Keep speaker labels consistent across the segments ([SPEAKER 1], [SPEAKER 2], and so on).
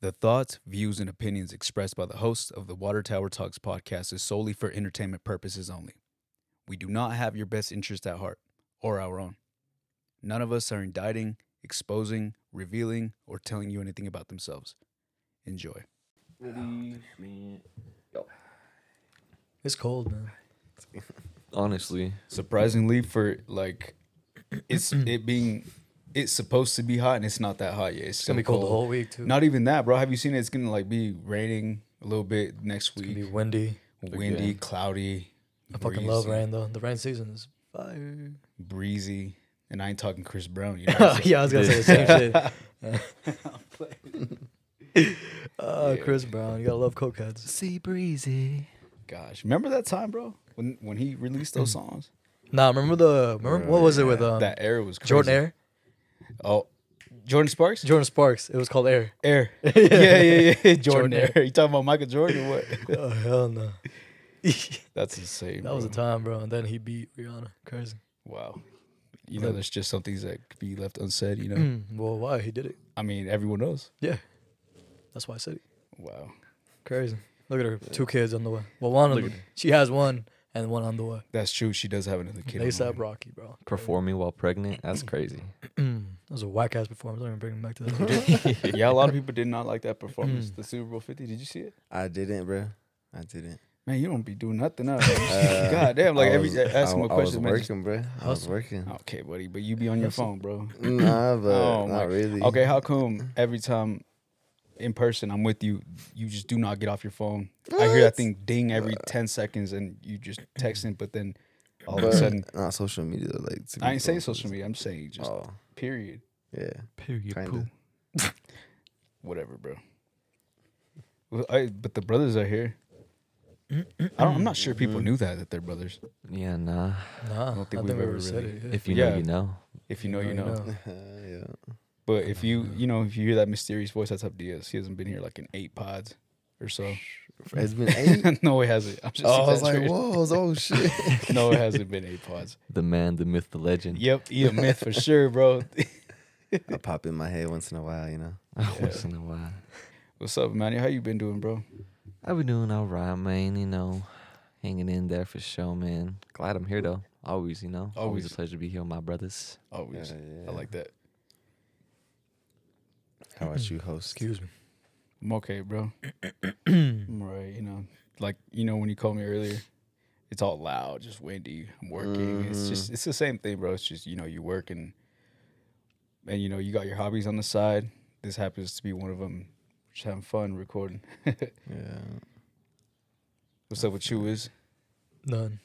[SPEAKER 1] The thoughts, views, and opinions expressed by the hosts of the Water Tower Talks podcast is solely for entertainment purposes only. We do not have your best interest at heart or our own. None of us are indicting, exposing, revealing, or telling you anything about themselves. Enjoy.
[SPEAKER 2] Release me.
[SPEAKER 3] It's cold, man.
[SPEAKER 2] Honestly,
[SPEAKER 1] Surprisingly, for like, it's it being, it's supposed to be hot and it's not that hot yet. It's,
[SPEAKER 3] It's gonna be cold the whole week too.
[SPEAKER 1] Not even that, bro. Have you seen it? It's gonna like be raining a little bit next
[SPEAKER 3] it's gonna be
[SPEAKER 1] week.
[SPEAKER 3] windy.
[SPEAKER 1] Windy,
[SPEAKER 2] Again.
[SPEAKER 1] cloudy.
[SPEAKER 3] I fucking love
[SPEAKER 1] breezy.
[SPEAKER 3] rain though. The rain season is fire.
[SPEAKER 1] breezy, and I ain't talking Chris Brown. You know what I'm saying?
[SPEAKER 3] yeah, I was gonna say the same shit. Uh, Chris Brown, you gotta love cokeheads.
[SPEAKER 2] sea breezy.
[SPEAKER 1] Gosh, remember that time, bro? When when he released
[SPEAKER 3] Mm.
[SPEAKER 1] those songs,
[SPEAKER 3] Nah, remember the remember what was it with um,
[SPEAKER 1] that era was crazy.
[SPEAKER 3] Jordan Air,
[SPEAKER 1] Oh, Jordan Sparks.
[SPEAKER 3] Jordan Sparks? It was called Air.
[SPEAKER 1] Air. yeah, yeah, yeah. Jordan,
[SPEAKER 3] Jordan
[SPEAKER 1] Air. You talking about Michael Jordan or what?
[SPEAKER 3] Oh hell no, that
[SPEAKER 1] That's
[SPEAKER 3] was
[SPEAKER 1] insane. bro.
[SPEAKER 3] the time, bro. And then he beat Rihanna. Crazy.
[SPEAKER 1] wow. You know, there's just some things that could be left unsaid. You know,
[SPEAKER 3] Mm, well, why he did it?
[SPEAKER 1] I mean, everyone knows.
[SPEAKER 3] Yeah, that's why I said it.
[SPEAKER 1] Wow.
[SPEAKER 3] Crazy. Look at her, two kids on the way. Well, one on the, she has one and one on the way.
[SPEAKER 1] That's true. She does have another kid.
[SPEAKER 3] ASAP
[SPEAKER 1] online.
[SPEAKER 3] Rocky, bro.
[SPEAKER 2] Performing while pregnant. That's crazy.
[SPEAKER 3] That was a whack ass performance. I'm gonna bring him back to that.
[SPEAKER 1] yeah, a lot of people did not like that performance. the Super Bowl 50. Did you see it?
[SPEAKER 4] I didn't, bro. I didn't. Uh,
[SPEAKER 1] Man, you don't be doing nothing else. God damn!
[SPEAKER 4] I
[SPEAKER 1] Like every
[SPEAKER 4] was-
[SPEAKER 1] ask him
[SPEAKER 4] I-
[SPEAKER 1] a question,
[SPEAKER 4] I
[SPEAKER 1] man.
[SPEAKER 4] was
[SPEAKER 1] just-
[SPEAKER 4] working, bro. I was working.
[SPEAKER 1] Okay, buddy, but you be on your phone, bro.
[SPEAKER 4] Nah, but
[SPEAKER 1] Oh, my-
[SPEAKER 4] not really.
[SPEAKER 1] Okay, how come every time in person I'm with you, you just do not get off your phone? I hear that thing ding every
[SPEAKER 4] Uh,
[SPEAKER 1] ten seconds, and you just texting, but then all of a
[SPEAKER 4] But
[SPEAKER 1] sudden,
[SPEAKER 4] not social media. Like to
[SPEAKER 1] I
[SPEAKER 4] be
[SPEAKER 1] ain't saying
[SPEAKER 4] honest.
[SPEAKER 1] social media. I'm saying just
[SPEAKER 4] Oh,
[SPEAKER 1] period.
[SPEAKER 4] yeah,
[SPEAKER 1] Period.
[SPEAKER 4] Kinda.
[SPEAKER 1] poo. Whatever, bro. Well, I, but the brothers are here. I don't, I'm not sure
[SPEAKER 4] Mm-hmm.
[SPEAKER 1] people knew that that they're brothers.
[SPEAKER 2] Yeah, nah.
[SPEAKER 3] nah, I
[SPEAKER 1] don't
[SPEAKER 3] don't
[SPEAKER 1] think
[SPEAKER 3] think,
[SPEAKER 1] we've
[SPEAKER 3] we
[SPEAKER 1] ever
[SPEAKER 3] ever said
[SPEAKER 1] really-
[SPEAKER 3] it. Yeah.
[SPEAKER 2] If you
[SPEAKER 1] Yeah.
[SPEAKER 2] know, you know.
[SPEAKER 1] If you know, you know.
[SPEAKER 4] Uh, yeah.
[SPEAKER 1] But if you, you know, if you hear that mysterious voice, that's up to us. He hasn't been here like in eight pods or so.
[SPEAKER 4] It's been eight.
[SPEAKER 1] no, it hasn't. I'm just
[SPEAKER 4] oh, I was like,
[SPEAKER 1] exaggerating.
[SPEAKER 4] whoa, oh shit.
[SPEAKER 1] no, it hasn't been eight pods.
[SPEAKER 2] The man, the myth, the legend.
[SPEAKER 1] Yep, he a myth for sure, bro.
[SPEAKER 4] I pop in my head once in a while, you know.
[SPEAKER 2] Once in a while.
[SPEAKER 1] What's up, man? How you been doing, bro?
[SPEAKER 2] I've been doing all right, man. You know, hanging in there for show, man. Glad I'm here though. Always, you know. Always,
[SPEAKER 1] Always.
[SPEAKER 2] a pleasure to be here with my brothers.
[SPEAKER 1] Always.
[SPEAKER 4] Yeah, yeah.
[SPEAKER 1] I like that.
[SPEAKER 4] How about you, host?
[SPEAKER 3] Excuse me.
[SPEAKER 1] I'm okay, bro. I'm all right, you know. Like, you know, when you called me earlier, it's all loud, just windy. I'm working. It's just it's the same thing, bro. It's just, you know, you work and and you know, you got your hobbies on the side. This happens to be one of them. Just having fun recording.
[SPEAKER 4] Yeah.
[SPEAKER 1] What's up with you is?
[SPEAKER 3] None.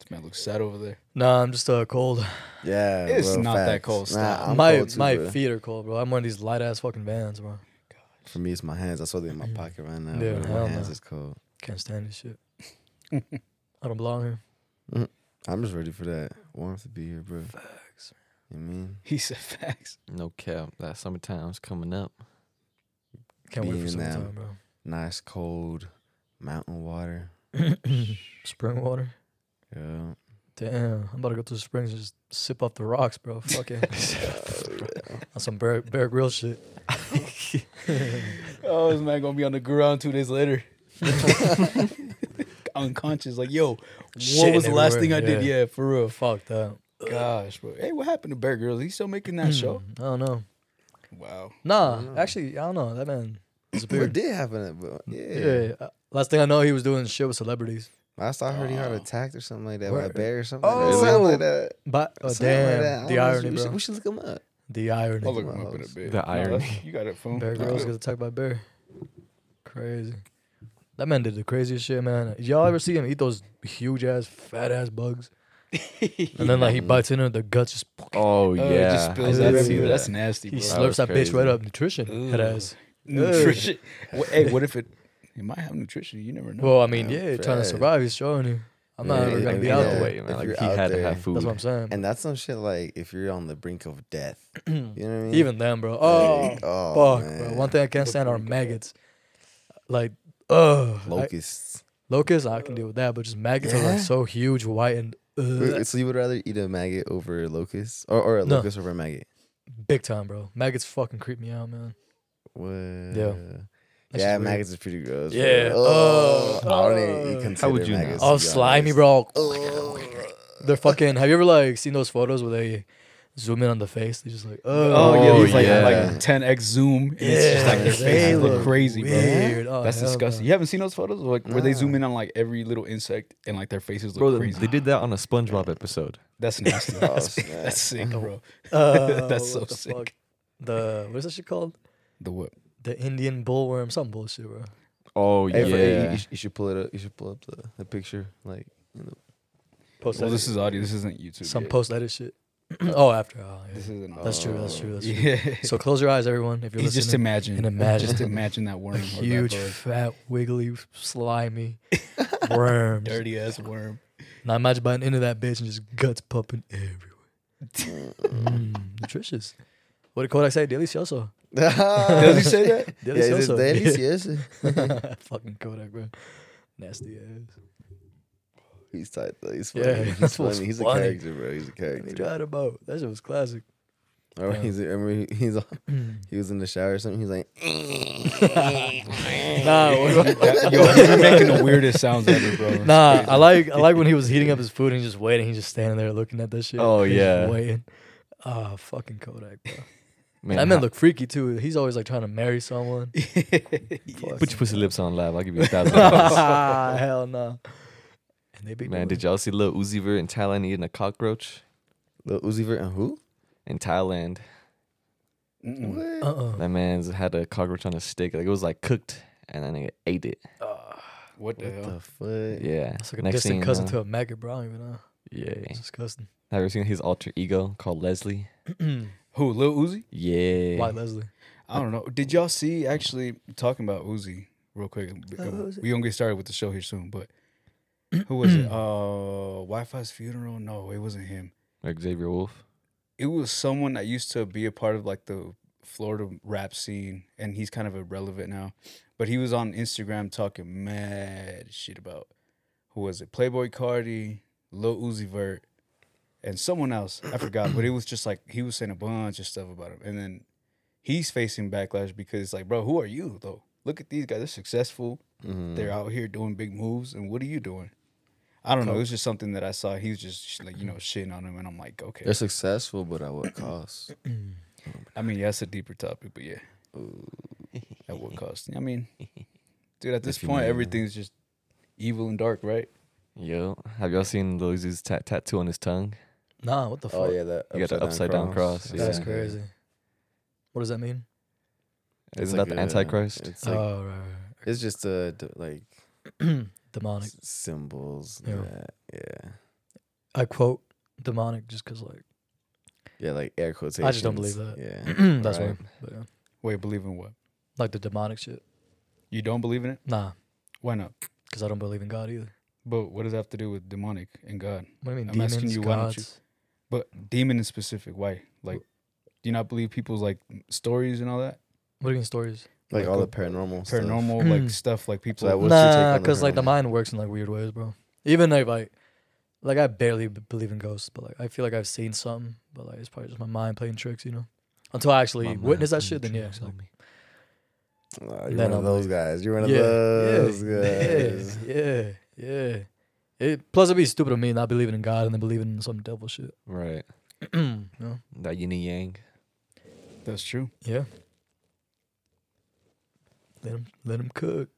[SPEAKER 1] This man looks sad over there.
[SPEAKER 3] Nah, I'm just uh, cold.
[SPEAKER 4] Yeah.
[SPEAKER 1] It's
[SPEAKER 4] bro,
[SPEAKER 1] not that
[SPEAKER 4] facts.
[SPEAKER 1] cold, stop.
[SPEAKER 4] Nah, I'm
[SPEAKER 3] my
[SPEAKER 4] cold too,
[SPEAKER 3] my
[SPEAKER 4] bro.
[SPEAKER 3] feet are cold, bro. I'm one of these light ass fucking vans, bro.
[SPEAKER 4] For me, it's my hands. That's what they're in my pocket right now.
[SPEAKER 3] Yeah,
[SPEAKER 4] bro.
[SPEAKER 3] hell
[SPEAKER 4] my hands
[SPEAKER 3] no.
[SPEAKER 4] is cold.
[SPEAKER 3] Can't stand this shit. I don't belong here.
[SPEAKER 4] I'm just ready for that warmth to be here, bro.
[SPEAKER 3] Facts.
[SPEAKER 4] You mean?
[SPEAKER 1] He said facts.
[SPEAKER 2] No cap. That summertime's coming up. um,
[SPEAKER 3] Can't wait for
[SPEAKER 4] Being that-
[SPEAKER 3] summertime, bro.
[SPEAKER 4] Nice cold mountain water.
[SPEAKER 3] Spring water.
[SPEAKER 4] Yeah.
[SPEAKER 3] Damn, I'm about to go to the springs and just sip off the rocks, bro. Fuck yeah. On some Bear, Bear Grylls shit.
[SPEAKER 1] Oh, this man gonna be on the ground two days later. Unconscious, like yo, what
[SPEAKER 3] Shitting
[SPEAKER 1] was the last thing I
[SPEAKER 3] everywhere,
[SPEAKER 1] did?
[SPEAKER 3] yeah.
[SPEAKER 1] Yeah, for real.
[SPEAKER 3] Fuck that.
[SPEAKER 1] Gosh, bro. Hey, what happened to Bear Grylls? He's still making
[SPEAKER 3] Hmm.
[SPEAKER 1] that show?
[SPEAKER 3] I don't know.
[SPEAKER 1] Wow.
[SPEAKER 3] Nah, actually, I don't know. That man
[SPEAKER 4] What
[SPEAKER 3] disappeared.
[SPEAKER 4] did happen? But
[SPEAKER 3] Yeah.
[SPEAKER 4] yeah.
[SPEAKER 3] uh, Last thing I know, he was doing shit with celebrities.
[SPEAKER 4] Last I heard, he got attacked or something like that by a
[SPEAKER 3] Word.
[SPEAKER 4] bear or something. like that.
[SPEAKER 3] Oh.
[SPEAKER 4] Something like that.
[SPEAKER 3] But oh,
[SPEAKER 4] Something like
[SPEAKER 3] damn,
[SPEAKER 4] that. I
[SPEAKER 3] the
[SPEAKER 4] don't know.
[SPEAKER 3] irony,
[SPEAKER 4] we Should,
[SPEAKER 3] bro.
[SPEAKER 4] we should look him up.
[SPEAKER 3] The irony.
[SPEAKER 1] I'll look him up in a bit.
[SPEAKER 2] The irony.
[SPEAKER 1] that's- you got it, phone.
[SPEAKER 3] Bear Grylls gets attacked by a bear. Crazy. That man did the craziest shit, man. Y'all ever see him eat those huge ass, fat ass bugs? and then like he bites into it, the guts just
[SPEAKER 2] Oh
[SPEAKER 1] Oh,
[SPEAKER 2] yeah.
[SPEAKER 1] it just spills
[SPEAKER 2] I did
[SPEAKER 1] out
[SPEAKER 2] see
[SPEAKER 1] everywhere.
[SPEAKER 2] that.
[SPEAKER 1] That's nasty,
[SPEAKER 3] he
[SPEAKER 1] bro.
[SPEAKER 2] slurped
[SPEAKER 3] slurps
[SPEAKER 2] was
[SPEAKER 3] that, bitch
[SPEAKER 2] crazy.
[SPEAKER 3] right up. Nutrition, head
[SPEAKER 1] Ooh.
[SPEAKER 3] ass.
[SPEAKER 1] nutrition. Wha- hey, what if it? It might have nutrition. You never know.
[SPEAKER 3] Well, I mean,
[SPEAKER 4] Yeah,
[SPEAKER 3] yeah, trying to
[SPEAKER 4] fat.
[SPEAKER 3] survive, he's showing you. I'm not
[SPEAKER 4] Yeah,
[SPEAKER 3] ever gonna
[SPEAKER 4] yeah,
[SPEAKER 3] be
[SPEAKER 4] yeah.
[SPEAKER 3] out
[SPEAKER 2] No
[SPEAKER 3] there.
[SPEAKER 2] way, man.
[SPEAKER 4] If
[SPEAKER 2] Like
[SPEAKER 4] you're
[SPEAKER 2] he
[SPEAKER 4] out
[SPEAKER 2] had to
[SPEAKER 4] there,
[SPEAKER 2] have food.
[SPEAKER 3] That's what I'm saying.
[SPEAKER 4] And that's some shit like if you're on the brink of death. you know what I mean?
[SPEAKER 3] Even them, bro. Oh,
[SPEAKER 4] Like, oh,
[SPEAKER 3] fuck, bro.
[SPEAKER 4] man.
[SPEAKER 3] One thing I can't stand are maggots. Like, ugh. I,
[SPEAKER 4] Locusts.
[SPEAKER 3] locusts, I can deal with that, but just maggots are like
[SPEAKER 4] Yeah.
[SPEAKER 3] so huge, white, and ugh,
[SPEAKER 4] Wait, so you would rather eat a maggot over a locust, or, or a
[SPEAKER 3] No.
[SPEAKER 4] locust over a maggot?
[SPEAKER 3] big time, bro. Maggots fucking creep me out, man.
[SPEAKER 4] What?
[SPEAKER 3] Yeah. That's
[SPEAKER 4] yeah,
[SPEAKER 3] just weird.
[SPEAKER 4] maggots are pretty gross. bro.
[SPEAKER 3] Yeah.
[SPEAKER 4] Oh,
[SPEAKER 3] Oh.
[SPEAKER 4] I don't even consider
[SPEAKER 2] How would you know?
[SPEAKER 4] maggots,
[SPEAKER 3] All
[SPEAKER 4] to be
[SPEAKER 3] slimy,
[SPEAKER 4] honest.
[SPEAKER 3] bro.
[SPEAKER 4] Oh.
[SPEAKER 3] They're fucking. Have you ever like seen those photos where they zoom in on the face? They're just like,
[SPEAKER 1] Oh,
[SPEAKER 3] oh,
[SPEAKER 1] yeah,
[SPEAKER 2] Oh,
[SPEAKER 1] it's like
[SPEAKER 4] yeah.
[SPEAKER 1] like 10x zoom. And it's just like their
[SPEAKER 3] Yeah,
[SPEAKER 1] faces
[SPEAKER 3] they
[SPEAKER 1] look,
[SPEAKER 3] look
[SPEAKER 1] crazy,
[SPEAKER 3] weird.
[SPEAKER 1] bro.
[SPEAKER 3] Oh,
[SPEAKER 1] That's
[SPEAKER 3] hell no.
[SPEAKER 1] disgusting. You haven't seen those photos like where they
[SPEAKER 4] Nah.
[SPEAKER 1] zoom in on like every little insect and like their faces look
[SPEAKER 2] Bro, they-
[SPEAKER 1] crazy.
[SPEAKER 2] they did that on a SpongeBob episode.
[SPEAKER 1] That's nasty.
[SPEAKER 4] Oh,
[SPEAKER 1] that's,
[SPEAKER 4] snap.
[SPEAKER 1] that's sick, bro.
[SPEAKER 3] Oh. Uh,
[SPEAKER 1] That's so
[SPEAKER 3] what the
[SPEAKER 1] sick.
[SPEAKER 3] fuck? The what is that shit called?
[SPEAKER 1] The what?
[SPEAKER 3] The Indian bullworm, some bullshit, bro.
[SPEAKER 2] Oh
[SPEAKER 4] Hey, for- hey, you-
[SPEAKER 2] yeah.
[SPEAKER 4] you, sh- you should pull it up. You should pull up the, the picture. Like,
[SPEAKER 3] Post
[SPEAKER 1] Well,
[SPEAKER 3] that
[SPEAKER 1] this
[SPEAKER 3] shit.
[SPEAKER 1] is audio. This isn't YouTube.
[SPEAKER 3] some
[SPEAKER 1] yet.
[SPEAKER 3] post edit shit. oh, after all, yeah.
[SPEAKER 1] This isn't.
[SPEAKER 3] that's true. That's
[SPEAKER 4] Oh.
[SPEAKER 3] true. That's true.
[SPEAKER 1] Yeah.
[SPEAKER 3] So close your eyes, everyone. If you're
[SPEAKER 1] He's just
[SPEAKER 3] listening,
[SPEAKER 1] imagine.
[SPEAKER 3] and imagine.
[SPEAKER 1] Just imagine that worm.
[SPEAKER 3] a
[SPEAKER 1] or that
[SPEAKER 3] huge,
[SPEAKER 1] bug.
[SPEAKER 3] fat, wiggly, slimy worm.
[SPEAKER 1] dirty ass worm.
[SPEAKER 3] Now imagine biting into that bitch and just guts popping everywhere. Mm, nutritious. What did Kodak say? Delicioso.
[SPEAKER 4] does
[SPEAKER 3] he say
[SPEAKER 4] that? Yeah, he says,
[SPEAKER 3] Delicioso.
[SPEAKER 4] delicioso.
[SPEAKER 3] Fucking Kodak, bro. Nasty ass.
[SPEAKER 4] He's tight though. He's funny.
[SPEAKER 3] Yeah,
[SPEAKER 4] he's
[SPEAKER 3] that fool's
[SPEAKER 4] funny. He's a
[SPEAKER 3] funny.
[SPEAKER 4] character, bro. He's a
[SPEAKER 3] He
[SPEAKER 4] character.
[SPEAKER 3] tried about. That shit was classic.
[SPEAKER 4] Or
[SPEAKER 3] Yeah. Mm.
[SPEAKER 4] he's, remember he- he's on- he was in the shower or something. He's like,
[SPEAKER 3] Nah, what-
[SPEAKER 1] That- yo, you're making the weirdest sounds ever, bro. It's
[SPEAKER 3] nah.
[SPEAKER 1] crazy.
[SPEAKER 3] I like I like when he was heating up his food and he's just waiting. He's just standing there looking at that shit.
[SPEAKER 2] Oh,
[SPEAKER 3] He's just
[SPEAKER 2] yeah.
[SPEAKER 3] waiting. Ah, fucking Kodak, bro.
[SPEAKER 2] Man,
[SPEAKER 3] that man
[SPEAKER 2] how-
[SPEAKER 3] look freaky too. He's always like trying to marry someone. Fuck.
[SPEAKER 2] Put your pussy lips on live. I'll give you a thousand. dollars.
[SPEAKER 3] Hell no. And they be
[SPEAKER 2] Man,
[SPEAKER 3] doing
[SPEAKER 2] did y'all see little Uzi Vert in Thailand eating a cockroach?
[SPEAKER 4] Lil Uzi Vert and who?
[SPEAKER 2] In Thailand,
[SPEAKER 1] Mm-mm.
[SPEAKER 3] it. Uh-uh.
[SPEAKER 2] that man's had a cockroach on a stick. Like it was like cooked, and then he ate it.
[SPEAKER 1] What the
[SPEAKER 4] What
[SPEAKER 1] hell?
[SPEAKER 4] the fuck?
[SPEAKER 2] Yeah,
[SPEAKER 3] That's like a distant cousin to a maggot brown, you know?
[SPEAKER 2] yeah.
[SPEAKER 3] It's disgusting.
[SPEAKER 2] Have you ever seen his alter ego called Leslie?
[SPEAKER 1] Who? Lil Uzi?
[SPEAKER 2] Yeah.
[SPEAKER 3] Why Leslie?
[SPEAKER 1] I don't know. Did y'all see? Actually, talking about Uzi real
[SPEAKER 3] Uh,
[SPEAKER 1] quick. We gonna get started with the show here soon, but who was it? Uh, Wi-Fi's funeral? No, it wasn't him.
[SPEAKER 2] Or Xavier Wolf.
[SPEAKER 1] It was someone that used to be a part of like the Florida rap scene, and he's kind of irrelevant now. But he was on Instagram talking mad shit about who was it? Playboy Cardi, Lil Uzi Vert, and someone else. I forgot, but it was just like he was saying a bunch of stuff about him, and then he's facing backlash because it's like, bro, who are you though? Look at these guys; they're successful. They're out here doing big moves, and what are you doing? I don't know. It was just something that I saw. He was just sh- like, you know, shitting on him, and I'm like, okay.
[SPEAKER 4] They're successful, but at what cost?
[SPEAKER 1] I mean, yeah, that's a deeper topic, but yeah, at what cost? I mean, dude, at this
[SPEAKER 2] If you
[SPEAKER 1] point,
[SPEAKER 2] may, uh,
[SPEAKER 1] everything's just evil and dark, right?
[SPEAKER 2] Yo, have y'all seen Lil Uzi's ta- tattoo on his tongue?
[SPEAKER 3] Nah, what the fuck?
[SPEAKER 4] Oh yeah, that
[SPEAKER 2] You got the upside down cross, yeah.
[SPEAKER 3] That's crazy. What does that mean?
[SPEAKER 4] It's
[SPEAKER 2] Isn't
[SPEAKER 4] like
[SPEAKER 2] that the
[SPEAKER 4] a-
[SPEAKER 2] Antichrist?
[SPEAKER 4] It's like
[SPEAKER 3] oh, right, right,
[SPEAKER 4] it's just a d- like
[SPEAKER 3] right. demonic.
[SPEAKER 4] s- symbols.
[SPEAKER 3] Yeah.
[SPEAKER 4] Yeah. yeah,
[SPEAKER 3] I quote demonic just because, like,
[SPEAKER 4] yeah, like air quotations.
[SPEAKER 3] I just don't believe that.
[SPEAKER 4] Yeah,
[SPEAKER 3] that's
[SPEAKER 2] Right.
[SPEAKER 3] why. But, yeah.
[SPEAKER 1] Wait, believe in what?
[SPEAKER 3] Like the demonic shit.
[SPEAKER 1] You don't believe in it?
[SPEAKER 3] Nah,
[SPEAKER 1] Why not?
[SPEAKER 3] because I don't believe in God either.
[SPEAKER 1] But what does that have to do with demonic and God?
[SPEAKER 3] What do you mean?
[SPEAKER 1] I'm asking
[SPEAKER 3] demons,
[SPEAKER 1] you, why don't you-
[SPEAKER 3] gods.
[SPEAKER 1] But demon in specific, why? Like, do you not believe people's like stories and all that
[SPEAKER 3] What do you mean stories? Hmm.
[SPEAKER 4] like
[SPEAKER 1] Like
[SPEAKER 4] all
[SPEAKER 1] a-
[SPEAKER 4] the paranormal, stuff.
[SPEAKER 1] paranormal like stuff? Like people,
[SPEAKER 4] that was- What's your take
[SPEAKER 3] nah,
[SPEAKER 4] on the
[SPEAKER 3] because like the
[SPEAKER 4] paranormal?
[SPEAKER 3] mind works in like weird ways, bro. Even if like, like I barely b- believe in ghosts, but like I feel like I've seen something, but like it's probably just my mind playing tricks, you know. Until I actually
[SPEAKER 2] My man
[SPEAKER 3] witness that
[SPEAKER 2] playing
[SPEAKER 3] shit, then yeah.
[SPEAKER 2] tricks
[SPEAKER 3] like-
[SPEAKER 2] on me.
[SPEAKER 4] Oh, you're
[SPEAKER 3] Then
[SPEAKER 4] one of
[SPEAKER 3] I'm
[SPEAKER 4] those guys. You're one of
[SPEAKER 3] yeah,
[SPEAKER 4] those guys.
[SPEAKER 3] yeah, yeah, yeah, It, plus, it'd be stupid of me not believing in God and then believing in some devil shit.
[SPEAKER 2] Right.
[SPEAKER 3] you know?
[SPEAKER 2] That yin and yang.
[SPEAKER 1] that's true.
[SPEAKER 3] Yeah. Let him, let him cook.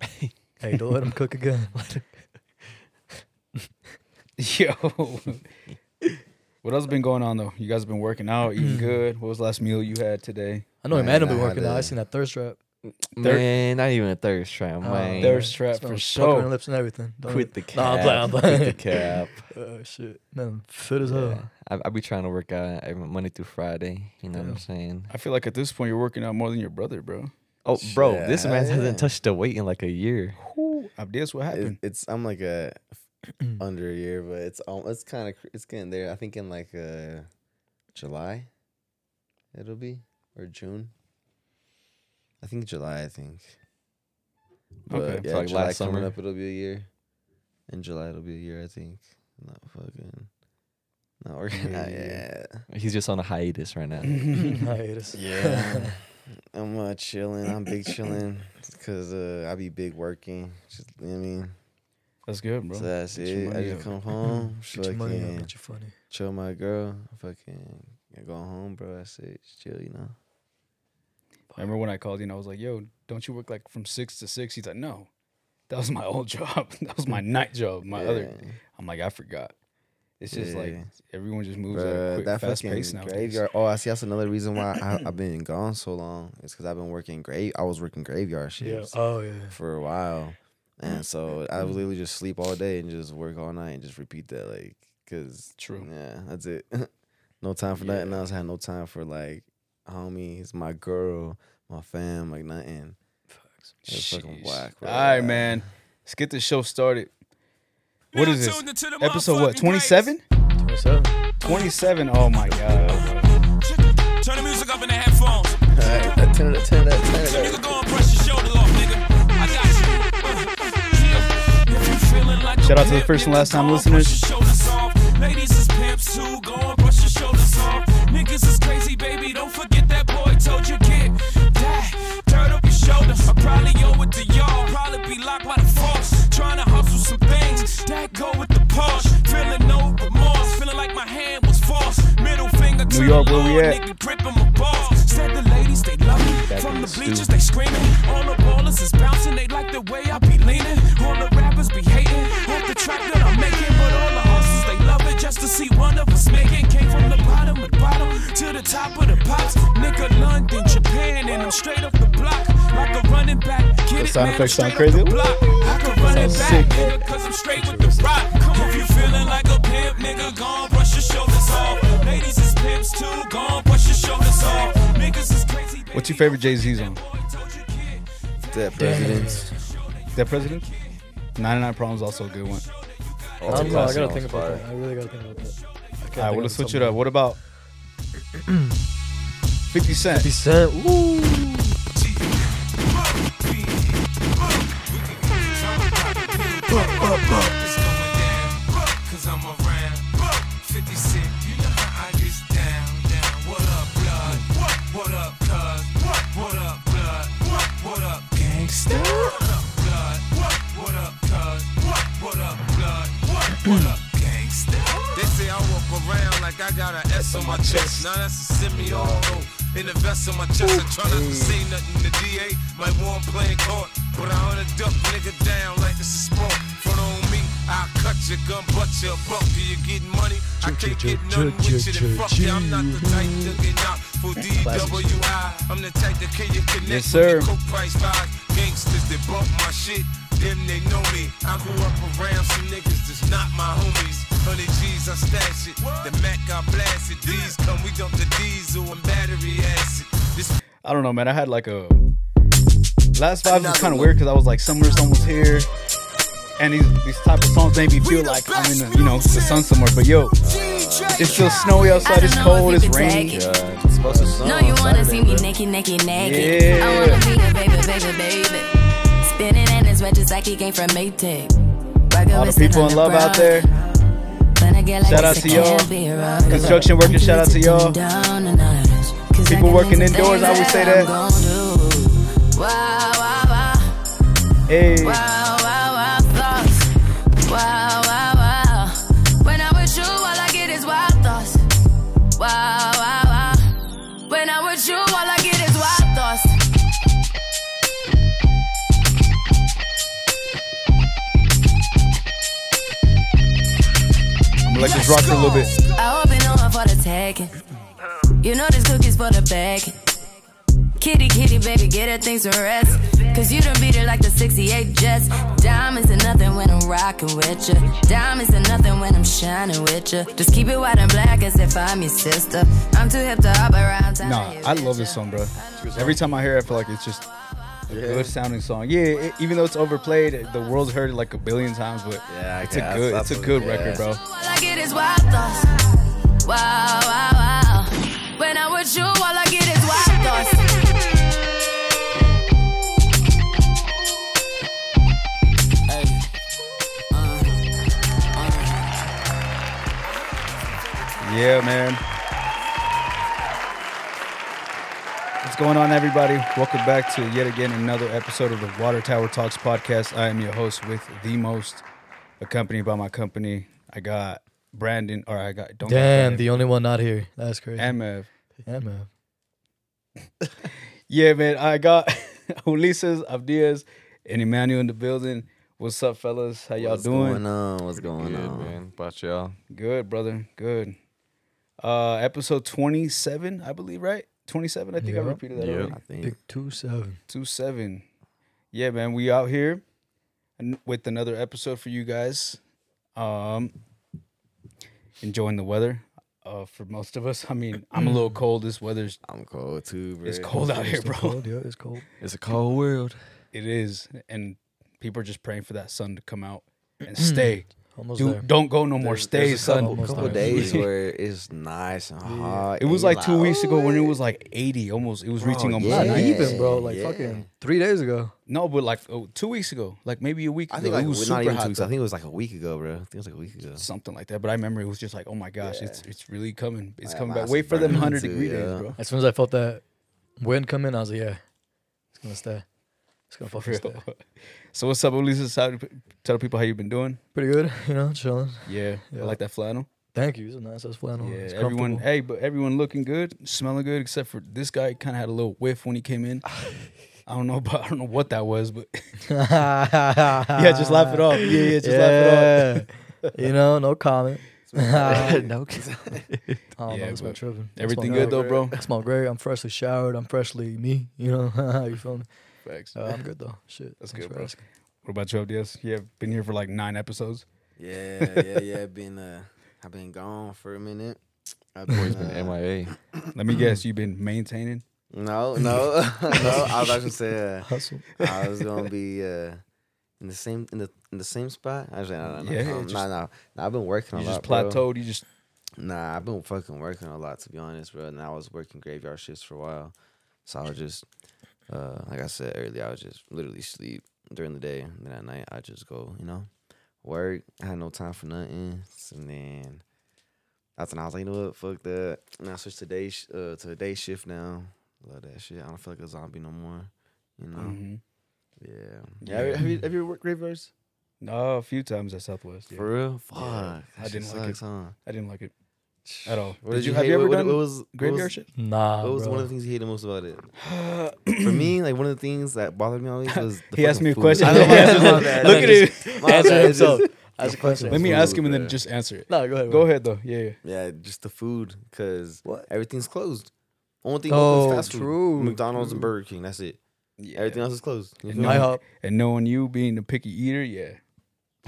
[SPEAKER 3] hey, don't let him cook again.
[SPEAKER 1] Yo, what else been going on though? You guys have been working out, eating good. What was the last meal you had today?
[SPEAKER 3] Mm. I know
[SPEAKER 4] Man,
[SPEAKER 3] Amanda
[SPEAKER 4] I
[SPEAKER 3] been working
[SPEAKER 4] had
[SPEAKER 3] out. I
[SPEAKER 4] a-
[SPEAKER 3] seen that thirst trap.
[SPEAKER 2] man, not even a thirst trap, man.
[SPEAKER 1] thirst trap for
[SPEAKER 3] sure.
[SPEAKER 1] sure.
[SPEAKER 3] lips and everything. Don't
[SPEAKER 2] Quit the cap.
[SPEAKER 3] No, I'm playing, I'm
[SPEAKER 2] Quit the
[SPEAKER 3] playing.
[SPEAKER 2] cap.
[SPEAKER 3] Oh shit, man, fit as
[SPEAKER 2] Yeah.
[SPEAKER 3] hell.
[SPEAKER 2] I, I be trying to work out every Monday through Friday. You know what I'm
[SPEAKER 3] Yeah.
[SPEAKER 2] saying?
[SPEAKER 1] I feel like at this point you're working out more than your brother, bro.
[SPEAKER 2] Oh, bro, this
[SPEAKER 4] Shit.
[SPEAKER 2] man hasn't touched a weight in like a year.
[SPEAKER 1] Whew, I guess what
[SPEAKER 4] It,
[SPEAKER 1] happened.
[SPEAKER 4] it's I'm like a under a year, but it's al- it's kind of it's getting there. I think in like uh July, it'll be or June. I think July. I think. But
[SPEAKER 1] Okay.
[SPEAKER 4] yeah,
[SPEAKER 2] So, like,
[SPEAKER 4] July
[SPEAKER 2] last
[SPEAKER 4] coming
[SPEAKER 2] summer?
[SPEAKER 4] up, it'll be a year. In July, it'll be a year. I think. Not fucking. Not working out
[SPEAKER 1] Yeah.
[SPEAKER 4] yet.
[SPEAKER 2] He's just on a hiatus right now.
[SPEAKER 3] Hiatus.
[SPEAKER 4] Yeah. I'm uh, chilling. I'm big chilling because uh, I be big working. Just, you know what I mean?
[SPEAKER 1] That's good, bro.
[SPEAKER 4] So that's
[SPEAKER 1] Get your
[SPEAKER 4] it. I
[SPEAKER 1] money
[SPEAKER 4] just
[SPEAKER 1] up.
[SPEAKER 4] come home,
[SPEAKER 3] Get your money up,
[SPEAKER 4] fucking
[SPEAKER 3] get your funny.
[SPEAKER 4] chill my girl, fucking go home, bro. That's it. Just chill, you know?
[SPEAKER 1] Remember when I called you and I was like, "Yo, don't you work like from six to six? He's like, "No, that was my old job. that was my night job. My other."
[SPEAKER 4] Yeah.
[SPEAKER 1] I'm like, I forgot. It's just like
[SPEAKER 4] Yeah.
[SPEAKER 1] everyone just moves at a
[SPEAKER 4] Bruh,
[SPEAKER 1] quick,
[SPEAKER 4] that
[SPEAKER 1] fast
[SPEAKER 4] fucking
[SPEAKER 1] pace now.
[SPEAKER 4] graveyard. Oh, I see. That's another reason why I, I've been gone so long. It's because I've been working grave. I was working graveyard
[SPEAKER 3] Yeah.
[SPEAKER 4] shifts
[SPEAKER 3] Oh yeah.
[SPEAKER 4] for a while, and so I would literally just sleep all day and just work all night and just repeat that. Like, cause
[SPEAKER 1] True.
[SPEAKER 4] yeah, that's it. no time for nothing else. I had no time for like homies, my girl, my fam, like nothing. It's fucking
[SPEAKER 1] Sheesh.
[SPEAKER 4] whack, bro.
[SPEAKER 1] All right, man. Let's get this show started. What is
[SPEAKER 5] Now
[SPEAKER 1] this?
[SPEAKER 5] tuned into the
[SPEAKER 1] Episode what?
[SPEAKER 5] motherfucking
[SPEAKER 1] 27?
[SPEAKER 3] What's up?
[SPEAKER 1] 27. Oh my god.
[SPEAKER 5] greatest. Turn the music up in the headphones.
[SPEAKER 4] All right, turn it, up, turn it, up, turn it. up.
[SPEAKER 5] Nigga, go and brush your shoulder off, nigga. I got you. Uh, yeah. If you feeling like a
[SPEAKER 1] Shout out to the
[SPEAKER 5] pimp,
[SPEAKER 1] first and
[SPEAKER 5] nigga,
[SPEAKER 1] last time
[SPEAKER 5] go
[SPEAKER 1] listeners.
[SPEAKER 5] brush your shoulders off. Ladies is pimps too. Go and brush your shoulders off. Niggas is crazy, baby. Don't forget that boy told you kid. Dad, turn up your shoulder. I probably owe it to y'all. Probably be locked by the force. Trying to hustle some things. That go with the Porsche. Feeling no remorse. Feeling like my hand was forced. Middle finger to
[SPEAKER 1] New York,
[SPEAKER 5] the
[SPEAKER 1] where we
[SPEAKER 5] Lord,
[SPEAKER 1] at?
[SPEAKER 5] Nigga, grip 'em with balls. Said the ladies they love me. From the bleachers they screaming. All the ballers is bouncing. They like the way I be leaning. All the rappers be hating. Hope the track that I'm making, but all the hustles they love it just to see one of us make it. Came from the bottom of the bottom to the top of the pops. Nigga, London, Japan, and I'm straight up the block like a running back. Get
[SPEAKER 1] Those
[SPEAKER 5] it,
[SPEAKER 1] sound
[SPEAKER 5] man,
[SPEAKER 1] effects
[SPEAKER 5] I'm straight
[SPEAKER 1] sound
[SPEAKER 5] up
[SPEAKER 1] crazy.
[SPEAKER 5] the block. I can run it back,
[SPEAKER 1] sick.
[SPEAKER 5] nigga, 'cause I'm straight with the rock. Come on, if you feeling like a pimp, nigga, go on, brush your shoulders off. Ladies is pimps too, go on, brush your shoulders off. Niggas is crazy. Baby.
[SPEAKER 1] What's your favorite Jay Z song?
[SPEAKER 4] Dead presidents.
[SPEAKER 1] That President? 99 Problems also a good one.
[SPEAKER 3] I don't know. I gotta
[SPEAKER 4] Classic
[SPEAKER 3] think about
[SPEAKER 4] fire.
[SPEAKER 3] that. I really gotta think about that.
[SPEAKER 1] All right, we'll switch it up. What about 50 Cent?
[SPEAKER 3] Decent. Ooh.
[SPEAKER 5] Cause I'm around 50 Cent, you know how I get down, down. What up, blood? What, what up, cuz? What, what up, blood? What, what up, gangsta? What up, blood? What, what up, cuz? What, what up, blood? What, what up, gangsta? They say I walk around like I got an S on my chest. Now that's a semi auto. In the vest on my chest, I try not to say nothing to DA. Like one playing court, but I hunt a duck nigga down like it's a sport. Front on me, I'll cut your gun, but your buck. Do you get money? I can't get nothing with you. Then fuck you. I'm not the type to get out for DWI. I'm the type to kill your connect
[SPEAKER 1] Yes,
[SPEAKER 5] with
[SPEAKER 1] sir.
[SPEAKER 5] the coke price vibes. Gangsters that bump my shit, them they know me. I grew up around some niggas that's not my homies. Hundred G's, I stash it. The Mac, I blast it. These come, we dump the diesel and battery acid. This
[SPEAKER 1] I don't know, man. I had like a last vibes was kind of weird because I was like, summer's almost here, and these these type of songs made me feel like I'm in the, you know the sun somewhere. But yo, it's still snowy outside. It's cold. It's raining.
[SPEAKER 4] God, it's supposed to snow
[SPEAKER 6] No,
[SPEAKER 4] on
[SPEAKER 6] you wanna
[SPEAKER 4] Saturday,
[SPEAKER 6] see me
[SPEAKER 4] bro.
[SPEAKER 6] naked, naked, naked.
[SPEAKER 1] Yeah.
[SPEAKER 6] I wanna be a baby, baby, baby. Spinning in his wedges like he came from Maytag.
[SPEAKER 1] All the people in love out there. Shout out to y'all. Construction workers, shout out to y'all. People working indoors, I would say that.
[SPEAKER 6] Wow, wow, wow.
[SPEAKER 1] Hey,
[SPEAKER 6] Wow, wow, wow, thoughts. Wow, wow, wow. When I'm with you, all I get is wild thoughts. Wow, wow, wow. When I'm with you, all I get is wild thoughts.
[SPEAKER 1] I'm gonna let this rock for a little bit.
[SPEAKER 6] I hope it no one for the tagging. You know this cookie's for the bag. Kitty, kitty, baby, get her things to rest. Cause you done beat her like the 68 Jets. Diamonds are nothing when I'm rocking with ya. Diamonds are nothing when I'm shining with ya. Just keep it white and black as if I'm your sister. I'm too hip to hop around town.
[SPEAKER 1] Nah, I love this song, bro. Every time I hear it, I feel like it's just a good sounding song. Yeah, it, even though it's overplayed, the world's heard it like a billion times, but
[SPEAKER 4] Yeah, I
[SPEAKER 1] it's a
[SPEAKER 4] guess.
[SPEAKER 1] good,
[SPEAKER 4] I
[SPEAKER 1] it's a
[SPEAKER 4] believe-
[SPEAKER 1] good
[SPEAKER 4] yeah.
[SPEAKER 1] record, bro.
[SPEAKER 6] All I get is wild thoughts. Wow, wow, wow. When I'm with you, all I get is wild thoughts.
[SPEAKER 1] Yeah, man. What's going on, everybody? Welcome back to yet again another episode of the Water Tower Talks podcast. I am your host with the most, accompanied by my company. I got Brandon, or I got don't got
[SPEAKER 3] Damn,
[SPEAKER 1] Brandon,
[SPEAKER 3] the only one not here. That's crazy.
[SPEAKER 1] MF.
[SPEAKER 3] yeah, man.
[SPEAKER 1] Yeah, man, I got Ulises Abdias and Emmanuel in the building. What's up, fellas? How y'all
[SPEAKER 4] What's
[SPEAKER 1] doing?
[SPEAKER 4] going on? What's going
[SPEAKER 2] Good,
[SPEAKER 4] on?
[SPEAKER 2] man. About y'all.
[SPEAKER 1] Good, brother. Good. Uh, episode twenty-seven, I believe, right? Twenty-seven. I think I
[SPEAKER 3] Yeah.
[SPEAKER 1] repeated that.
[SPEAKER 2] Yeah.
[SPEAKER 1] already.
[SPEAKER 4] I think
[SPEAKER 3] Pick two seven.
[SPEAKER 1] Two seven. Yeah, man, we out here an- with another episode for you guys. Um, enjoying the weather. Uh, for most of us, I mean, I'm a little cold. This weather's
[SPEAKER 4] I'm cold too, bro.
[SPEAKER 1] it's cold out
[SPEAKER 3] Mm.
[SPEAKER 1] here,
[SPEAKER 3] It's still
[SPEAKER 1] bro.
[SPEAKER 3] Cold, yeah, it's cold.
[SPEAKER 2] It's a cold world.
[SPEAKER 1] It is, and people are just praying for that sun to come out and stay.
[SPEAKER 3] Mm. Almost
[SPEAKER 1] Do,
[SPEAKER 3] there.
[SPEAKER 1] don't go no more. Stay,
[SPEAKER 4] There's a couple,
[SPEAKER 1] son.
[SPEAKER 3] Almost
[SPEAKER 4] couple
[SPEAKER 3] done.
[SPEAKER 4] days where it's nice and hot.
[SPEAKER 1] It was
[SPEAKER 4] and
[SPEAKER 1] like
[SPEAKER 4] you're
[SPEAKER 1] two weeks ago when it
[SPEAKER 4] "Oh,
[SPEAKER 1] was like 80 almost. It was reaching almost
[SPEAKER 4] yeah.
[SPEAKER 3] Not
[SPEAKER 1] 90.
[SPEAKER 3] even, bro. Like
[SPEAKER 4] Yeah.
[SPEAKER 3] fucking three days ago.
[SPEAKER 1] No, but like oh, two weeks ago, like maybe a week
[SPEAKER 4] I
[SPEAKER 1] ago,
[SPEAKER 4] think like
[SPEAKER 1] it was
[SPEAKER 4] not
[SPEAKER 1] super
[SPEAKER 4] even two
[SPEAKER 1] hot.
[SPEAKER 4] weeks. I think it was like a week ago, bro. I think it was like a week ago.
[SPEAKER 1] something like that. But I remember it was just like, oh my gosh, it's it's really coming. It's
[SPEAKER 4] Yeah,
[SPEAKER 1] coming
[SPEAKER 4] my
[SPEAKER 1] back.
[SPEAKER 4] eyes
[SPEAKER 1] Wait
[SPEAKER 4] are
[SPEAKER 1] for them
[SPEAKER 4] burning
[SPEAKER 1] 100
[SPEAKER 4] too,
[SPEAKER 1] degree days,
[SPEAKER 4] yeah.
[SPEAKER 1] bro.
[SPEAKER 3] As soon as I felt that wind come in, I was like, yeah, it's gonna stay. It's gonna fucking stay.
[SPEAKER 1] so what's up, Ulises? How, do pe- tell people how you've been doing.
[SPEAKER 3] Pretty good, you know, chilling.
[SPEAKER 1] Yeah, I
[SPEAKER 3] Yeah.
[SPEAKER 1] like that flannel.
[SPEAKER 3] Thank you. It's a nice ass flannel.
[SPEAKER 1] yeah,
[SPEAKER 3] it's
[SPEAKER 1] everyone.
[SPEAKER 3] comfortable.
[SPEAKER 1] Hey, but everyone looking good, smelling good, except for this guy. Kind of had a little whiff when he came in. I don't know, but I don't know what that was. But yeah,
[SPEAKER 3] yeah,
[SPEAKER 1] just laugh it off. Yeah, yeah, just laugh it off.
[SPEAKER 3] off. you know, no comment. I
[SPEAKER 2] no.
[SPEAKER 3] don't
[SPEAKER 1] Yeah,
[SPEAKER 3] know. It's my
[SPEAKER 1] but
[SPEAKER 3] tripping. I
[SPEAKER 1] Everything
[SPEAKER 3] smell great.
[SPEAKER 1] good though, bro.
[SPEAKER 3] I smell great. I'm freshly showered. I'm freshly me. You know, you feel me? Uh, I'm good though. Shit,
[SPEAKER 1] That's
[SPEAKER 3] thanks
[SPEAKER 1] good,
[SPEAKER 3] for
[SPEAKER 1] bro.
[SPEAKER 3] asking.
[SPEAKER 1] What about you, FDS? Yeah, been here for like nine episodes.
[SPEAKER 4] Yeah, yeah, yeah. Been uh, I've been gone for a minute. I've
[SPEAKER 2] Boy's
[SPEAKER 4] been,
[SPEAKER 2] been
[SPEAKER 4] uh,
[SPEAKER 2] MIA.
[SPEAKER 1] Let me guess, you've been maintaining.
[SPEAKER 4] no, no, no. I was actually say
[SPEAKER 3] Hustle.
[SPEAKER 4] uh, I was gonna be uh, in the same in the in the same spot. I was like, no, no, no,
[SPEAKER 1] Yeah,
[SPEAKER 4] no,
[SPEAKER 1] just-
[SPEAKER 4] no, no, no, I've been working
[SPEAKER 1] You
[SPEAKER 4] a
[SPEAKER 1] just
[SPEAKER 4] lot.
[SPEAKER 1] plateaued.
[SPEAKER 4] bro.
[SPEAKER 1] You just
[SPEAKER 4] Nah, I've been fucking working a lot to be honest, bro. And I was working graveyard shifts for a while, so I was just, uh, like I said earlier, I was just literally sleep during the day, and then at night I just go, you know, work. I had no time for nothing, and then that's when I was like, you know what, fuck that. And I switched to day, sh- uh, to a day shift now. Love that shit. I don't feel like a zombie no more. You know,
[SPEAKER 1] mhm.
[SPEAKER 4] yeah.
[SPEAKER 1] Yeah.
[SPEAKER 4] Have, you, have you have you ever worked graveyards?
[SPEAKER 1] no, a few times at Southwest. Yeah.
[SPEAKER 4] For real? Fuck.
[SPEAKER 1] Yeah.
[SPEAKER 4] that
[SPEAKER 1] I
[SPEAKER 4] shit
[SPEAKER 1] didn't like it.
[SPEAKER 4] sucks, huh?
[SPEAKER 1] I didn't like it at all.
[SPEAKER 4] What did you,
[SPEAKER 1] have
[SPEAKER 4] hate?
[SPEAKER 1] you ever
[SPEAKER 4] What- what-
[SPEAKER 1] done
[SPEAKER 4] what was what was-
[SPEAKER 1] graveyard shit?
[SPEAKER 3] Nah,
[SPEAKER 4] What was
[SPEAKER 3] bro.
[SPEAKER 4] one of the things you hated most about it? For me, like one of the things that bothered me always was the
[SPEAKER 1] He asked
[SPEAKER 4] fucking
[SPEAKER 1] me a
[SPEAKER 4] food.
[SPEAKER 1] question.
[SPEAKER 4] I know, my
[SPEAKER 1] Yeah,
[SPEAKER 4] bad, my bad.
[SPEAKER 1] Look at
[SPEAKER 4] Just-
[SPEAKER 1] him.
[SPEAKER 4] my
[SPEAKER 3] Answer
[SPEAKER 4] bad,
[SPEAKER 3] himself.
[SPEAKER 4] just-
[SPEAKER 3] Ask a question.
[SPEAKER 1] Let me
[SPEAKER 4] food,
[SPEAKER 1] ask him and then
[SPEAKER 4] bruh.
[SPEAKER 1] just answer it.
[SPEAKER 3] No, go ahead.
[SPEAKER 1] Go ahead though. Yeah, yeah.
[SPEAKER 4] Yeah, just the food because
[SPEAKER 3] What?
[SPEAKER 4] everything's closed. Only thing
[SPEAKER 3] Oh,
[SPEAKER 4] open is fast food.
[SPEAKER 3] true,
[SPEAKER 4] McDonald's and Burger King. That's it. Everything else is closed. You feel
[SPEAKER 1] No.
[SPEAKER 4] me?
[SPEAKER 3] IHOP.
[SPEAKER 1] And knowing you being a picky eater, yeah,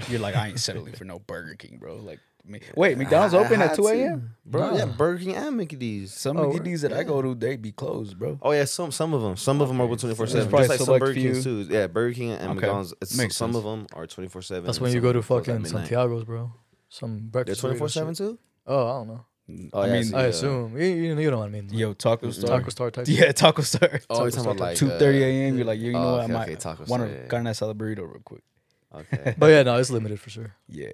[SPEAKER 1] you're like I ain't settling for no Burger King, bro. Like, me- wait, McDonald's
[SPEAKER 4] I- I
[SPEAKER 1] open at
[SPEAKER 4] had
[SPEAKER 1] two
[SPEAKER 4] to.
[SPEAKER 1] a.m.
[SPEAKER 4] bro.
[SPEAKER 3] Nah.
[SPEAKER 4] Yeah, Burger King and Mickey D's.
[SPEAKER 1] Some
[SPEAKER 3] Oh,
[SPEAKER 1] of these that I go to, they be closed, bro.
[SPEAKER 4] Oh yeah, some some of them. Some of them are open twenty four seven.
[SPEAKER 1] probably
[SPEAKER 4] Just like some
[SPEAKER 1] select
[SPEAKER 4] Burger Kings
[SPEAKER 1] few.
[SPEAKER 4] too. Yeah, Burger King and
[SPEAKER 1] Okay.
[SPEAKER 4] McDonald's. It's,
[SPEAKER 1] Makes
[SPEAKER 4] some
[SPEAKER 1] sense.
[SPEAKER 4] of them are twenty four seven.
[SPEAKER 3] That's when you go to fucking Santiago's, bro. Some
[SPEAKER 4] They're
[SPEAKER 3] breakfast. burrito
[SPEAKER 4] twenty four seven
[SPEAKER 3] shit.
[SPEAKER 4] too.
[SPEAKER 3] Oh, I don't know.
[SPEAKER 4] Oh,
[SPEAKER 1] I
[SPEAKER 4] yeah, I
[SPEAKER 1] mean,
[SPEAKER 4] see.
[SPEAKER 3] I
[SPEAKER 4] Yeah.
[SPEAKER 3] assume you, you, you know what I mean.
[SPEAKER 1] yo, Taco
[SPEAKER 4] Mm-mm.
[SPEAKER 1] Star,
[SPEAKER 3] Taco Star type. shit.
[SPEAKER 1] yeah, Taco Star.
[SPEAKER 4] Oh,
[SPEAKER 3] Taco
[SPEAKER 4] you're talking about like
[SPEAKER 1] Two thirty
[SPEAKER 4] uh,
[SPEAKER 1] a.m. You're like, you, you know
[SPEAKER 4] oh,
[SPEAKER 1] what?
[SPEAKER 4] okay,
[SPEAKER 1] I might
[SPEAKER 4] okay, Taco
[SPEAKER 1] want
[SPEAKER 4] Star,
[SPEAKER 1] to
[SPEAKER 4] yeah.
[SPEAKER 1] carne asada burrito real quick.
[SPEAKER 4] Okay.
[SPEAKER 3] But yeah, no, it's limited for sure.
[SPEAKER 1] Yeah,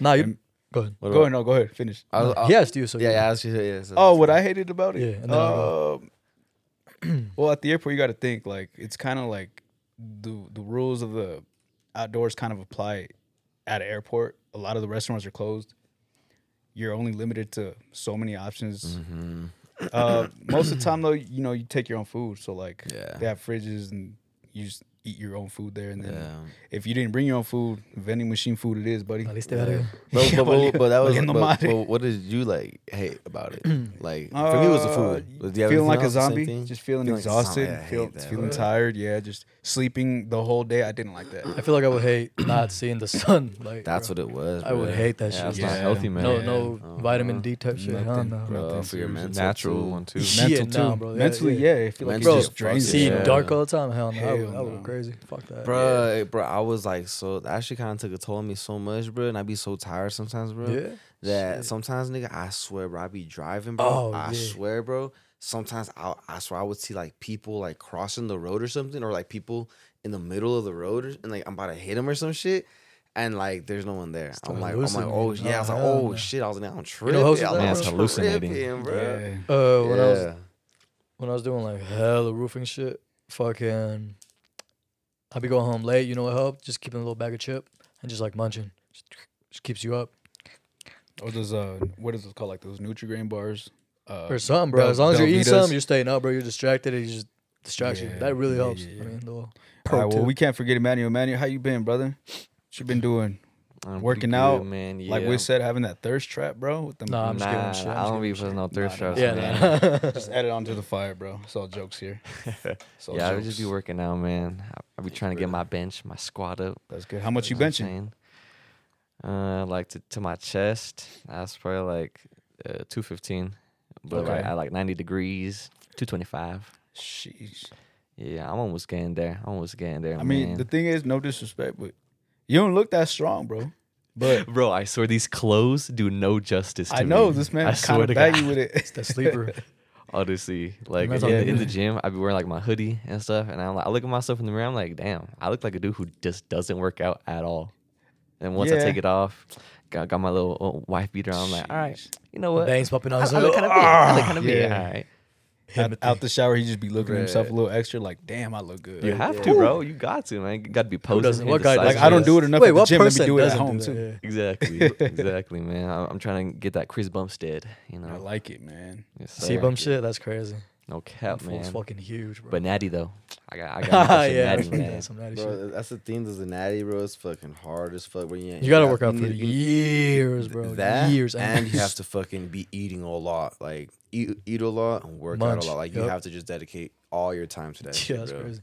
[SPEAKER 3] Nah, you
[SPEAKER 1] And-
[SPEAKER 3] go ahead.
[SPEAKER 4] What
[SPEAKER 1] go
[SPEAKER 4] about-
[SPEAKER 1] ahead, no, go ahead, finish.
[SPEAKER 4] I was- I-
[SPEAKER 3] he asked you, so
[SPEAKER 4] Yeah,
[SPEAKER 3] you-
[SPEAKER 4] yeah, I was just, yeah. so-
[SPEAKER 1] Oh, what I hated about it? Uh,
[SPEAKER 3] Yeah, and then I'll
[SPEAKER 1] Um, well, at the airport, you got to think like it's kind of like the the rules of the outdoors kind of apply at an airport. A lot of the restaurants are closed. You're only limited to so many options.
[SPEAKER 4] Mm-hmm.
[SPEAKER 1] Uh, most of the time, though, you know you take your own food, so like
[SPEAKER 4] Yeah.
[SPEAKER 1] they have fridges and you just eat your own food there. And then
[SPEAKER 4] Yeah.
[SPEAKER 1] if you didn't bring your own food, vending machine food it is, buddy.
[SPEAKER 3] Valiste verga.
[SPEAKER 4] But, but, but, but that was
[SPEAKER 1] Valiendo
[SPEAKER 4] but,
[SPEAKER 1] madre.
[SPEAKER 4] but what did you like hate about it? Like for me, it was the
[SPEAKER 1] Uh,
[SPEAKER 4] food. But do you have anything
[SPEAKER 1] feeling like a
[SPEAKER 4] else? Same
[SPEAKER 1] zombie,
[SPEAKER 4] thing?
[SPEAKER 1] just feeling,
[SPEAKER 4] Feeling like a zombie.
[SPEAKER 1] exhausted,
[SPEAKER 4] Yeah, I hate
[SPEAKER 1] feel,
[SPEAKER 4] that,
[SPEAKER 1] feeling
[SPEAKER 4] bro.
[SPEAKER 1] tired. Yeah, just sleeping the whole day. I didn't like that.
[SPEAKER 3] I feel like I would hate not seeing the sun. Like
[SPEAKER 4] That's
[SPEAKER 3] bro.
[SPEAKER 4] what it was.
[SPEAKER 3] I would
[SPEAKER 4] bruh.
[SPEAKER 3] hate that
[SPEAKER 2] Yeah, that's
[SPEAKER 3] shit.
[SPEAKER 2] not
[SPEAKER 1] Yeah.
[SPEAKER 2] healthy, man.
[SPEAKER 3] No,
[SPEAKER 1] Yeah.
[SPEAKER 3] no
[SPEAKER 4] Uh-huh.
[SPEAKER 3] vitamin D type shit. Hell
[SPEAKER 1] Nothing,
[SPEAKER 3] no.
[SPEAKER 1] bro.
[SPEAKER 4] Bro, for your
[SPEAKER 1] Seriously.
[SPEAKER 4] mental
[SPEAKER 2] Natural
[SPEAKER 4] too.
[SPEAKER 2] one too.
[SPEAKER 3] Yeah,
[SPEAKER 1] Mental too.
[SPEAKER 3] nah, bro. Yeah,
[SPEAKER 1] Mentally,
[SPEAKER 3] yeah.
[SPEAKER 1] yeah. I feel like
[SPEAKER 4] Bro,
[SPEAKER 1] it just drains
[SPEAKER 3] See
[SPEAKER 1] you.
[SPEAKER 4] Yeah.
[SPEAKER 3] dark all the time. Hell no. I would, I
[SPEAKER 1] Hell
[SPEAKER 3] would
[SPEAKER 1] no.
[SPEAKER 3] go crazy. Fuck that.
[SPEAKER 4] Bro, eh, bro, I was like so. That shit kind of took a toll on me so much, bro. And I be so tired sometimes, bro.
[SPEAKER 3] Yeah.
[SPEAKER 4] That
[SPEAKER 3] Shit.
[SPEAKER 4] sometimes, nigga, I swear, bro, I be driving, bro.
[SPEAKER 3] Oh,
[SPEAKER 4] I
[SPEAKER 3] yeah.
[SPEAKER 4] swear, bro. Sometimes I, I swear I would see like people like crossing the road or something, or like people in the middle of the road, or, and like I'm about to hit them or some shit, and like there's no one there.
[SPEAKER 3] Start
[SPEAKER 4] I'm like, I'm like, oh
[SPEAKER 3] hallucinating.
[SPEAKER 4] yeah, I was like,
[SPEAKER 3] Oh, hell
[SPEAKER 4] oh
[SPEAKER 3] no.
[SPEAKER 4] shit, I was like, oh, I'm
[SPEAKER 3] know
[SPEAKER 4] tripping.
[SPEAKER 3] who else
[SPEAKER 4] I
[SPEAKER 3] is
[SPEAKER 4] was
[SPEAKER 3] that,
[SPEAKER 4] like,
[SPEAKER 3] bro?
[SPEAKER 4] I'm
[SPEAKER 2] That's hallucinating.
[SPEAKER 4] tripping, bro.
[SPEAKER 1] Yeah.
[SPEAKER 3] Uh, when I was
[SPEAKER 4] Yeah.
[SPEAKER 3] when I was doing like hella roofing shit, fucking, I'd be going home late. You know what helped? Just keeping a little bag of chip and just like munching. Just, just keeps you up
[SPEAKER 1] Or those uh, what is it called? Like those Nutrigrain bars. Uh,
[SPEAKER 3] or something, bro.
[SPEAKER 1] Bel-
[SPEAKER 3] as long as you're eating
[SPEAKER 1] Belvitas.
[SPEAKER 3] something, you're staying up, bro. You're distracted. It just distracts you.
[SPEAKER 1] Yeah,
[SPEAKER 3] That really
[SPEAKER 1] yeah,
[SPEAKER 3] helps.
[SPEAKER 1] yeah,
[SPEAKER 3] I
[SPEAKER 1] yeah.
[SPEAKER 3] mean, the little
[SPEAKER 1] All
[SPEAKER 3] pro
[SPEAKER 1] right, well,
[SPEAKER 3] tip.
[SPEAKER 1] we can't forget Emmanuel. Emmanuel, how you been, brother? What you been doing?
[SPEAKER 2] I'm
[SPEAKER 1] Working
[SPEAKER 2] pretty
[SPEAKER 1] out,
[SPEAKER 2] good, man. Yeah.
[SPEAKER 1] Like we said, having that thirst trap, bro. With them,
[SPEAKER 3] Nah, I'm just giving
[SPEAKER 2] nah,
[SPEAKER 3] shit, I'm
[SPEAKER 2] I
[SPEAKER 3] just
[SPEAKER 2] don't be
[SPEAKER 3] giving
[SPEAKER 2] putting no thirst
[SPEAKER 1] Nah, nah,
[SPEAKER 2] traps.
[SPEAKER 1] Yeah,
[SPEAKER 3] yeah,
[SPEAKER 2] man.
[SPEAKER 1] just add it onto the fire, bro. It's all jokes here. It's all
[SPEAKER 2] Yeah, I would
[SPEAKER 1] jokes.
[SPEAKER 2] just be working out, man. I, I be trying to get my bench, my squat up.
[SPEAKER 1] That's good. How much you
[SPEAKER 2] know what I'm
[SPEAKER 1] benching?
[SPEAKER 2] saying? Uh, like to, to my chest, that's probably like uh, two fifteen, but like
[SPEAKER 1] Okay.
[SPEAKER 2] at like ninety degrees, two twenty five.
[SPEAKER 1] Sheesh.
[SPEAKER 2] Yeah, I'm almost getting there. I'm almost getting there.
[SPEAKER 1] I mean,
[SPEAKER 2] man.
[SPEAKER 1] the thing is, no disrespect, but you don't look that strong, bro. But
[SPEAKER 2] bro, I swear these clothes do no justice. To
[SPEAKER 1] I know
[SPEAKER 2] me.
[SPEAKER 1] this man
[SPEAKER 2] I
[SPEAKER 1] kind
[SPEAKER 2] swear
[SPEAKER 1] of
[SPEAKER 2] to
[SPEAKER 1] baggy
[SPEAKER 2] God.
[SPEAKER 1] with it.
[SPEAKER 3] that sleeper.
[SPEAKER 2] Honestly, like
[SPEAKER 3] That's
[SPEAKER 2] in,
[SPEAKER 3] all
[SPEAKER 2] the- in
[SPEAKER 3] good.
[SPEAKER 2] the gym, I'd be wearing like my hoodie and stuff, and I'm like, I look at myself in the mirror, I'm like, damn, I look like a dude who just doesn't work out at all. And once I
[SPEAKER 1] Yeah.
[SPEAKER 2] take it off, got, got my little uh, wife beater on, I'm like, all right, you know what?
[SPEAKER 3] Bangs popping
[SPEAKER 2] I,
[SPEAKER 3] out.
[SPEAKER 2] I look kind of big. I
[SPEAKER 3] ah.
[SPEAKER 2] look kind of big.
[SPEAKER 1] Ah, Yeah.
[SPEAKER 2] All right.
[SPEAKER 1] out, out the shower, he just be looking at himself a
[SPEAKER 2] Right.
[SPEAKER 1] little extra, like, damn, I look good.
[SPEAKER 2] You have to, bro. You got to, man. You got to be posing.
[SPEAKER 3] doesn't-
[SPEAKER 2] here
[SPEAKER 3] what
[SPEAKER 2] the
[SPEAKER 3] guy
[SPEAKER 2] size
[SPEAKER 1] Like,
[SPEAKER 2] of
[SPEAKER 1] I don't
[SPEAKER 2] this.
[SPEAKER 1] do it enough
[SPEAKER 3] Wait,
[SPEAKER 1] at the
[SPEAKER 3] what
[SPEAKER 1] gym. Let me
[SPEAKER 3] person
[SPEAKER 1] do it at
[SPEAKER 3] doesn't
[SPEAKER 1] home,
[SPEAKER 3] do
[SPEAKER 1] too.
[SPEAKER 3] that?
[SPEAKER 2] Exactly, exactly, man. I- I'm trying to get that Chris Bumstead, you know.
[SPEAKER 1] I like it, man.
[SPEAKER 2] Yes,
[SPEAKER 3] Yeah. See
[SPEAKER 2] sir.
[SPEAKER 3] bum shit. That's crazy.
[SPEAKER 2] No
[SPEAKER 3] That
[SPEAKER 2] cap,
[SPEAKER 3] fool's
[SPEAKER 2] man.
[SPEAKER 3] fucking huge, bro.
[SPEAKER 2] But natty though, I got, I got
[SPEAKER 3] yeah,
[SPEAKER 2] my natty,
[SPEAKER 3] fuck that,
[SPEAKER 2] man.
[SPEAKER 3] some natty
[SPEAKER 4] Bro,
[SPEAKER 3] shit.
[SPEAKER 4] th- that's the thing. There's a natty, bro. It's fucking hard as fuck. But yeah,
[SPEAKER 3] You gotta work out
[SPEAKER 4] you
[SPEAKER 3] for
[SPEAKER 4] need- you need-
[SPEAKER 3] years,
[SPEAKER 4] th-
[SPEAKER 3] bro.
[SPEAKER 4] That
[SPEAKER 3] years,
[SPEAKER 4] and you have to fucking be eating a lot, like eat, eat a lot and work
[SPEAKER 3] Munch,
[SPEAKER 4] out a lot. Like
[SPEAKER 3] yup.
[SPEAKER 4] you have to just dedicate all your time to that.
[SPEAKER 3] Yeah,
[SPEAKER 4] shit,
[SPEAKER 3] that's
[SPEAKER 4] bro.
[SPEAKER 3] crazy.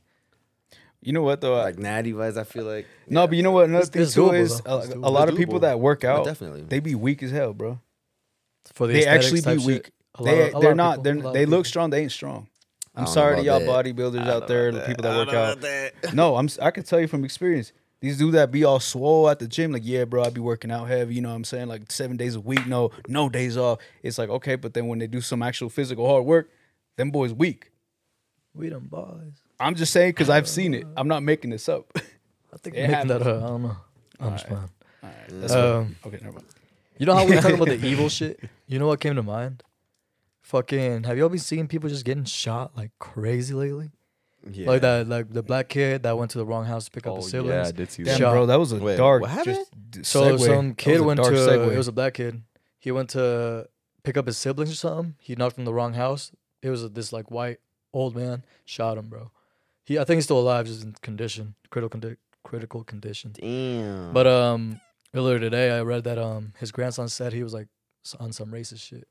[SPEAKER 1] You know what, though? I-
[SPEAKER 4] Like natty wise, I feel like
[SPEAKER 1] no, but you know what? Another
[SPEAKER 3] It's-
[SPEAKER 1] thing,
[SPEAKER 3] it's
[SPEAKER 1] too,
[SPEAKER 3] doable,
[SPEAKER 1] is
[SPEAKER 3] though. It's
[SPEAKER 1] a, a
[SPEAKER 3] doable.
[SPEAKER 1] lot
[SPEAKER 4] It's
[SPEAKER 1] of people
[SPEAKER 4] doable.
[SPEAKER 1] that work
[SPEAKER 4] Oh,
[SPEAKER 1] out,
[SPEAKER 4] definitely.
[SPEAKER 1] they be weak as hell, bro.
[SPEAKER 3] For the
[SPEAKER 1] They
[SPEAKER 3] aesthetics
[SPEAKER 1] actually
[SPEAKER 3] type
[SPEAKER 1] be
[SPEAKER 3] shit,
[SPEAKER 1] weak.
[SPEAKER 3] a lot-
[SPEAKER 1] They,
[SPEAKER 3] a lot
[SPEAKER 1] they're
[SPEAKER 3] of
[SPEAKER 1] not,
[SPEAKER 3] people- a lot
[SPEAKER 1] they're,
[SPEAKER 3] of
[SPEAKER 1] they look
[SPEAKER 3] people.
[SPEAKER 1] strong, they ain't strong.
[SPEAKER 4] don't
[SPEAKER 1] I'm
[SPEAKER 4] know
[SPEAKER 1] sorry to y'all
[SPEAKER 4] about that.
[SPEAKER 1] bodybuilders out there, the people that work out.
[SPEAKER 4] that.
[SPEAKER 1] No, I'm. s- I can tell you from experience. These dudes that be all swole at the gym, like, yeah, bro, I be working out heavy. You know what I'm saying? Like seven days a week, no, no days off. It's like okay, but then when they do some actual physical hard work, them boys weak.
[SPEAKER 3] We them boys. Uh,
[SPEAKER 1] I'm just saying because I've seen it. I'm not making this up.
[SPEAKER 3] I think
[SPEAKER 1] It
[SPEAKER 3] I'm making
[SPEAKER 1] happens.
[SPEAKER 3] that up. I don't know. I'm just
[SPEAKER 1] Alright.
[SPEAKER 3] fine.
[SPEAKER 1] All right, that's
[SPEAKER 3] Um,
[SPEAKER 1] what, okay, never mind.
[SPEAKER 3] You know how we were talking about the evil shit? You know what came to mind? Fucking, have y'all been seeing people just getting shot like crazy lately?
[SPEAKER 4] Yeah.
[SPEAKER 3] Like that, like the black kid that went to the wrong house to pick up
[SPEAKER 2] Oh,
[SPEAKER 3] his
[SPEAKER 2] yeah,
[SPEAKER 3] siblings.
[SPEAKER 2] I did see
[SPEAKER 1] Damn,
[SPEAKER 2] that.
[SPEAKER 3] shot.
[SPEAKER 1] bro, that was a
[SPEAKER 4] Wait,
[SPEAKER 1] dark.
[SPEAKER 4] what happened?
[SPEAKER 1] just d-
[SPEAKER 3] So
[SPEAKER 1] segue.
[SPEAKER 3] some
[SPEAKER 1] That
[SPEAKER 3] kid
[SPEAKER 1] was a
[SPEAKER 3] went
[SPEAKER 1] dark
[SPEAKER 3] to
[SPEAKER 1] segue.
[SPEAKER 3] it was a black kid. He went to pick up his siblings or something. He knocked on the wrong house. It was this like white old man shot him, bro. He I think he's still alive, just in condition, critical condi- critical condition.
[SPEAKER 4] Damn.
[SPEAKER 3] But um, earlier today I read that um his grandson said he was like s- on some racist shit.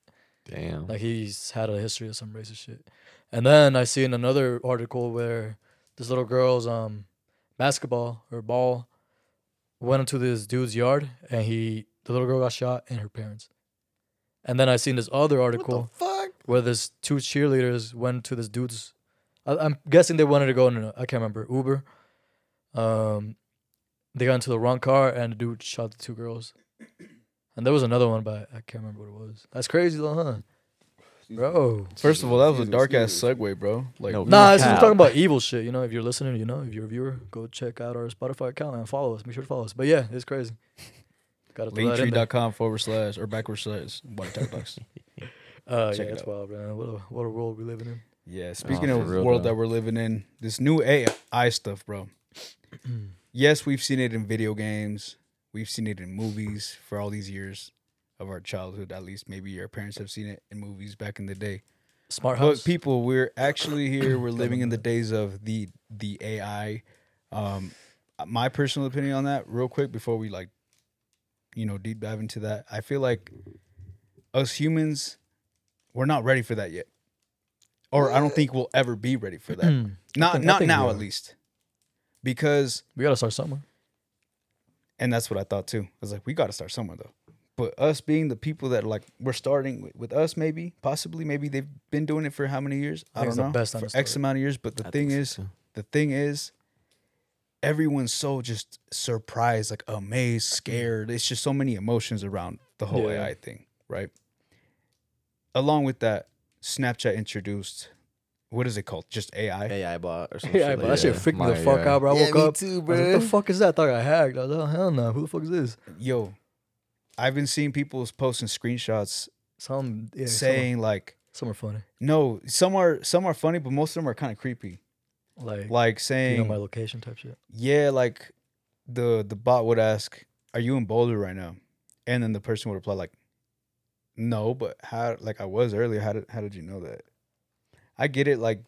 [SPEAKER 2] Damn.
[SPEAKER 3] Like he's had a history of some racist shit. And then I seen another article where this little girl's um basketball or ball went into this dude's yard and he the little girl got shot and her parents. And then I seen this other article
[SPEAKER 4] fuck.
[SPEAKER 3] where this two cheerleaders went to this dude's I, I'm guessing they wanted to go in a, I can't remember, Uber. Um they got into the wrong car and the dude shot the two girls. And there was another one, but I can't remember what it was. That's crazy though, huh? Bro.
[SPEAKER 1] First of all, that was a
[SPEAKER 4] Excuse me,
[SPEAKER 1] dark ass
[SPEAKER 4] excuse
[SPEAKER 1] segue, bro. Like,
[SPEAKER 2] No,
[SPEAKER 3] Nah, this is
[SPEAKER 2] Cap.
[SPEAKER 3] talking about evil shit. You know, if you're listening, you know, if you're a viewer, go check out our Spotify account and follow us. Make sure to follow us. But yeah, it's crazy. Gotta throw that in there.
[SPEAKER 1] linktree.com forward slash or backward slash white tech box.
[SPEAKER 3] Uh,
[SPEAKER 1] check
[SPEAKER 3] yeah,
[SPEAKER 1] it
[SPEAKER 3] that's
[SPEAKER 1] out.
[SPEAKER 3] wild, man. What a, what a world we living in.
[SPEAKER 1] Yeah, speaking
[SPEAKER 2] for
[SPEAKER 1] of
[SPEAKER 2] real,
[SPEAKER 1] world
[SPEAKER 2] though.
[SPEAKER 1] that we're living in, this new AI stuff, bro. yes, we've seen it in video games. We've seen it in movies for all these years of our childhood, at least. Maybe our parents have seen it in movies back in the day.
[SPEAKER 3] Smart house.
[SPEAKER 1] But people, we're actually here. We're living in the days of the the AI. Um, my personal opinion on that, real quick, before we like, you know, deep dive into that, I feel like us humans, we're not ready for that yet, or I don't think we'll ever be ready for that. not
[SPEAKER 3] think- I
[SPEAKER 1] not
[SPEAKER 3] think
[SPEAKER 1] now,
[SPEAKER 3] we
[SPEAKER 1] at
[SPEAKER 3] are.
[SPEAKER 1] least, because
[SPEAKER 3] we gotta start somewhere.
[SPEAKER 1] and that's what I thought too. I was like, we got to start somewhere though. But us being the people that like we're starting with, with us, maybe, possibly, maybe they've been doing it for how many years? I,
[SPEAKER 3] think
[SPEAKER 1] don't
[SPEAKER 3] it's the
[SPEAKER 1] know.
[SPEAKER 3] best time
[SPEAKER 1] for
[SPEAKER 3] to
[SPEAKER 1] X
[SPEAKER 3] start.
[SPEAKER 1] amount of years. But the thing is, the thing is, everyone's so just surprised, like amazed, scared. It's just so many emotions around the whole
[SPEAKER 3] Yeah.
[SPEAKER 1] AI thing, right? Along with that, Snapchat introduced what is it called? Just AI.
[SPEAKER 4] AI bot or something.
[SPEAKER 3] Yeah, but that shit freaked me the fuck out, bro. I
[SPEAKER 4] Yeah,
[SPEAKER 3] woke
[SPEAKER 4] me
[SPEAKER 3] up.
[SPEAKER 4] too,
[SPEAKER 3] I was like, what the
[SPEAKER 4] bruh.
[SPEAKER 3] fuck is that? I thought I hacked. I was like, oh, hell no. Who the fuck is this?
[SPEAKER 1] Yo, I've been seeing people posting screenshots
[SPEAKER 3] Some yeah, someone-
[SPEAKER 1] saying like
[SPEAKER 3] Some are funny.
[SPEAKER 1] No, some are some are funny, but most of them are kind of creepy.
[SPEAKER 3] Like,
[SPEAKER 1] Like
[SPEAKER 3] you
[SPEAKER 1] saying,
[SPEAKER 3] know my location type shit.
[SPEAKER 1] yeah, like the the bot would ask, "Are you in Boulder right now?" And then the person would reply like, "No, but how? Like I was earlier. How did how did you know that?" I get it, like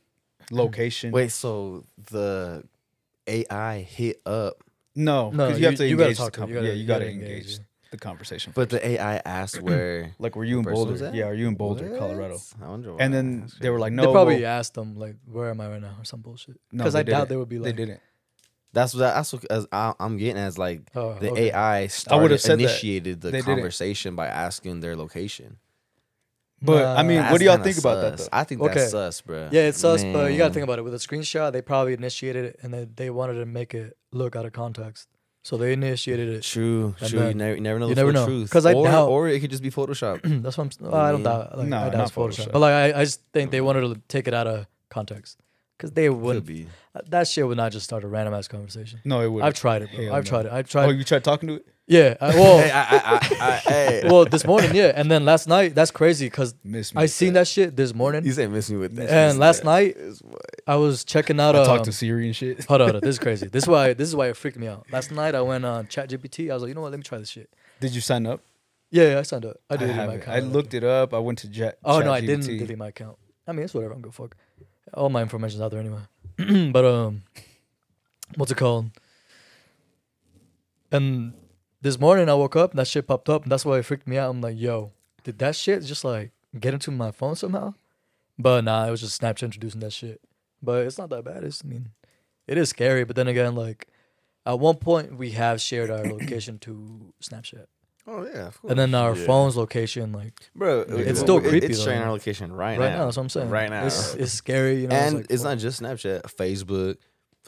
[SPEAKER 1] location.
[SPEAKER 4] Wait, so the AI hit up,
[SPEAKER 1] no,
[SPEAKER 3] No,
[SPEAKER 1] 'cause you, have
[SPEAKER 3] you-
[SPEAKER 1] to
[SPEAKER 3] you
[SPEAKER 1] engage.
[SPEAKER 3] gotta
[SPEAKER 1] the
[SPEAKER 3] talk to 'em. You
[SPEAKER 1] com-
[SPEAKER 3] gotta-
[SPEAKER 1] yeah, you
[SPEAKER 3] you
[SPEAKER 1] gotta,
[SPEAKER 3] gotta engage,
[SPEAKER 1] engage
[SPEAKER 3] yeah.
[SPEAKER 1] the conversation.
[SPEAKER 4] but the AI asked where
[SPEAKER 1] like, were you in
[SPEAKER 4] person was
[SPEAKER 1] Boulder?
[SPEAKER 4] at?
[SPEAKER 1] Yeah, are you in Boulder, Colorado?
[SPEAKER 4] What? I wonder why.
[SPEAKER 1] And then
[SPEAKER 4] That's
[SPEAKER 1] they were
[SPEAKER 4] crazy.
[SPEAKER 1] like, "No,
[SPEAKER 3] they probably
[SPEAKER 1] well,
[SPEAKER 3] asked them like, "Where am I right now?" or some bullshit.
[SPEAKER 1] no,
[SPEAKER 3] Because I doubt
[SPEAKER 1] didn't.
[SPEAKER 3] they would be like,
[SPEAKER 1] they didn't."
[SPEAKER 4] that's what that's what as I, I'm getting as like
[SPEAKER 3] Oh,
[SPEAKER 4] the
[SPEAKER 3] okay.
[SPEAKER 4] AI
[SPEAKER 1] I would've
[SPEAKER 4] started,
[SPEAKER 1] said that.
[SPEAKER 4] initiated the
[SPEAKER 1] They didn't.
[SPEAKER 4] conversation by asking their location.
[SPEAKER 1] But I mean, what
[SPEAKER 4] That's
[SPEAKER 1] do y'all
[SPEAKER 4] kinda
[SPEAKER 1] think about that?
[SPEAKER 4] sus.
[SPEAKER 1] Though?
[SPEAKER 4] I think
[SPEAKER 3] Okay.
[SPEAKER 4] that's sus, bro.
[SPEAKER 3] Yeah, it's sus, but you gotta
[SPEAKER 2] Man.
[SPEAKER 3] think about it. With a screenshot, they probably initiated it and they, they wanted to make it look out of context. So they initiated it.
[SPEAKER 4] True,
[SPEAKER 3] And
[SPEAKER 4] true. You
[SPEAKER 3] then-
[SPEAKER 4] never, you never know
[SPEAKER 3] you
[SPEAKER 4] the
[SPEAKER 3] never
[SPEAKER 4] full
[SPEAKER 3] know.
[SPEAKER 4] truth.
[SPEAKER 3] 'Cause I
[SPEAKER 4] or,
[SPEAKER 3] doubt-
[SPEAKER 4] or it could just be Photoshop.
[SPEAKER 3] That's what I'm. s- oh, I don't
[SPEAKER 4] Yeah.
[SPEAKER 3] doubt. Like,
[SPEAKER 1] No,
[SPEAKER 3] I doubt
[SPEAKER 1] not
[SPEAKER 3] it's Photoshop.
[SPEAKER 1] Photoshop.
[SPEAKER 3] But like, I, I just think they wanted to take it out of context because they
[SPEAKER 4] Could
[SPEAKER 3] wouldn't. uh,
[SPEAKER 4] be.
[SPEAKER 3] That shit would not just start a randomized conversation.
[SPEAKER 1] No, it would.
[SPEAKER 3] I've tried it, bro.
[SPEAKER 1] Hell
[SPEAKER 3] I've
[SPEAKER 1] no.
[SPEAKER 3] tried it. I've
[SPEAKER 1] Oh,
[SPEAKER 3] tried.
[SPEAKER 1] you tried talking to it?
[SPEAKER 3] yeah. I, well,
[SPEAKER 4] Hey, I, I, I, I, hey.
[SPEAKER 3] well, this morning, yeah, and then last night. That's crazy because
[SPEAKER 1] Miss me.
[SPEAKER 3] I
[SPEAKER 1] with
[SPEAKER 3] seen that shit this morning,
[SPEAKER 4] You say miss me with that.
[SPEAKER 3] and last night I was checking out.
[SPEAKER 1] I talked
[SPEAKER 3] um,
[SPEAKER 1] to Siri and shit.
[SPEAKER 3] Hold on, hold on, this is crazy. This is why this is why it freaked me out. Last night I went on ChatGPT. I was like, you know what? Let me try this shit.
[SPEAKER 1] Did you sign up?
[SPEAKER 3] Yeah, yeah I signed up. I
[SPEAKER 1] I,
[SPEAKER 3] did it in my
[SPEAKER 1] haven't.
[SPEAKER 3] account.
[SPEAKER 1] I looked it up. I went to Ja-
[SPEAKER 3] Oh no, I
[SPEAKER 1] ChatGPT.
[SPEAKER 3] didn't delete my account. I mean, it's whatever. I'm gonna fuck. All my information's out there anyway. but um, what's it called? And this morning I woke up and that shit popped up. And that's why it freaked me out. I'm like, yo, did that shit just like get into my phone somehow? But nah, it was just Snapchat introducing that shit. But it's not that bad. It's I mean, it is scary. But then again, like at one point we have shared our location to Snapchat,
[SPEAKER 4] Oh yeah, of course.
[SPEAKER 3] and then our
[SPEAKER 4] Yeah.
[SPEAKER 3] phone's location, like
[SPEAKER 4] bro.
[SPEAKER 1] It's still
[SPEAKER 3] creepy,
[SPEAKER 4] It's
[SPEAKER 3] though.
[SPEAKER 4] sharing our location right,
[SPEAKER 3] right
[SPEAKER 4] now.
[SPEAKER 3] now. That's what I'm saying.
[SPEAKER 4] Right now,
[SPEAKER 3] it's, it's scary. You know,
[SPEAKER 4] and
[SPEAKER 3] like,
[SPEAKER 4] it's
[SPEAKER 3] fuck.
[SPEAKER 4] not just Snapchat, Facebook,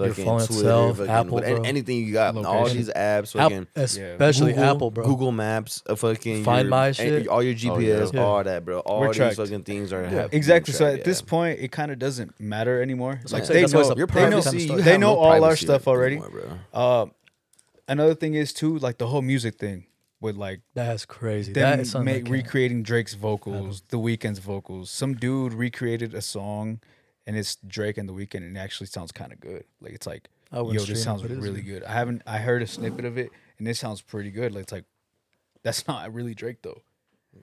[SPEAKER 3] Your
[SPEAKER 4] fucking
[SPEAKER 3] phone
[SPEAKER 4] Twitter,
[SPEAKER 3] itself,
[SPEAKER 4] fucking
[SPEAKER 3] Apple,
[SPEAKER 4] what- an-
[SPEAKER 3] bro.
[SPEAKER 4] anything you got, all
[SPEAKER 1] Location.
[SPEAKER 4] these apps,
[SPEAKER 3] App-
[SPEAKER 4] fucking
[SPEAKER 3] especially
[SPEAKER 4] Google,
[SPEAKER 3] Apple, bro.
[SPEAKER 4] Google Maps, a fucking
[SPEAKER 3] Find
[SPEAKER 4] your-
[SPEAKER 3] My
[SPEAKER 4] and
[SPEAKER 3] shit. Oh,
[SPEAKER 4] all your GPS,
[SPEAKER 3] yeah.
[SPEAKER 4] all that, bro. All
[SPEAKER 1] We're
[SPEAKER 4] these
[SPEAKER 1] tracked.
[SPEAKER 4] fucking things are happening.
[SPEAKER 1] Exactly. So
[SPEAKER 4] tracked,
[SPEAKER 1] at this
[SPEAKER 4] yeah.
[SPEAKER 1] point, it kind of doesn't matter anymore.
[SPEAKER 4] Man,
[SPEAKER 1] Like
[SPEAKER 3] saying
[SPEAKER 1] they
[SPEAKER 3] that's why it's
[SPEAKER 1] know,
[SPEAKER 3] a
[SPEAKER 1] they know,
[SPEAKER 3] privacy
[SPEAKER 1] see,
[SPEAKER 3] story.
[SPEAKER 1] they
[SPEAKER 4] have
[SPEAKER 1] know
[SPEAKER 4] no
[SPEAKER 1] all our
[SPEAKER 4] privacy
[SPEAKER 1] stuff
[SPEAKER 4] anymore,
[SPEAKER 1] already.
[SPEAKER 4] bro.
[SPEAKER 1] Uh, another thing is too, like the whole music thing with like
[SPEAKER 3] That's crazy. That
[SPEAKER 1] them
[SPEAKER 3] is something. I
[SPEAKER 1] make,
[SPEAKER 3] can't-
[SPEAKER 1] recreating Drake's vocals, The Weeknd's vocals. Some dude recreated a song, and it's Drake and The Weeknd, and it actually sounds kind of good. Like it's like,
[SPEAKER 3] I
[SPEAKER 1] yo,
[SPEAKER 3] wouldn't stream
[SPEAKER 1] this
[SPEAKER 3] it,
[SPEAKER 1] sounds
[SPEAKER 3] but it is
[SPEAKER 1] really good. I haven't, I heard a snippet of it, and it sounds pretty good. Like it's like, that's not really Drake though.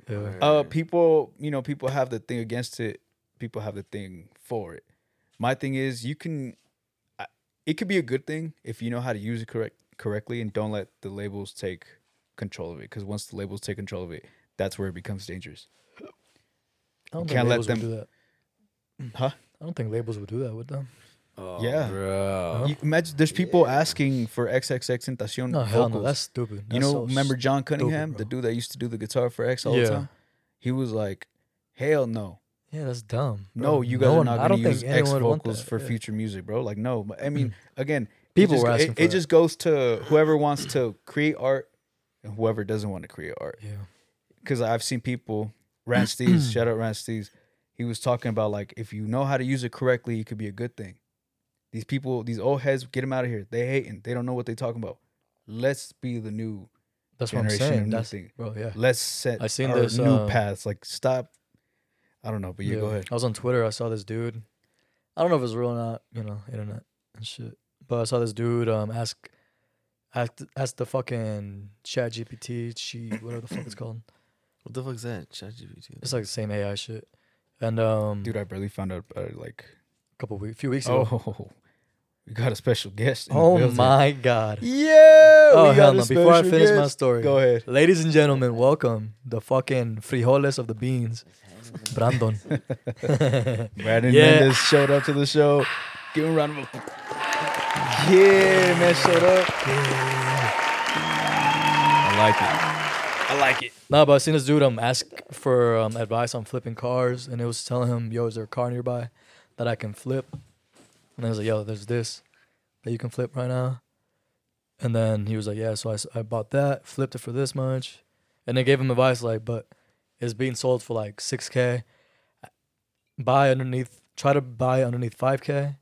[SPEAKER 3] yeah.
[SPEAKER 1] Uh, people, you know, people have the thing against it. People have the thing for it. My thing is, you can. I- It could be a good thing if you know how to use it correct correctly and don't let the labels take control of it. Because once the labels take control of it, that's where it becomes dangerous.
[SPEAKER 3] I don't think
[SPEAKER 1] can't let
[SPEAKER 3] labels would
[SPEAKER 1] them- Hmm.
[SPEAKER 3] do that.
[SPEAKER 1] Huh?
[SPEAKER 3] I don't think labels would do that with them. Oh,
[SPEAKER 1] yeah,
[SPEAKER 4] Oh,
[SPEAKER 1] Uh-huh.
[SPEAKER 4] bro.
[SPEAKER 1] You imagine there's people asking for XXX Tentacion
[SPEAKER 3] No,
[SPEAKER 1] vocals.
[SPEAKER 3] hell no. That's stupid.
[SPEAKER 1] you
[SPEAKER 3] That's
[SPEAKER 1] know,
[SPEAKER 3] so
[SPEAKER 1] remember
[SPEAKER 3] s-
[SPEAKER 1] John Cunningham, the
[SPEAKER 3] bro.
[SPEAKER 1] dude that used to do the guitar for X all
[SPEAKER 3] Yeah.
[SPEAKER 1] the time? He was like, "Hell no."
[SPEAKER 3] yeah, that's dumb.
[SPEAKER 1] No,
[SPEAKER 3] bro.
[SPEAKER 1] you guys
[SPEAKER 3] No
[SPEAKER 1] are
[SPEAKER 3] one-
[SPEAKER 1] not
[SPEAKER 3] I
[SPEAKER 1] going
[SPEAKER 3] don't
[SPEAKER 1] to
[SPEAKER 3] think
[SPEAKER 1] use X
[SPEAKER 3] anyone would want
[SPEAKER 1] vocals
[SPEAKER 3] that,
[SPEAKER 1] for
[SPEAKER 3] yeah.
[SPEAKER 1] future music, bro. Like, no. but I mean, again, it
[SPEAKER 3] People
[SPEAKER 1] just-
[SPEAKER 3] were asking
[SPEAKER 1] It,
[SPEAKER 3] for
[SPEAKER 1] it
[SPEAKER 3] that.
[SPEAKER 1] just goes to whoever wants to create art and whoever doesn't want to create art.
[SPEAKER 3] Yeah.
[SPEAKER 1] Because I've seen people, Rand Steves, shout out Rand Steves, he was talking about like if you know how to use it correctly, it could be a good thing. These people, these old heads, get them out of here. They hating. They don't know what they talking about. Let's be the new.
[SPEAKER 3] That's what I'm
[SPEAKER 1] generation of
[SPEAKER 3] saying.
[SPEAKER 1] new
[SPEAKER 3] That's
[SPEAKER 1] thing.
[SPEAKER 3] bro. Yeah.
[SPEAKER 1] Let's set
[SPEAKER 3] I seen
[SPEAKER 1] our
[SPEAKER 3] this,
[SPEAKER 1] new
[SPEAKER 3] um,
[SPEAKER 1] paths. Like stop. I don't know, but yeah, go ahead.
[SPEAKER 3] I was on Twitter. I saw this dude. I don't know if it's real or not. You know, internet and shit. But I saw this dude um ask, ask, ask the fucking Chat GPT, she whatever the fuck it's called.
[SPEAKER 4] What the fuck's that? ChatGPT.
[SPEAKER 3] It's like the same AI shit. And um,
[SPEAKER 1] Dude, I barely found out about it like
[SPEAKER 3] a couple weeks, few weeks ago.
[SPEAKER 1] Oh, we got a special guest. in the
[SPEAKER 3] Oh
[SPEAKER 1] building.
[SPEAKER 3] my God.
[SPEAKER 1] Yeah.
[SPEAKER 3] Oh,
[SPEAKER 1] we
[SPEAKER 3] hell
[SPEAKER 1] got a
[SPEAKER 3] no. Before I
[SPEAKER 1] special
[SPEAKER 3] finish my
[SPEAKER 1] guest.
[SPEAKER 3] story,
[SPEAKER 1] go ahead.
[SPEAKER 3] Ladies and gentlemen, welcome the fucking frijoles of the beans, Brandon.
[SPEAKER 1] Brandon
[SPEAKER 3] Yeah.
[SPEAKER 1] Mendez showed up to the show. Give him a round of applause. Yeah, man, showed up. I like it. I like it.
[SPEAKER 3] nah, but I seen this dude um ask for um, advice on flipping cars, and it was telling him, "Yo, is there a car nearby that I can flip?" And I was like, "Yo, there's this that you can flip right now." And then he was like, "Yeah," so I, s- I bought that, flipped it for this much, and they gave him advice like, "But it's being sold for like six k. Buy underneath, try to buy underneath five k,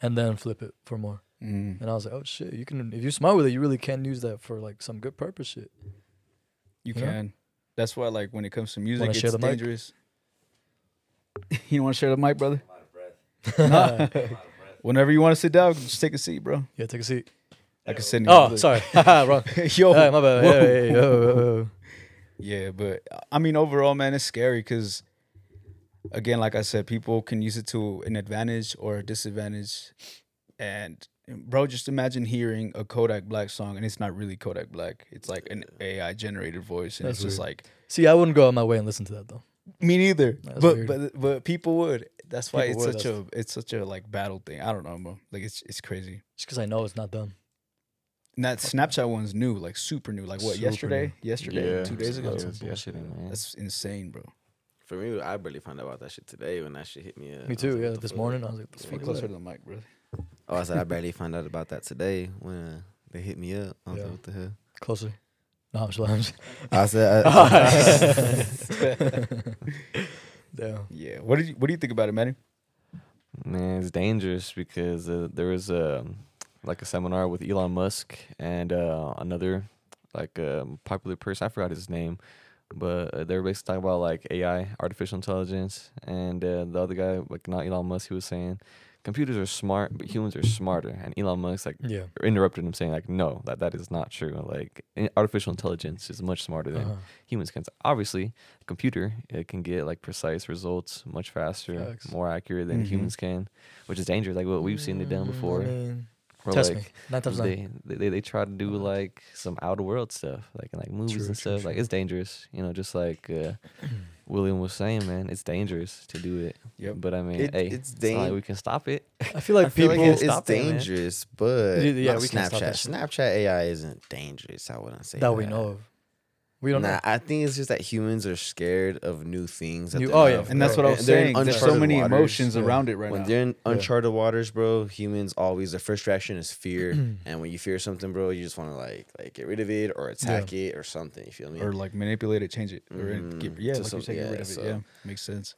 [SPEAKER 3] and then flip it for more."
[SPEAKER 1] Mm.
[SPEAKER 3] And I was like, oh shit, you can if you're smart with it, you really can use that for like some good purpose shit. You
[SPEAKER 1] You
[SPEAKER 3] know?
[SPEAKER 1] can. That's why, like, when it comes to music,
[SPEAKER 3] Wanna
[SPEAKER 1] it's
[SPEAKER 3] share the mic?
[SPEAKER 1] dangerous. You want to share the mic, brother? Nah. Whenever you want to sit down, just take a seat, bro.
[SPEAKER 3] Yeah, take a seat.
[SPEAKER 1] I can send you.
[SPEAKER 3] Oh,
[SPEAKER 1] the-
[SPEAKER 3] sorry. Wrong.
[SPEAKER 1] Yo,
[SPEAKER 3] Hey, my bad.
[SPEAKER 1] whoa.
[SPEAKER 3] Yeah, yeah, yeah. Oh, oh,
[SPEAKER 1] Yeah, but I mean, overall, man, it's scary because, again, like I said, people can use it to an advantage or a disadvantage. And, bro, just imagine hearing a Kodak Black song and it's not really Kodak Black. It's like an AI generated voice. And it's
[SPEAKER 3] That's
[SPEAKER 1] just
[SPEAKER 3] weird.
[SPEAKER 1] like,
[SPEAKER 3] oh. See, I wouldn't go out my way and listen to that though.
[SPEAKER 1] me neither.
[SPEAKER 3] That's
[SPEAKER 1] but
[SPEAKER 3] weird.
[SPEAKER 1] but but people would. That's why
[SPEAKER 3] People
[SPEAKER 1] it's
[SPEAKER 3] would,
[SPEAKER 1] such a it's such a like battle thing. I don't know, bro. Like it's it's crazy.
[SPEAKER 3] Just because I know it's not them.
[SPEAKER 1] And that Snapchat one's new, like super new. Like what?
[SPEAKER 3] Super
[SPEAKER 1] yesterday?
[SPEAKER 3] new.
[SPEAKER 1] Yesterday?
[SPEAKER 4] Yeah.
[SPEAKER 1] Two days ago?
[SPEAKER 4] Yeah.
[SPEAKER 2] yesterday, man.
[SPEAKER 1] That's insane, bro.
[SPEAKER 4] For me, I barely found out about that shit today when that shit hit me. Up.
[SPEAKER 3] Me
[SPEAKER 4] I was
[SPEAKER 3] too.
[SPEAKER 4] like,
[SPEAKER 3] Yeah,
[SPEAKER 4] what the
[SPEAKER 3] this
[SPEAKER 4] fuck?
[SPEAKER 3] morning I was like,
[SPEAKER 1] Speak
[SPEAKER 4] Speak
[SPEAKER 3] what the
[SPEAKER 1] closer
[SPEAKER 3] fuck?
[SPEAKER 1] to the mic, brother.
[SPEAKER 4] Oh, I said I barely found out about that today when uh, they hit me up. I was
[SPEAKER 3] Yeah.
[SPEAKER 4] like, what the hell?
[SPEAKER 3] closer. No, I'm just- I'm just-
[SPEAKER 4] I said,
[SPEAKER 3] Damn.
[SPEAKER 1] Yeah. What did you What do you think about it, Manny?
[SPEAKER 2] Man, it's dangerous because uh, there was a like a seminar with Elon Musk and uh, another like um, popular person. I forgot his name, but uh, they were basically talking about like AI, artificial intelligence, and uh, the other guy, like not Elon Musk, he was saying computers are smart, but humans are smarter. And Elon Musk like
[SPEAKER 3] Yeah.
[SPEAKER 2] interrupted him, saying like, no, that that is not true. Like i- artificial intelligence is much smarter than
[SPEAKER 3] Uh-huh.
[SPEAKER 2] humans can. Obviously, a computer it can get like precise results much faster,
[SPEAKER 3] Facts. Mm-hmm.
[SPEAKER 2] more accurate than
[SPEAKER 1] Mhm.
[SPEAKER 2] humans can, which is dangerous. Like what we've seen it done
[SPEAKER 3] Mm, I
[SPEAKER 2] before.
[SPEAKER 3] mean,
[SPEAKER 2] where,
[SPEAKER 3] test
[SPEAKER 2] like,
[SPEAKER 3] me. Nine times nine.
[SPEAKER 2] they, they they- they try to do like some outer world stuff, like in like movies
[SPEAKER 3] True, true,
[SPEAKER 2] and stuff. Like
[SPEAKER 3] true.
[SPEAKER 2] it's dangerous, you know. Just like uh, William was saying, man, it's dangerous to do it.
[SPEAKER 1] Yep.
[SPEAKER 2] But I mean,
[SPEAKER 4] It-
[SPEAKER 2] hey,
[SPEAKER 4] it's
[SPEAKER 2] it's not like
[SPEAKER 4] dang-
[SPEAKER 2] we can stop it.
[SPEAKER 3] I feel like
[SPEAKER 4] I feel
[SPEAKER 3] people.
[SPEAKER 4] like it- it's
[SPEAKER 2] stop it, man.
[SPEAKER 4] dangerous, but
[SPEAKER 3] Yeah, yeah,
[SPEAKER 4] not
[SPEAKER 3] we can
[SPEAKER 4] Snapchat.
[SPEAKER 3] stop that shit.
[SPEAKER 4] Snapchat AI isn't dangerous. I wouldn't say
[SPEAKER 3] that we know of. We don't
[SPEAKER 4] nah,
[SPEAKER 3] know.
[SPEAKER 4] I think it's just that humans are scared of new things. that
[SPEAKER 3] New-
[SPEAKER 4] they're
[SPEAKER 3] oh,
[SPEAKER 4] not
[SPEAKER 3] yeah,
[SPEAKER 4] familiar
[SPEAKER 1] And that's what I was
[SPEAKER 4] They're in
[SPEAKER 1] saying. There's so
[SPEAKER 4] uncharted
[SPEAKER 1] many
[SPEAKER 4] waters.
[SPEAKER 1] emotions
[SPEAKER 3] Yeah.
[SPEAKER 1] around it right
[SPEAKER 4] when
[SPEAKER 1] now.
[SPEAKER 4] they're in uncharted waters, bro, humans always their first reaction is fear. and when you fear something, bro, you just want to like like get rid of it or attack it or something. You feel me?
[SPEAKER 1] or like manipulate it, change it, or it- get,
[SPEAKER 4] Mhm.
[SPEAKER 1] yeah,
[SPEAKER 4] So
[SPEAKER 1] like you
[SPEAKER 4] some-
[SPEAKER 1] said, get
[SPEAKER 4] yeah,
[SPEAKER 1] rid of it.
[SPEAKER 4] so-
[SPEAKER 1] Yeah, makes sense.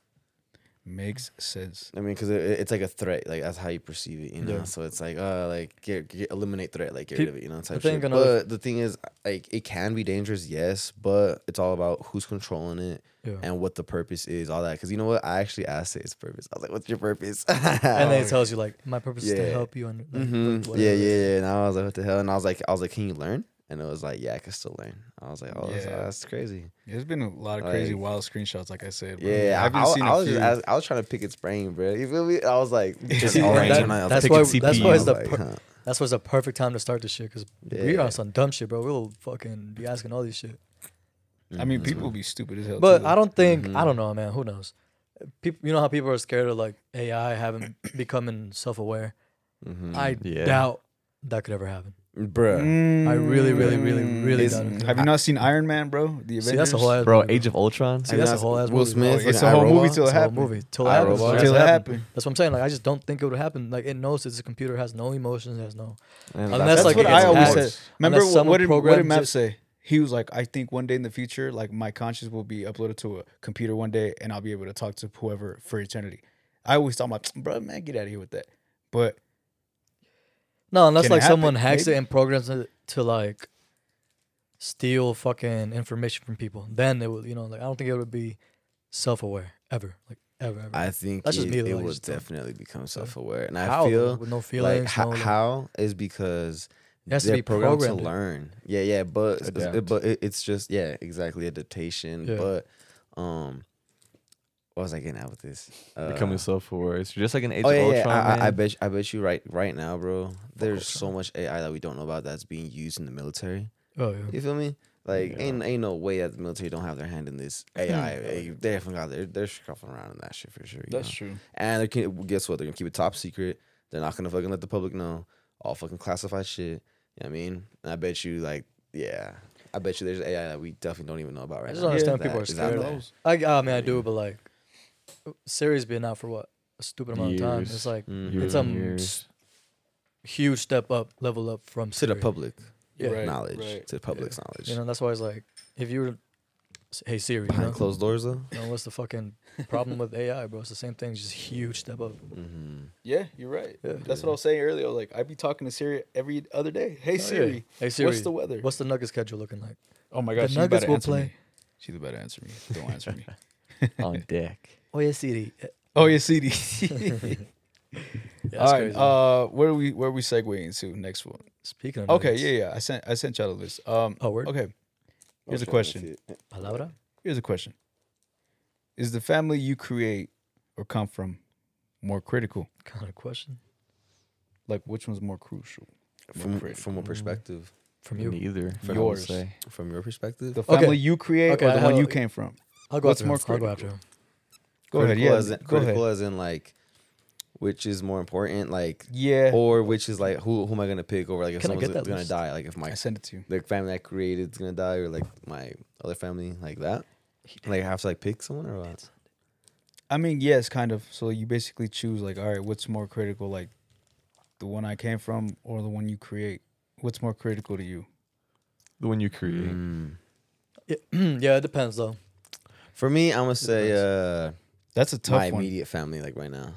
[SPEAKER 1] Makes sense.
[SPEAKER 4] I mean, because it, it's like a threat. Like that's how you perceive it, you know.
[SPEAKER 3] Yeah.
[SPEAKER 4] So it's like, uh, like get, get eliminate threat, like get
[SPEAKER 3] Peop-
[SPEAKER 4] rid of it, you know. Type
[SPEAKER 3] think
[SPEAKER 4] shit.
[SPEAKER 3] another-
[SPEAKER 4] But the thing is, like, it can be dangerous, yes, but it's all about who's controlling it
[SPEAKER 3] Yeah.
[SPEAKER 4] and what the purpose is, all that. Because you know what, I actually asked it its purpose. I was like, "What's your purpose?"
[SPEAKER 3] And then it tells you like, my purpose is to
[SPEAKER 4] Yeah.
[SPEAKER 3] help you and like,
[SPEAKER 4] Mhm.
[SPEAKER 3] whatever
[SPEAKER 4] yeah, yeah,
[SPEAKER 3] it is.
[SPEAKER 4] yeah. And I was like, "What the hell?" And I was like, "I was like, can you learn?" And it was like, "Yeah, I can still learn." I was like, "Oh, that's,
[SPEAKER 1] Yeah.
[SPEAKER 4] that's crazy."
[SPEAKER 1] There's been a lot of crazy
[SPEAKER 4] Like-
[SPEAKER 1] wild screenshots, like I said. bro. I
[SPEAKER 4] Yeah,
[SPEAKER 1] haven't
[SPEAKER 4] I, I,
[SPEAKER 1] seen
[SPEAKER 4] I
[SPEAKER 1] a
[SPEAKER 4] was just,
[SPEAKER 1] few.
[SPEAKER 4] I, was- I was trying to pick its brain, bro. You feel me? I was like,
[SPEAKER 1] That's
[SPEAKER 4] all
[SPEAKER 1] why-
[SPEAKER 4] right, and I was
[SPEAKER 3] that's
[SPEAKER 4] like,
[SPEAKER 3] why-
[SPEAKER 4] picking
[SPEAKER 3] that's
[SPEAKER 1] why it's
[SPEAKER 4] CPUs,
[SPEAKER 3] the
[SPEAKER 4] like,
[SPEAKER 3] per-
[SPEAKER 4] huh.
[SPEAKER 3] That's why it's the perfect time to start this shit because we
[SPEAKER 4] Yeah.
[SPEAKER 3] are on some dumb shit, bro. We'll fucking be asking all this shit.
[SPEAKER 1] I mean, people be stupid as hell.
[SPEAKER 3] But
[SPEAKER 1] too.
[SPEAKER 3] I don't think I don't know, man. Who knows? People, you know how people are scared of like AI having becoming self-aware. I
[SPEAKER 2] Yeah.
[SPEAKER 3] doubt that could ever happen.
[SPEAKER 1] Mm,
[SPEAKER 4] Bruh.
[SPEAKER 3] I really, really, really, really
[SPEAKER 4] It's-
[SPEAKER 3] doubt it.
[SPEAKER 1] Have you not seen Iron Man, bro? The Avengers.
[SPEAKER 3] Mm. See, that's a whole ass
[SPEAKER 2] Bro,
[SPEAKER 3] movie,
[SPEAKER 2] Age of Ultron.
[SPEAKER 3] See,
[SPEAKER 4] I mean,
[SPEAKER 3] that's a whole ass
[SPEAKER 4] Will
[SPEAKER 3] movie, bro.
[SPEAKER 4] Smith.
[SPEAKER 1] It's
[SPEAKER 4] and
[SPEAKER 1] a whole
[SPEAKER 4] I,
[SPEAKER 1] movie
[SPEAKER 4] Robot.
[SPEAKER 1] till it
[SPEAKER 3] It's a whole
[SPEAKER 1] happens.
[SPEAKER 3] movie till it
[SPEAKER 4] I,
[SPEAKER 3] happens.
[SPEAKER 4] Robot.
[SPEAKER 3] It has
[SPEAKER 1] Till
[SPEAKER 3] to
[SPEAKER 1] it
[SPEAKER 3] happen.
[SPEAKER 1] happen.
[SPEAKER 3] That's what I'm saying. Like I just don't think it would happen. Like it knows it's a computer, has no emotions, has no.
[SPEAKER 2] Man,
[SPEAKER 3] Unless,
[SPEAKER 1] That's
[SPEAKER 3] like,
[SPEAKER 1] what
[SPEAKER 3] it
[SPEAKER 1] I
[SPEAKER 3] gets
[SPEAKER 1] always
[SPEAKER 3] hacked.
[SPEAKER 1] said. Remember
[SPEAKER 3] Unless
[SPEAKER 1] what,
[SPEAKER 3] someone
[SPEAKER 1] what did what did
[SPEAKER 3] programs
[SPEAKER 1] Matt
[SPEAKER 3] it-
[SPEAKER 1] say? He was like, I think one day in the future, like my conscience will be uploaded to a computer one day, and I'll be able to talk to whoever for eternity. I always thought, I'm like, bro, man, get out of here with that. But
[SPEAKER 3] No, unless
[SPEAKER 1] Can it
[SPEAKER 3] like someone
[SPEAKER 1] happen?
[SPEAKER 3] hacks
[SPEAKER 1] Maybe.
[SPEAKER 3] it and programs it to like steal fucking information from people. Then it would, you know, like I don't think it would be self-aware ever, like ever, ever.
[SPEAKER 4] I think
[SPEAKER 3] That's
[SPEAKER 4] it,
[SPEAKER 3] just me, though,
[SPEAKER 4] it
[SPEAKER 3] I
[SPEAKER 4] will
[SPEAKER 3] just don't-
[SPEAKER 4] definitely become self-aware, and I
[SPEAKER 3] How, though?
[SPEAKER 4] feel
[SPEAKER 3] with no
[SPEAKER 4] like
[SPEAKER 3] feelings,
[SPEAKER 4] ho-
[SPEAKER 3] no, like-
[SPEAKER 4] how is because
[SPEAKER 3] It has to
[SPEAKER 4] they're
[SPEAKER 3] be
[SPEAKER 4] programmed,
[SPEAKER 3] programmed.
[SPEAKER 4] to learn. Yeah, yeah, but it's-
[SPEAKER 2] Adapt.
[SPEAKER 4] but it, it's just yeah, exactly adaptation.
[SPEAKER 3] Yeah.
[SPEAKER 4] But um, what was I getting at with this? Uh,
[SPEAKER 2] becoming self-aware. It's just like an Age
[SPEAKER 4] Oh
[SPEAKER 2] of
[SPEAKER 4] yeah, yeah.
[SPEAKER 2] Ultron.
[SPEAKER 4] I- I, I
[SPEAKER 2] man.
[SPEAKER 4] bet you, I bet you right right now, bro. There's so much AI that we don't know about that's being used in the military.
[SPEAKER 3] Oh yeah.
[SPEAKER 4] You feel me? Like ain't ain't no way that the military don't have their hand in this AI. they definitely got their they're scuffling around in that shit for sure. you know?
[SPEAKER 1] true.
[SPEAKER 4] And they can guess what? They're gonna keep it top secret. They're not gonna fucking let the public know. All fucking classified shit. You know what I mean? And I bet you like yeah. I bet you there's AI that we definitely don't even know about right
[SPEAKER 3] I just
[SPEAKER 4] now.
[SPEAKER 3] don't understand people are
[SPEAKER 4] That is out
[SPEAKER 3] scared.
[SPEAKER 4] there.
[SPEAKER 3] I, I mean, I do, but like, Siri's been out for what a stupid amount of time. It's
[SPEAKER 2] Years.
[SPEAKER 3] like
[SPEAKER 4] Mhm.
[SPEAKER 3] it's
[SPEAKER 2] Years
[SPEAKER 3] a
[SPEAKER 2] and
[SPEAKER 3] m-
[SPEAKER 2] years.
[SPEAKER 3] s- huge step up, level up from
[SPEAKER 4] To the
[SPEAKER 3] Siri.
[SPEAKER 4] public
[SPEAKER 3] Yeah.
[SPEAKER 1] Right,
[SPEAKER 4] knowledge.
[SPEAKER 1] right.
[SPEAKER 4] To the public's knowledge.
[SPEAKER 3] You know, that's why it's like if you were, s- hey Siri, you
[SPEAKER 4] Behind
[SPEAKER 3] know,
[SPEAKER 4] closed doors though.
[SPEAKER 3] you know, what's the fucking problem with AI, bro? It's the same thing, just huge step up.
[SPEAKER 4] Mm-hmm.
[SPEAKER 1] Yeah, you're right.
[SPEAKER 3] Yeah.
[SPEAKER 1] That's what I was saying earlier. I was like, I'd be talking to Siri every other day. Hey
[SPEAKER 3] Oh, yeah.
[SPEAKER 1] Siri,
[SPEAKER 3] Hey Siri,
[SPEAKER 1] what's the weather?
[SPEAKER 3] What's the Nugget schedule looking like?
[SPEAKER 1] oh my
[SPEAKER 3] the
[SPEAKER 1] gosh, she's about
[SPEAKER 3] Nuggets
[SPEAKER 1] to
[SPEAKER 3] will
[SPEAKER 1] answer
[SPEAKER 3] play.
[SPEAKER 1] me. She's about to answer me. Don't answer me.
[SPEAKER 2] on deck.
[SPEAKER 3] Oh yeah, CD. Uh,
[SPEAKER 1] Oh yeah, CD.
[SPEAKER 3] Yeah,
[SPEAKER 1] All
[SPEAKER 3] that's
[SPEAKER 1] right.
[SPEAKER 3] crazy.
[SPEAKER 1] Uh, where are we where are we segueing to next one?
[SPEAKER 3] Speaking of
[SPEAKER 1] Okay,
[SPEAKER 3] nuggets,
[SPEAKER 1] yeah, yeah. I sent I sent y'all a list. Um,
[SPEAKER 3] Oh, word?
[SPEAKER 1] okay. Here's
[SPEAKER 4] What's wrong
[SPEAKER 1] a
[SPEAKER 4] with
[SPEAKER 1] question.
[SPEAKER 4] it?
[SPEAKER 3] Palabra.
[SPEAKER 1] Here's a question. Is the family you create or come from more critical?
[SPEAKER 3] Kind of question
[SPEAKER 1] Like which one's more crucial? More
[SPEAKER 4] From
[SPEAKER 1] critical.
[SPEAKER 4] from what perspective?
[SPEAKER 3] from you.
[SPEAKER 2] Neither. I would
[SPEAKER 1] mm-hmm. Yours.
[SPEAKER 2] say.
[SPEAKER 4] From your perspective?
[SPEAKER 1] the
[SPEAKER 3] Okay.
[SPEAKER 1] family you create
[SPEAKER 3] Okay,
[SPEAKER 1] or the
[SPEAKER 3] I
[SPEAKER 1] one
[SPEAKER 3] have-
[SPEAKER 1] you came from?
[SPEAKER 3] I'll go
[SPEAKER 1] What's
[SPEAKER 3] after him.
[SPEAKER 1] more
[SPEAKER 3] I'll go after
[SPEAKER 1] critical?
[SPEAKER 3] him.
[SPEAKER 1] Go ahead.
[SPEAKER 4] Critical
[SPEAKER 1] Yeah.
[SPEAKER 4] As in,
[SPEAKER 1] go
[SPEAKER 4] critical
[SPEAKER 1] ahead.
[SPEAKER 4] as in like, which is more important? Like,
[SPEAKER 1] Yeah.
[SPEAKER 4] or which is like who who am I gonna pick over like if
[SPEAKER 3] Can I
[SPEAKER 4] someone's
[SPEAKER 3] get that
[SPEAKER 4] gonna
[SPEAKER 3] list?
[SPEAKER 4] die like if my
[SPEAKER 1] I sent it to you.
[SPEAKER 4] the family I created is gonna die or like my other family like that like I have to like pick someone or what
[SPEAKER 1] I mean, yes, kind of. So you basically choose like, all right, what's more critical, like the one I came from or the one you create? What's more critical to you?
[SPEAKER 2] The one you create.
[SPEAKER 4] Mm.
[SPEAKER 3] Yeah, yeah, it depends though.
[SPEAKER 4] for me I'm gonna say uh
[SPEAKER 1] That's a
[SPEAKER 4] my
[SPEAKER 1] tough one.
[SPEAKER 4] immediate family like right now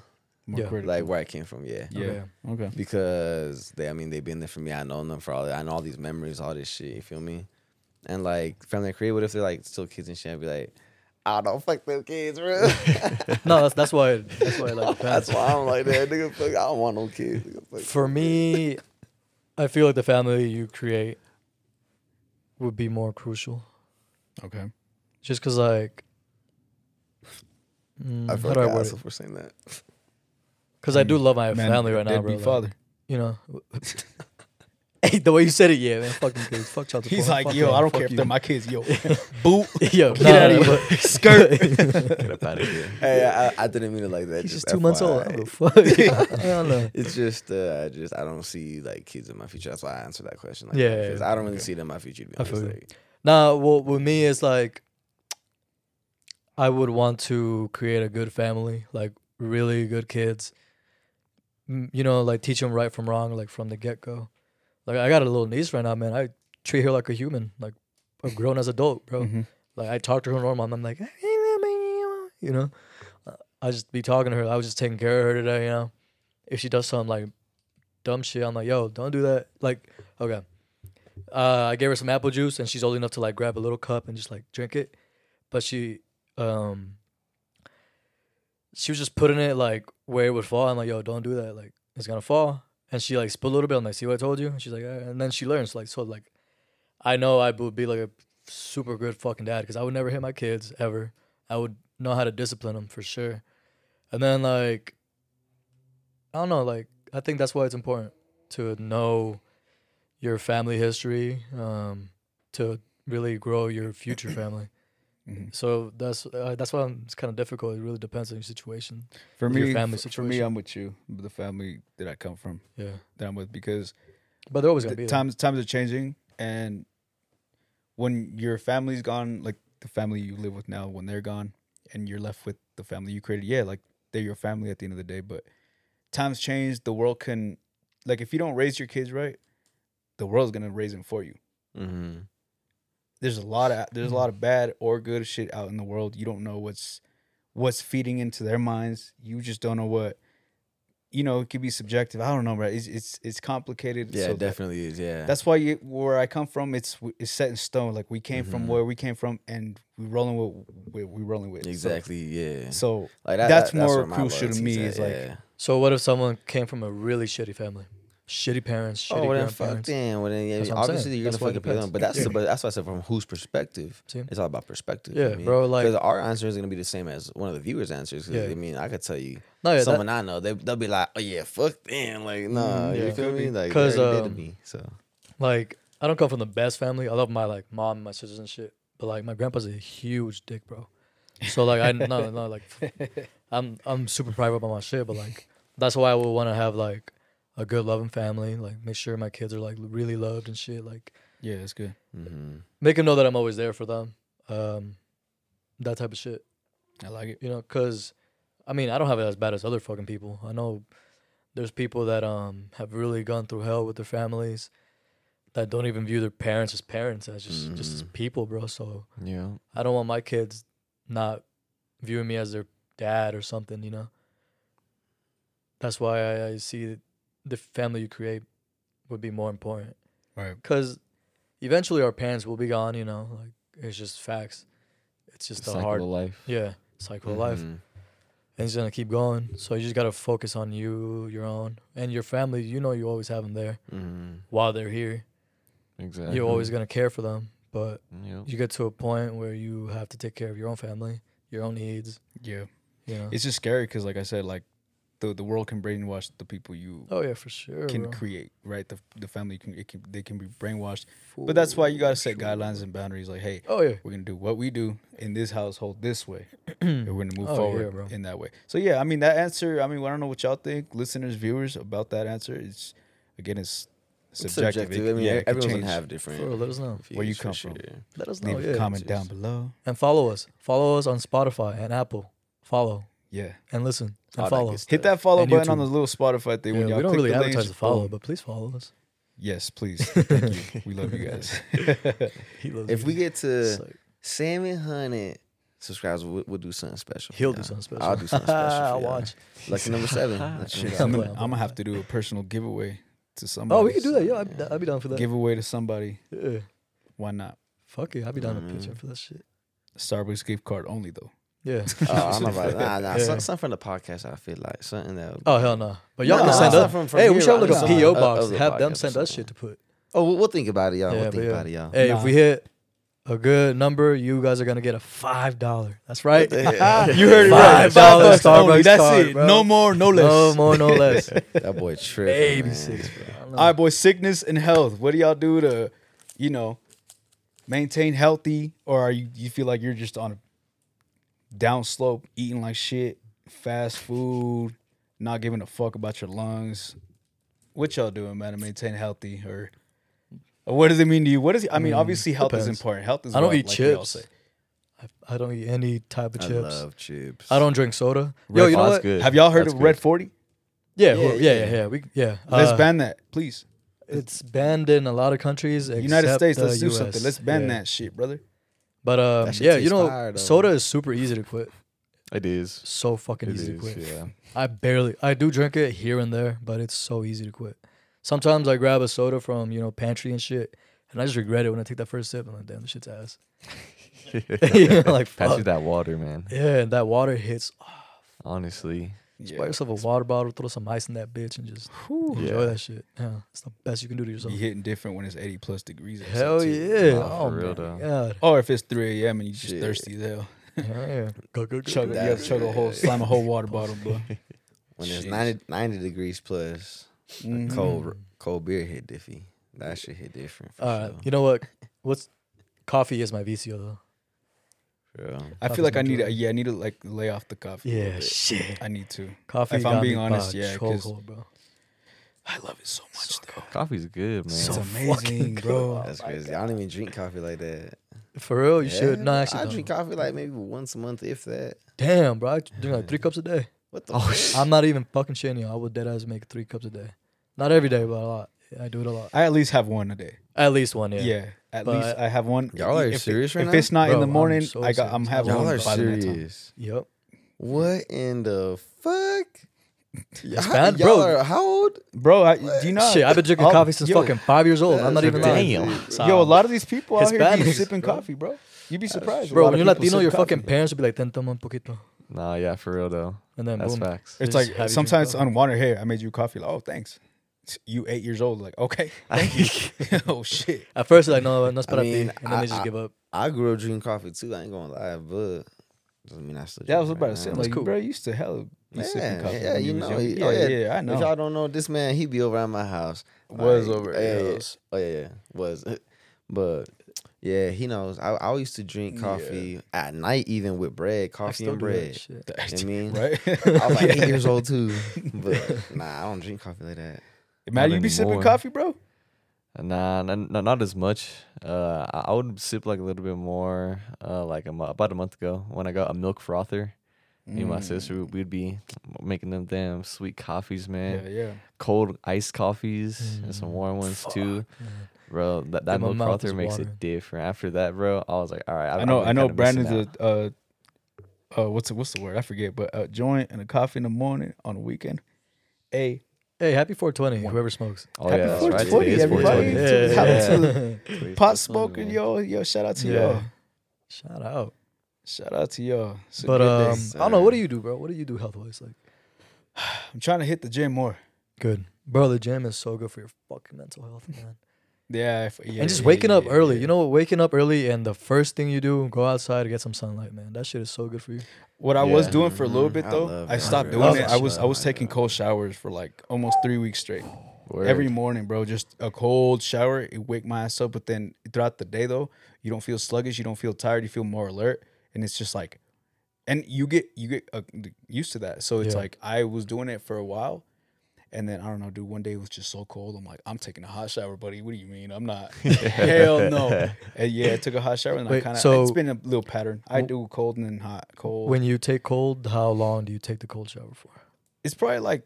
[SPEAKER 1] More
[SPEAKER 3] Yeah.
[SPEAKER 1] critical.
[SPEAKER 4] like where I came from yeah
[SPEAKER 1] yeah.
[SPEAKER 3] Okay.
[SPEAKER 1] Okay.
[SPEAKER 4] because they I mean they've been there for me I know them for all I know all these memories all this shit you feel me and like family I create what if they're like still kids and shit I'd be like I don't fuck them kids bro
[SPEAKER 3] No, that's that's why that's why I like the
[SPEAKER 4] that's
[SPEAKER 3] family.
[SPEAKER 4] why I'm like that nigga fuck I don't want no kids nigga, fuck.
[SPEAKER 3] For me, I feel like the family you create would be more crucial.
[SPEAKER 1] Okay.
[SPEAKER 3] Just because, like, mm,
[SPEAKER 4] I
[SPEAKER 3] how
[SPEAKER 4] feel
[SPEAKER 3] do I
[SPEAKER 4] like
[SPEAKER 3] word
[SPEAKER 4] asshole for saying that
[SPEAKER 3] Because I do love my
[SPEAKER 1] Man,
[SPEAKER 3] family right now,
[SPEAKER 1] deadbeat
[SPEAKER 3] bro. like,
[SPEAKER 1] father.
[SPEAKER 3] you know, Hey, the way you said it, yeah, man. Fuck them kids. Fuck child support.
[SPEAKER 1] He's like,
[SPEAKER 3] Fuck
[SPEAKER 1] yo,
[SPEAKER 3] them.
[SPEAKER 1] I don't
[SPEAKER 3] Fuck
[SPEAKER 1] care if
[SPEAKER 3] you.
[SPEAKER 1] they're my kids, yo. Boot.
[SPEAKER 3] Yo,
[SPEAKER 1] Get out of
[SPEAKER 3] here.
[SPEAKER 1] here. Skirt.
[SPEAKER 2] Get up out of here.
[SPEAKER 4] Hey, I, I didn't mean it like that.
[SPEAKER 3] He's just two months old. I
[SPEAKER 4] FYI.
[SPEAKER 3] don't give a fuck. I don't know.
[SPEAKER 4] It's just, uh, I just, I don't see like kids in my future. That's why I answered that question. Like,
[SPEAKER 3] Yeah,
[SPEAKER 4] that,
[SPEAKER 3] yeah,
[SPEAKER 4] 'cause
[SPEAKER 3] yeah.
[SPEAKER 4] I don't really see it in my future. To be
[SPEAKER 3] I feel
[SPEAKER 4] honest,
[SPEAKER 3] you.
[SPEAKER 4] like,
[SPEAKER 3] Nah, well, with me, it's like I would want to create a good family, like really good kids. M- You know, like teach them right from wrong, like from the get go. Like I got a little niece right now, man. I treat her like a human, like a grown as adult, bro.
[SPEAKER 1] Mhm.
[SPEAKER 3] Like I talk to her normal. and I'm like, you know, I just be talking to her. I was just taking care of her today. You know, if she does something like dumb shit, I'm like, yo, don't do that. Like, okay. Uh, I gave her some apple juice, and she's old enough to like grab a little cup and just like drink it. But she, um, she was just putting it like where it would fall. I'm like, yo, don't do that. Like, it's gonna fall. And she like spilled a little bit. I'm like, see what I told you? And she's like, "Alright." and then she learns. Like, so like, I know I would be like a super good fucking dad because I would never hit my kids ever. I would know how to discipline them for sure. And then like, I don't know. Like, I think that's why it's important to know your family history um, to really grow your future family.
[SPEAKER 1] Mhm.
[SPEAKER 3] So that's uh, that's why I'm, it's kind of difficult. It really depends on your situation.
[SPEAKER 1] For
[SPEAKER 3] Your
[SPEAKER 1] me,
[SPEAKER 3] family
[SPEAKER 1] f- for me,
[SPEAKER 3] situation.
[SPEAKER 1] I'm with you. The family that I come from,
[SPEAKER 3] Yeah,
[SPEAKER 1] that I'm with, because
[SPEAKER 3] but they're always gonna
[SPEAKER 1] the
[SPEAKER 3] be there.
[SPEAKER 1] times times are changing, and when your family's gone, like the family you live with now, when they're gone, and you're left with the family you created, yeah, like they're your family at the end of the day. But times change. The world can, like, if you don't raise your kids right, the world's gonna raise them for you.
[SPEAKER 4] mm-hmm.
[SPEAKER 1] there's a lot of
[SPEAKER 4] Mm.
[SPEAKER 1] there's a lot of bad or good shit out in the world. You don't know what's what's feeding into their minds. You just don't know what you know. It could be subjective. I don't know, right? It's it's it's complicated.
[SPEAKER 4] yeah,
[SPEAKER 1] so
[SPEAKER 4] it definitely is. Yeah,
[SPEAKER 1] That's why you, where I come from, it's it's set in stone. Like we came from
[SPEAKER 4] Mm-hmm.
[SPEAKER 1] where we came from, and we rolling with we we rolling with So-
[SPEAKER 4] exactly. Yeah,
[SPEAKER 1] So,
[SPEAKER 4] like
[SPEAKER 1] that's more
[SPEAKER 4] where my
[SPEAKER 1] crucial to
[SPEAKER 4] loyalty's
[SPEAKER 1] me
[SPEAKER 4] at,
[SPEAKER 1] is, like,
[SPEAKER 4] yeah.
[SPEAKER 3] So what if someone came from a really shitty family, shitty parents, shitty
[SPEAKER 4] oh, well, then fuck
[SPEAKER 3] grandparents?
[SPEAKER 4] them. Well, then, yeah,
[SPEAKER 3] That's what I'm
[SPEAKER 4] obviously
[SPEAKER 3] saying.
[SPEAKER 4] you're
[SPEAKER 3] That's why
[SPEAKER 4] gonna
[SPEAKER 3] it
[SPEAKER 4] fucking pick them,
[SPEAKER 3] depends.
[SPEAKER 4] but that's the, but that's why I said from whose perspective.
[SPEAKER 3] See?
[SPEAKER 4] It's all about perspective.
[SPEAKER 3] Yeah,
[SPEAKER 4] for me.
[SPEAKER 3] bro, like-
[SPEAKER 4] 'Cause our answer is gonna be the same as one of the viewers' answers. 'cause,
[SPEAKER 3] Yeah.
[SPEAKER 4] I mean, I could tell you
[SPEAKER 3] No, yeah, that-
[SPEAKER 4] someone I know, they they'll be like, oh yeah, fuck them. Like, no, you
[SPEAKER 3] Mm, yeah.
[SPEAKER 4] feel me? Like, they
[SPEAKER 3] 'Cause,
[SPEAKER 4] already did
[SPEAKER 3] um,
[SPEAKER 4] to me. So
[SPEAKER 3] Like I don't come from the best family. I love my like mom, and my sisters and shit. But like my grandpa's a huge dick, bro. So like I no no like I'm I'm super private about my shit, but like that's why I would want to have like a good loving family. Like make sure my kids are like really loved and shit. Like
[SPEAKER 1] yeah, that's good.
[SPEAKER 4] mm-hmm.
[SPEAKER 3] make them know that I'm always there for them. Um, that type of shit.
[SPEAKER 1] I like it.
[SPEAKER 3] you know because i mean i don't have it as bad as other fucking people i know there's people that um have really gone through hell with their families that don't even view their parents as parents as just just
[SPEAKER 1] Mm.
[SPEAKER 3] as people bro so
[SPEAKER 2] Yeah.
[SPEAKER 3] i don't want my kids not viewing me as their dad or something you know that's why i, I see the family you create would be more important
[SPEAKER 1] Right.
[SPEAKER 3] because eventually our parents will be gone you know like it's just facts it's just
[SPEAKER 2] Cycle
[SPEAKER 3] a hard
[SPEAKER 2] of life. Mm-hmm.
[SPEAKER 3] yeah. cycle of life, and it's gonna keep going. So you just gotta focus on you, your own, and your family. You know, you always have them there
[SPEAKER 2] Mm-hmm.
[SPEAKER 3] while they're here.
[SPEAKER 2] Exactly.
[SPEAKER 3] You're always gonna care for them, but
[SPEAKER 2] Yep.
[SPEAKER 3] you get to a point where you have to take care of your own family, your own needs.
[SPEAKER 1] Yeah,
[SPEAKER 3] You know.
[SPEAKER 1] it's just scary because, like I said, like the the world can brainwash the people you
[SPEAKER 3] oh yeah, for sure.
[SPEAKER 1] can
[SPEAKER 3] bro.
[SPEAKER 1] create, right? The the family can, it can they can be brainwashed, but that's why you gotta set
[SPEAKER 3] sure.
[SPEAKER 1] guidelines and boundaries. Like, hey,
[SPEAKER 3] Oh yeah.
[SPEAKER 1] we're gonna do what we do in this household this way, and we're gonna move
[SPEAKER 3] Oh, yeah,
[SPEAKER 1] forward
[SPEAKER 3] bro.
[SPEAKER 1] in that way. So yeah, I mean that answer. I mean, I don't know what y'all think, listeners, viewers, about that answer. It's again, it's
[SPEAKER 4] It's
[SPEAKER 1] subjective.
[SPEAKER 4] subjective.
[SPEAKER 1] It-
[SPEAKER 4] I mean, e-
[SPEAKER 1] yeah, it could
[SPEAKER 4] everyone's gonna
[SPEAKER 1] change.
[SPEAKER 4] have
[SPEAKER 3] For real,
[SPEAKER 4] different.
[SPEAKER 3] let us know.
[SPEAKER 1] Where you
[SPEAKER 4] views,
[SPEAKER 1] come
[SPEAKER 4] for
[SPEAKER 1] from.
[SPEAKER 4] sure.
[SPEAKER 3] Let us know.
[SPEAKER 1] Leave a
[SPEAKER 3] Yeah.
[SPEAKER 1] comment
[SPEAKER 4] just-
[SPEAKER 1] down below.
[SPEAKER 3] And follow us. Follow us on Spotify and Apple. Follow
[SPEAKER 1] Yeah.
[SPEAKER 3] and listen
[SPEAKER 4] All
[SPEAKER 3] and
[SPEAKER 4] that
[SPEAKER 3] follow.
[SPEAKER 4] good stuff.
[SPEAKER 1] Hit that follow
[SPEAKER 3] And
[SPEAKER 1] button on
[SPEAKER 3] YouTube.
[SPEAKER 1] the little Spotify thing.
[SPEAKER 3] Yeah,
[SPEAKER 1] when y'all
[SPEAKER 3] we don't
[SPEAKER 1] click
[SPEAKER 3] really
[SPEAKER 1] the
[SPEAKER 3] advertise
[SPEAKER 1] links,
[SPEAKER 3] to follow,
[SPEAKER 1] boom.
[SPEAKER 3] but please follow us.
[SPEAKER 1] Yes, please. Thank you. We love you guys.
[SPEAKER 3] He loves
[SPEAKER 4] If
[SPEAKER 3] you.
[SPEAKER 4] we get to
[SPEAKER 3] It's like-
[SPEAKER 4] seven hundred subscribers, we'll, we'll do something special. for
[SPEAKER 3] He'll do
[SPEAKER 4] y'all.
[SPEAKER 3] something special.
[SPEAKER 4] I'll do something special. for
[SPEAKER 3] I'll
[SPEAKER 4] y'all.
[SPEAKER 3] watch.
[SPEAKER 4] Lucky number seven. That's
[SPEAKER 3] Shit.
[SPEAKER 1] I'm,
[SPEAKER 4] true.
[SPEAKER 1] gonna,
[SPEAKER 3] playing, I'm
[SPEAKER 1] I'm gonna have to do a personal giveaway to somebody.
[SPEAKER 3] oh, we could do that. Yeah,
[SPEAKER 1] uh,
[SPEAKER 3] I'd, I'd be down for that.
[SPEAKER 1] Giveaway to somebody.
[SPEAKER 3] yeah.
[SPEAKER 1] Why not?
[SPEAKER 3] Fuck it, I'd be down to
[SPEAKER 4] Mm.
[SPEAKER 3] pitch in for that shit.
[SPEAKER 1] Starbucks gift card only though.
[SPEAKER 3] Yeah.
[SPEAKER 4] Oh, I'm about nah, nah.
[SPEAKER 3] Yeah.
[SPEAKER 4] Some, something from the podcast. I feel like something that.
[SPEAKER 3] Oh hell no. But y'all
[SPEAKER 4] Nah,
[SPEAKER 3] can send
[SPEAKER 4] nah,
[SPEAKER 3] us.
[SPEAKER 4] from- from
[SPEAKER 3] hey, we
[SPEAKER 4] here,
[SPEAKER 3] should have
[SPEAKER 4] like,
[SPEAKER 3] like a
[SPEAKER 4] nah,
[SPEAKER 3] PO
[SPEAKER 4] uh,
[SPEAKER 3] box.
[SPEAKER 4] other
[SPEAKER 3] Have them
[SPEAKER 4] podcast or
[SPEAKER 3] send us shit to
[SPEAKER 4] something.
[SPEAKER 3] put.
[SPEAKER 4] Oh, we'll, we'll think about it, y'all.
[SPEAKER 3] yeah,
[SPEAKER 4] we'll
[SPEAKER 3] but
[SPEAKER 4] think
[SPEAKER 3] yeah.
[SPEAKER 4] about it, y'all.
[SPEAKER 3] Hey,
[SPEAKER 1] Nah.
[SPEAKER 3] if we hit a good number, you guys are gonna get a five dollar. That's right.
[SPEAKER 1] You heard
[SPEAKER 3] it right.
[SPEAKER 1] Five dollars
[SPEAKER 3] Starbucks
[SPEAKER 1] Starbucks. That's
[SPEAKER 3] card,
[SPEAKER 1] it.
[SPEAKER 3] bro.
[SPEAKER 1] No more, no
[SPEAKER 3] no
[SPEAKER 1] less.
[SPEAKER 3] more, no less.
[SPEAKER 4] That boy tripping.
[SPEAKER 3] Eighty
[SPEAKER 4] man.
[SPEAKER 3] six, bro.
[SPEAKER 1] All right, boys. Sickness and health. What do y'all do to, you know, maintain healthy, or are you you feel like you're just on a down slope, eating like shit, fast food, not giving a fuck about your lungs? What y'all doing, man, to maintain healthy, or, or what does it mean to you? What is I mean, obviously health is
[SPEAKER 3] Mm, depends.
[SPEAKER 1] important. Health is.
[SPEAKER 3] I don't
[SPEAKER 1] wealth,
[SPEAKER 3] eat
[SPEAKER 1] like we all
[SPEAKER 3] chips.
[SPEAKER 1] say.
[SPEAKER 3] I don't eat any type of
[SPEAKER 4] I
[SPEAKER 3] chips.
[SPEAKER 4] love chips.
[SPEAKER 3] I don't drink soda.
[SPEAKER 2] Red
[SPEAKER 3] Yo, you know
[SPEAKER 2] Fox
[SPEAKER 3] what?
[SPEAKER 2] good.
[SPEAKER 1] Have y'all heard
[SPEAKER 2] That's
[SPEAKER 1] of
[SPEAKER 2] good.
[SPEAKER 1] Red Forty?
[SPEAKER 3] Yeah,
[SPEAKER 4] Yeah,
[SPEAKER 3] well, yeah,
[SPEAKER 4] yeah.
[SPEAKER 3] yeah, yeah. We yeah.
[SPEAKER 1] Let's
[SPEAKER 3] uh,
[SPEAKER 1] ban that, please.
[SPEAKER 3] It's banned in a lot of countries. Except
[SPEAKER 1] United States,
[SPEAKER 3] the
[SPEAKER 1] let's do
[SPEAKER 3] US.
[SPEAKER 1] something. Let's ban
[SPEAKER 3] Yeah.
[SPEAKER 1] that shit, brother.
[SPEAKER 3] But um,
[SPEAKER 4] That shit
[SPEAKER 3] yeah, you
[SPEAKER 4] tastes
[SPEAKER 3] know,
[SPEAKER 4] fire, though.
[SPEAKER 3] soda is super easy to quit.
[SPEAKER 2] It is.
[SPEAKER 3] So fucking
[SPEAKER 2] It
[SPEAKER 3] easy to
[SPEAKER 2] is.
[SPEAKER 3] quit.
[SPEAKER 2] Yeah.
[SPEAKER 3] I barely. I do drink it here and there, but it's so easy to quit. Sometimes I grab a soda from you know pantry and shit, and I just regret it when I take that first sip. I'm like, damn, this shit's ass. You know, like
[SPEAKER 2] Pass you
[SPEAKER 3] fuck.
[SPEAKER 2] that water, man.
[SPEAKER 3] Yeah, and that water hits.
[SPEAKER 2] Honestly.
[SPEAKER 1] Yeah.
[SPEAKER 3] Buy yourself a water bottle, throw some ice in that bitch, and just enjoy
[SPEAKER 2] Yeah.
[SPEAKER 3] that shit. Yeah, it's the best you can do to yourself.
[SPEAKER 1] You hitting different when it's 80 plus degrees. outside,
[SPEAKER 3] Hell
[SPEAKER 1] too.
[SPEAKER 3] yeah!
[SPEAKER 2] Nah,
[SPEAKER 3] oh
[SPEAKER 2] for real,
[SPEAKER 3] my
[SPEAKER 2] though.
[SPEAKER 3] god.
[SPEAKER 1] Or if it's 3 a.m. and you just
[SPEAKER 4] Shit.
[SPEAKER 1] thirsty as hell.
[SPEAKER 3] Hell yeah. Go, go, go.
[SPEAKER 1] Chug, you gotta chug a whole, slam a whole water bottle, bro.
[SPEAKER 4] When it's
[SPEAKER 1] Jeez.
[SPEAKER 4] 90, 90 degrees plus,
[SPEAKER 1] Mhm.
[SPEAKER 3] Mm-hmm.
[SPEAKER 4] cold cold beer hit diffy. That shit hit different. For
[SPEAKER 3] All right.
[SPEAKER 4] sure.
[SPEAKER 3] Uh, You know what? What's coffee is my vicio though.
[SPEAKER 4] For real.
[SPEAKER 1] I feel like I need, to, yeah, I need to like lay off the coffee. a little bit.
[SPEAKER 3] shit.
[SPEAKER 1] I need to.
[SPEAKER 3] Coffee.
[SPEAKER 1] If I'm
[SPEAKER 3] got
[SPEAKER 1] being
[SPEAKER 3] me
[SPEAKER 1] honest,
[SPEAKER 3] by
[SPEAKER 1] yeah, 'cause-
[SPEAKER 3] chokehold, bro.
[SPEAKER 1] I love it so much, though.
[SPEAKER 2] Coffee's good, man.
[SPEAKER 1] It's
[SPEAKER 3] So
[SPEAKER 1] amazing,
[SPEAKER 3] fucking Oh
[SPEAKER 1] bro.
[SPEAKER 4] That's crazy. I don't even drink coffee like that.
[SPEAKER 3] For real, you should.
[SPEAKER 4] Yeah,
[SPEAKER 3] No,
[SPEAKER 4] I
[SPEAKER 3] actually, don't.
[SPEAKER 4] drink coffee like maybe once a month, if that.
[SPEAKER 3] Damn, bro, I drink like three cups a day.
[SPEAKER 4] What
[SPEAKER 1] Oh,
[SPEAKER 4] the? fuck?
[SPEAKER 3] I'm not even fucking shitting you. I would dead ass make three cups a day. Not every day, but a lot. I do it a lot.
[SPEAKER 1] I at least have one a day.
[SPEAKER 3] At least one, yeah.
[SPEAKER 1] Yeah. at
[SPEAKER 3] But-
[SPEAKER 1] least I have one.
[SPEAKER 4] Y'all are
[SPEAKER 1] If it-
[SPEAKER 4] serious right
[SPEAKER 1] If
[SPEAKER 4] now?
[SPEAKER 1] it's not in
[SPEAKER 3] Bro,
[SPEAKER 1] the
[SPEAKER 3] I'm
[SPEAKER 1] morning,
[SPEAKER 3] so
[SPEAKER 1] I got, I'm
[SPEAKER 3] serious.
[SPEAKER 1] having
[SPEAKER 4] Y'all
[SPEAKER 1] one
[SPEAKER 4] are
[SPEAKER 1] by the nighttime.
[SPEAKER 4] serious.
[SPEAKER 3] Yep.
[SPEAKER 4] What in the fuck? Y'all,
[SPEAKER 3] bad,
[SPEAKER 4] y'all
[SPEAKER 3] bro.
[SPEAKER 4] Are, how old? Oh,
[SPEAKER 1] Bro, I, do you know?
[SPEAKER 3] Shit, I've been drinking
[SPEAKER 1] I'll-
[SPEAKER 3] coffee since
[SPEAKER 1] yo,
[SPEAKER 3] fucking five years
[SPEAKER 4] Uh,
[SPEAKER 3] old. I'm not even lying.
[SPEAKER 2] Damn.
[SPEAKER 3] So-
[SPEAKER 1] Yo, a lot of these people out here be
[SPEAKER 3] Hispanics,
[SPEAKER 1] sipping
[SPEAKER 3] bro.
[SPEAKER 1] coffee, bro. You'd be surprised. A lot
[SPEAKER 3] Bro,
[SPEAKER 1] of
[SPEAKER 3] when you're
[SPEAKER 1] people
[SPEAKER 3] Latino,
[SPEAKER 1] sip
[SPEAKER 3] your
[SPEAKER 1] coffee.
[SPEAKER 3] fucking parents would be like, ten toma un poquito.
[SPEAKER 2] Nah, yeah, for real though.
[SPEAKER 3] And then
[SPEAKER 2] That's
[SPEAKER 3] boom.
[SPEAKER 2] facts.
[SPEAKER 1] It's
[SPEAKER 3] Just
[SPEAKER 1] like
[SPEAKER 3] have you drink
[SPEAKER 1] sometimes
[SPEAKER 3] coffee.
[SPEAKER 1] on water here, I made you coffee. Like, oh, thanks. You eight years old, like, okay, thank you. oh shit.
[SPEAKER 3] At first, they're like, no, no,
[SPEAKER 4] I
[SPEAKER 3] espérate.
[SPEAKER 4] mean,
[SPEAKER 3] and then
[SPEAKER 4] I-
[SPEAKER 3] they just
[SPEAKER 4] I-
[SPEAKER 3] give up.
[SPEAKER 4] I grew up drinking coffee too. I ain't gonna lie, but doesn't mean I still.
[SPEAKER 1] That was
[SPEAKER 4] drink
[SPEAKER 1] about to
[SPEAKER 4] right
[SPEAKER 1] say,
[SPEAKER 4] now.
[SPEAKER 1] like,
[SPEAKER 3] cool.
[SPEAKER 1] bro, you used to hell be
[SPEAKER 4] Yeah,
[SPEAKER 1] sipping coffee.
[SPEAKER 4] yeah,
[SPEAKER 1] when
[SPEAKER 4] you
[SPEAKER 1] was
[SPEAKER 4] know,
[SPEAKER 1] young.
[SPEAKER 4] he-
[SPEAKER 1] Yeah,
[SPEAKER 4] oh,
[SPEAKER 1] yeah,
[SPEAKER 4] yeah.
[SPEAKER 1] I
[SPEAKER 4] If y'all
[SPEAKER 1] know.
[SPEAKER 4] don't know, this man, he be over at my house.
[SPEAKER 1] Was over at
[SPEAKER 4] yeah, yeah.
[SPEAKER 1] yours.
[SPEAKER 4] Oh yeah, yeah, was. But yeah, he knows. I, I used to drink coffee at night, even with bread,
[SPEAKER 3] I
[SPEAKER 4] coffee
[SPEAKER 3] still
[SPEAKER 4] and
[SPEAKER 3] do that
[SPEAKER 4] bread.
[SPEAKER 3] shit.
[SPEAKER 4] You know what I mean,
[SPEAKER 1] Right?
[SPEAKER 4] I was like eight years old too, but nah, I don't drink coffee like that.
[SPEAKER 1] Imagine you be sipping
[SPEAKER 2] anymore.
[SPEAKER 1] coffee, bro.
[SPEAKER 2] Nah, n- n- not as much. Uh, I I would sip like a little bit more. Uh, like a mo- about a month ago when I got a milk frother. Me and
[SPEAKER 4] Mm.
[SPEAKER 2] my sister, we- we'd be making them damn sweet coffees, man.
[SPEAKER 1] Yeah, yeah. Mm.
[SPEAKER 2] Cold iced coffees and some warm ones too, bro. That, that
[SPEAKER 3] my
[SPEAKER 2] milk
[SPEAKER 3] mouth is
[SPEAKER 2] frother makes
[SPEAKER 3] watering.
[SPEAKER 2] it different. After that, bro, I was like, all right.
[SPEAKER 1] I know, I know. Brandon's a, uh, uh, what's the, what's the word? I forget. But a joint and a coffee in the morning on a weekend. A
[SPEAKER 3] Hey, happy 420, whoever smokes.
[SPEAKER 2] Oh
[SPEAKER 1] happy
[SPEAKER 2] yeah, that's right.
[SPEAKER 1] 420,
[SPEAKER 2] Today is
[SPEAKER 1] everybody.
[SPEAKER 2] 420.
[SPEAKER 1] Yeah.
[SPEAKER 2] Today's 420,
[SPEAKER 1] pot smoking,
[SPEAKER 2] man.
[SPEAKER 1] yo, yo. Shout out to
[SPEAKER 3] Yeah.
[SPEAKER 1] y'all.
[SPEAKER 3] Shout out.
[SPEAKER 1] Shout out to y'all. It's a
[SPEAKER 3] but
[SPEAKER 1] good day.
[SPEAKER 3] um, I don't know. What do you do, bro? What do you do health wise? Like,
[SPEAKER 1] I'm trying to hit the gym more.
[SPEAKER 3] good, bro. The gym is so good for your fucking mental health, man.
[SPEAKER 1] Yeah, if, yeah
[SPEAKER 3] and just
[SPEAKER 1] yeah,
[SPEAKER 3] waking up
[SPEAKER 1] yeah,
[SPEAKER 3] early.
[SPEAKER 1] yeah.
[SPEAKER 3] You know what? Waking up early and the first thing you do, go outside and get some sunlight, man. That shit is so good for you.
[SPEAKER 1] What I was
[SPEAKER 4] Yeah.
[SPEAKER 1] doing for a little
[SPEAKER 4] Mhm.
[SPEAKER 1] bit
[SPEAKER 4] I
[SPEAKER 1] though,
[SPEAKER 4] love
[SPEAKER 1] I
[SPEAKER 4] that.
[SPEAKER 1] stopped
[SPEAKER 4] I
[SPEAKER 1] doing
[SPEAKER 3] Mm-hmm. love
[SPEAKER 1] it.
[SPEAKER 3] that
[SPEAKER 1] I was
[SPEAKER 4] shit.
[SPEAKER 1] I was taking cold showers for like almost three weeks straight.
[SPEAKER 2] Word.
[SPEAKER 1] Every morning, bro, just a cold shower. It wake my ass up. But then throughout the day though, you don't feel sluggish. You don't feel tired. You feel more alert. And it's just like, and you get you get uh, used to that. So it's
[SPEAKER 3] Yeah.
[SPEAKER 1] like I was doing it for a while. And then I don't know, dude. One day it was just so cold. I'm like, I'm taking a hot shower, buddy. What do you mean? I'm not. Hell no. And yeah, I took a hot shower, and I
[SPEAKER 3] Wait,
[SPEAKER 1] kind of.
[SPEAKER 3] so-
[SPEAKER 1] it's been a little pattern. I
[SPEAKER 3] Wh-
[SPEAKER 1] do cold and then hot, cold.
[SPEAKER 3] When you take cold, how long do you take the cold shower for?
[SPEAKER 1] it's probably like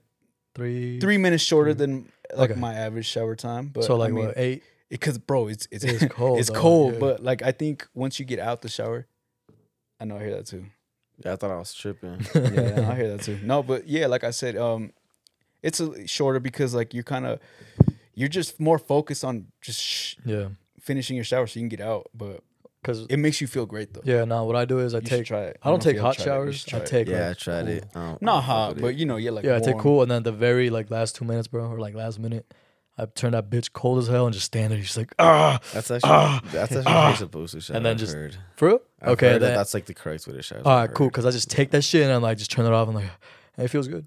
[SPEAKER 3] Three.
[SPEAKER 1] three minutes shorter than like
[SPEAKER 3] Okay.
[SPEAKER 1] my average shower time. But
[SPEAKER 3] so
[SPEAKER 1] I
[SPEAKER 3] like
[SPEAKER 1] mean,
[SPEAKER 3] what? Eight.
[SPEAKER 1] because bro, it's it's
[SPEAKER 3] It's cold,
[SPEAKER 1] it's
[SPEAKER 3] though,
[SPEAKER 1] cold,
[SPEAKER 3] yeah.
[SPEAKER 1] but like I think once you get out the shower, I know I hear that too.
[SPEAKER 4] Yeah, I thought I was tripping.
[SPEAKER 1] Yeah, yeah, I hear that too. No, but yeah, like I said, um, it's a shorter because like you're kind of you're just more focused on just sh-
[SPEAKER 3] Yeah.
[SPEAKER 1] finishing your shower so you can get out. But
[SPEAKER 3] Cause
[SPEAKER 1] it makes you feel great though.
[SPEAKER 3] yeah, now what I do is I
[SPEAKER 1] You should
[SPEAKER 3] take.
[SPEAKER 1] try it.
[SPEAKER 3] I don't
[SPEAKER 1] know
[SPEAKER 3] take
[SPEAKER 1] if y'all
[SPEAKER 3] hot
[SPEAKER 1] tried it, but you
[SPEAKER 3] showers.
[SPEAKER 1] should
[SPEAKER 3] I
[SPEAKER 1] try it.
[SPEAKER 3] take.
[SPEAKER 4] yeah, I
[SPEAKER 3] like,
[SPEAKER 4] tried it.
[SPEAKER 3] cool.
[SPEAKER 4] I don't- I
[SPEAKER 1] not
[SPEAKER 4] don't fuck
[SPEAKER 1] hot,
[SPEAKER 4] with
[SPEAKER 1] but
[SPEAKER 4] it.
[SPEAKER 1] you know, yeah, like
[SPEAKER 3] yeah, I take
[SPEAKER 1] warm.
[SPEAKER 3] cool, and then the very like last two minutes, bro, or like last minute, I turn that bitch cold as hell and just stand there, just like ah.
[SPEAKER 4] That's actually that's actually how you're supposed to shower.
[SPEAKER 3] and then
[SPEAKER 4] I've
[SPEAKER 3] just-
[SPEAKER 4] heard.
[SPEAKER 3] For real?
[SPEAKER 4] I've
[SPEAKER 3] okay.
[SPEAKER 4] heard that
[SPEAKER 3] then-
[SPEAKER 4] that's like the correct way to shower.
[SPEAKER 3] all right, cool. Cause I just take that shit and I like just turn it off and like it feels good.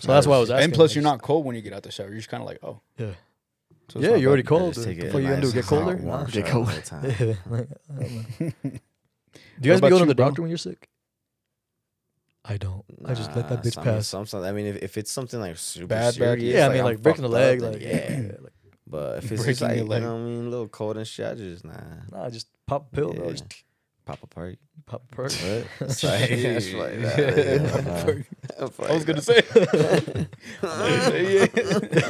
[SPEAKER 3] So that's why I was asking.
[SPEAKER 1] And plus,
[SPEAKER 3] like,
[SPEAKER 1] you're not cold when you get out the shower. You're just kind of like, oh,
[SPEAKER 3] Yeah.
[SPEAKER 1] So it's
[SPEAKER 3] Yeah,
[SPEAKER 1] not
[SPEAKER 3] you're already
[SPEAKER 1] bad.
[SPEAKER 3] cold. What the fuck you gonna do? Get colder?
[SPEAKER 4] Get colder. The whole time.
[SPEAKER 3] Yeah, like, I don't know. Do
[SPEAKER 1] What
[SPEAKER 3] you guys be going
[SPEAKER 1] about
[SPEAKER 3] to
[SPEAKER 1] you,
[SPEAKER 3] the
[SPEAKER 1] bro?
[SPEAKER 3] doctor when you're sick? I don't. I just let that
[SPEAKER 4] Nah,
[SPEAKER 3] bitch
[SPEAKER 4] some-
[SPEAKER 3] pass.
[SPEAKER 4] Some, some, I mean, if, if it's something like super
[SPEAKER 1] Bad, bad,
[SPEAKER 4] serious,
[SPEAKER 3] yeah, I mean
[SPEAKER 4] I'm
[SPEAKER 3] like breaking the
[SPEAKER 4] fucked up,
[SPEAKER 3] leg,
[SPEAKER 4] then
[SPEAKER 3] like yeah,
[SPEAKER 4] yeah.
[SPEAKER 3] yeah, like
[SPEAKER 4] But if it's just
[SPEAKER 1] Breaking
[SPEAKER 4] like
[SPEAKER 1] your
[SPEAKER 4] you
[SPEAKER 1] leg.
[SPEAKER 4] know, what I mean, a little cold and shit, I just nah.
[SPEAKER 3] nah, just pop a pill, bro.
[SPEAKER 4] Yeah.
[SPEAKER 3] Just
[SPEAKER 4] Pop a party.
[SPEAKER 3] pop a perk.
[SPEAKER 4] What? It's like,
[SPEAKER 1] Shit.
[SPEAKER 4] it's like that,
[SPEAKER 1] Fuck.
[SPEAKER 4] yeah.
[SPEAKER 1] I was gonna say.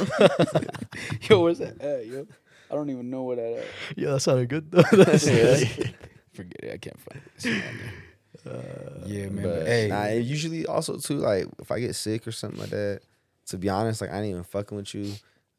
[SPEAKER 1] yo, where's that at, yo? I don't even know where that at.
[SPEAKER 3] Yeah, that sounded good though. That's-
[SPEAKER 1] Forget it. I can't find it. It's not there. yeah, man.
[SPEAKER 4] Uh, But
[SPEAKER 1] But, hey,
[SPEAKER 4] nah, and usually also too, like if I get sick or something like that, to be honest, like I ain't even fucking with you.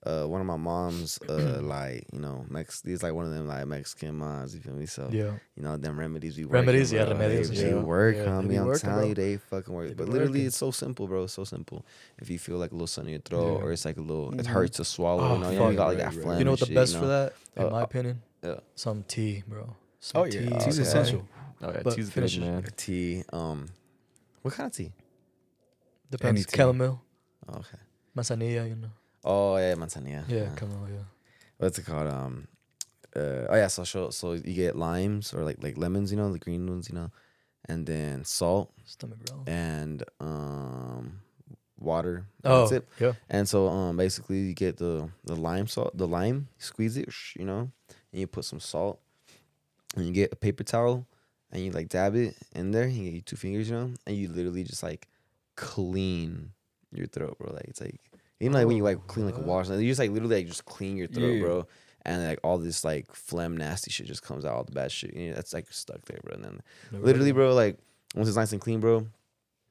[SPEAKER 4] Uh, one of my mom's, uh, like you know, Mex, these like one of them like Mexican moms. You feel me? So
[SPEAKER 3] yeah,
[SPEAKER 4] you know them remedies we
[SPEAKER 3] Remedies, yeah,
[SPEAKER 4] bro.
[SPEAKER 3] remedios
[SPEAKER 4] They,
[SPEAKER 3] and
[SPEAKER 4] they
[SPEAKER 3] shit.
[SPEAKER 4] work,
[SPEAKER 3] Yeah, they
[SPEAKER 4] homie.
[SPEAKER 3] be
[SPEAKER 4] I'm
[SPEAKER 3] working,
[SPEAKER 4] telling
[SPEAKER 3] bro.
[SPEAKER 4] you, they fucking work.
[SPEAKER 3] They be
[SPEAKER 4] but literally,
[SPEAKER 3] working.
[SPEAKER 4] it's so simple, bro. It's so simple. If you feel like a little something in your throat,
[SPEAKER 3] Yeah.
[SPEAKER 4] or it's like a little, it
[SPEAKER 1] Mhm.
[SPEAKER 4] hurts to swallow.
[SPEAKER 3] Oh,
[SPEAKER 4] you know, you
[SPEAKER 3] fuck.
[SPEAKER 4] got like
[SPEAKER 1] Right,
[SPEAKER 4] that
[SPEAKER 1] right.
[SPEAKER 4] phlegm.
[SPEAKER 3] you know what
[SPEAKER 4] and
[SPEAKER 3] the
[SPEAKER 4] shit,
[SPEAKER 3] best
[SPEAKER 4] you
[SPEAKER 3] for
[SPEAKER 4] know?
[SPEAKER 3] that, in
[SPEAKER 4] Uh,
[SPEAKER 3] my
[SPEAKER 4] uh,
[SPEAKER 3] opinion,
[SPEAKER 4] yeah.
[SPEAKER 3] some tea, bro. Some
[SPEAKER 1] oh yeah,
[SPEAKER 3] tea,
[SPEAKER 1] tea's
[SPEAKER 3] okay.
[SPEAKER 1] essential.
[SPEAKER 2] Oh, yeah,
[SPEAKER 3] But
[SPEAKER 2] tea's
[SPEAKER 3] finish
[SPEAKER 2] good,
[SPEAKER 3] it.
[SPEAKER 2] man.
[SPEAKER 4] Tea. Um, what kind of tea?
[SPEAKER 3] Depends.
[SPEAKER 1] Any tea.
[SPEAKER 3] Chamomile,
[SPEAKER 4] Oh, okay.
[SPEAKER 3] manzanilla, you know.
[SPEAKER 4] Oh yeah, Manzanilla.
[SPEAKER 3] Yeah,
[SPEAKER 4] Uh,
[SPEAKER 3] chamomile. Yeah.
[SPEAKER 4] what's it called? Um, uh, oh yeah, so so so you get limes or like like lemons, you know, the green ones, you know, and then salt
[SPEAKER 3] Stomach growl.
[SPEAKER 4] and um water.
[SPEAKER 3] Oh,
[SPEAKER 4] That's it.
[SPEAKER 3] yeah.
[SPEAKER 4] And so um basically you get the the lime salt, the lime, squeeze it, sh- you know, and you put some salt, and you get a paper towel, and you like dab it in there, and you get your two fingers, you know, and you literally just like clean your throat, bro. Like it's like even like when you like clean like a wash, you just like literally like just clean your throat,
[SPEAKER 1] Yeah.
[SPEAKER 4] bro. And like all this like phlegm nasty shit just comes out, all the bad shit. You know, that's like stuck there, bro. And then
[SPEAKER 3] Never heard of
[SPEAKER 4] literally,
[SPEAKER 3] it.
[SPEAKER 4] bro, like once it's nice and clean, bro,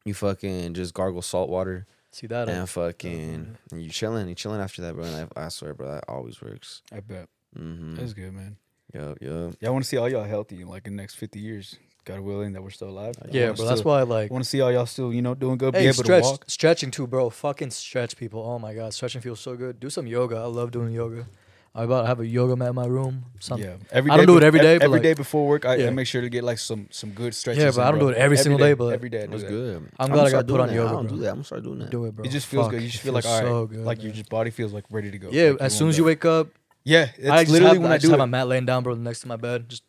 [SPEAKER 4] you fucking just gargle salt water
[SPEAKER 3] See that? uh, I-
[SPEAKER 4] and fucking
[SPEAKER 1] Uh-huh.
[SPEAKER 4] and you chilling, you chilling after that, bro. And I, I swear, bro, that always works.
[SPEAKER 1] I bet
[SPEAKER 4] Mm-hmm.
[SPEAKER 1] that's good, man.
[SPEAKER 4] Yup, yup.
[SPEAKER 1] Yeah, I want to see all y'all healthy in like the next fifty years. God willing, that we're still alive.
[SPEAKER 3] Yeah, bro. That's why, like,
[SPEAKER 1] I want to see all y'all still, you know, doing good, be
[SPEAKER 3] hey,
[SPEAKER 1] able
[SPEAKER 3] stretch,
[SPEAKER 1] to walk.
[SPEAKER 3] stretching too, bro. Fucking stretch, people. Oh my god, stretching feels so good. Do some yoga. I love doing yoga. I about have a yoga mat in my room. Something.
[SPEAKER 1] Yeah, every
[SPEAKER 3] I don't do it
[SPEAKER 1] bef-
[SPEAKER 3] every
[SPEAKER 1] ev-
[SPEAKER 3] day, but,
[SPEAKER 1] every
[SPEAKER 3] like-
[SPEAKER 1] day before work, I, I
[SPEAKER 3] Yeah.
[SPEAKER 1] make sure to get like some some good stretches.
[SPEAKER 3] Yeah,
[SPEAKER 1] in,
[SPEAKER 3] but I don't
[SPEAKER 1] bro.
[SPEAKER 3] do it every single day, but-
[SPEAKER 1] every day I do
[SPEAKER 4] That's
[SPEAKER 1] that.
[SPEAKER 4] good.
[SPEAKER 3] I'm
[SPEAKER 4] I'ma
[SPEAKER 3] glad I
[SPEAKER 4] start
[SPEAKER 3] got put
[SPEAKER 4] doing
[SPEAKER 3] on
[SPEAKER 4] that.
[SPEAKER 3] yoga,
[SPEAKER 4] I don't
[SPEAKER 3] bro.
[SPEAKER 4] do that. I'm gonna start doing that.
[SPEAKER 3] Do it, bro.
[SPEAKER 1] It just feels
[SPEAKER 3] Fuck,
[SPEAKER 1] good. You
[SPEAKER 3] it
[SPEAKER 1] just feel like all
[SPEAKER 3] feels
[SPEAKER 1] right,
[SPEAKER 3] so good,
[SPEAKER 1] like your
[SPEAKER 3] man.
[SPEAKER 1] just body feels like ready to go.
[SPEAKER 3] Yeah,
[SPEAKER 1] like,
[SPEAKER 3] as soon
[SPEAKER 1] warmed
[SPEAKER 3] as you
[SPEAKER 1] up.
[SPEAKER 3] wake up,
[SPEAKER 1] yeah, it's
[SPEAKER 3] I just
[SPEAKER 1] literally
[SPEAKER 3] have,
[SPEAKER 1] when
[SPEAKER 3] I Ah,
[SPEAKER 1] I,
[SPEAKER 3] just
[SPEAKER 1] do
[SPEAKER 3] have my
[SPEAKER 1] it.
[SPEAKER 3] mat laying down, bro, next to my bed. Just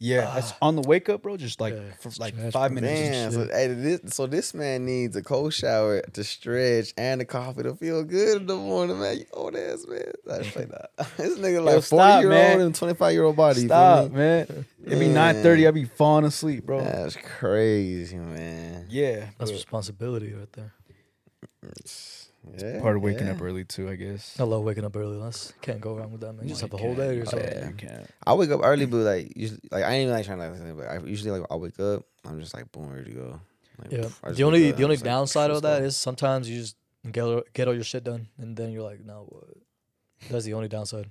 [SPEAKER 1] yeah, that's on the wake up, bro. Just like
[SPEAKER 3] Yeah,
[SPEAKER 1] for like
[SPEAKER 3] stretch,
[SPEAKER 1] five
[SPEAKER 3] bro.
[SPEAKER 1] minutes.
[SPEAKER 4] Man, so, hey, this, so this man needs a cold shower to stretch and a coffee to feel good in the morning, man. You old ass man. That's like that. this nigga like forty
[SPEAKER 1] stop,
[SPEAKER 4] year
[SPEAKER 1] man.
[SPEAKER 4] old and twenty five year old body. you feel
[SPEAKER 1] Stop,
[SPEAKER 4] me?
[SPEAKER 1] man. It'd be
[SPEAKER 4] Man.
[SPEAKER 1] nine thirty. I'd be falling asleep, bro. Yeah,
[SPEAKER 4] That's crazy, man.
[SPEAKER 1] but
[SPEAKER 3] that's responsibility right there.
[SPEAKER 4] Yeah,
[SPEAKER 1] part of waking
[SPEAKER 4] yeah.
[SPEAKER 1] up early too, I guess.
[SPEAKER 3] I love waking up early. That's can't go wrong with that, man. You just have the whole
[SPEAKER 1] can't.
[SPEAKER 3] day. Or
[SPEAKER 1] Oh,
[SPEAKER 3] something.
[SPEAKER 4] yeah.
[SPEAKER 1] You can't.
[SPEAKER 4] I wake up early, but like, usually, like I ain't even like trying to. Like, but I usually like I wake up, I'm just like boom, ready to go. Like,
[SPEAKER 3] Yeah.
[SPEAKER 4] I just
[SPEAKER 3] The only
[SPEAKER 4] wake up,
[SPEAKER 3] the
[SPEAKER 4] I'm
[SPEAKER 3] only
[SPEAKER 4] just like,
[SPEAKER 3] downside
[SPEAKER 4] let's
[SPEAKER 3] of that
[SPEAKER 4] go.
[SPEAKER 3] is sometimes you just get all- get all your shit done, and then you're like, no, what? That's the only downside.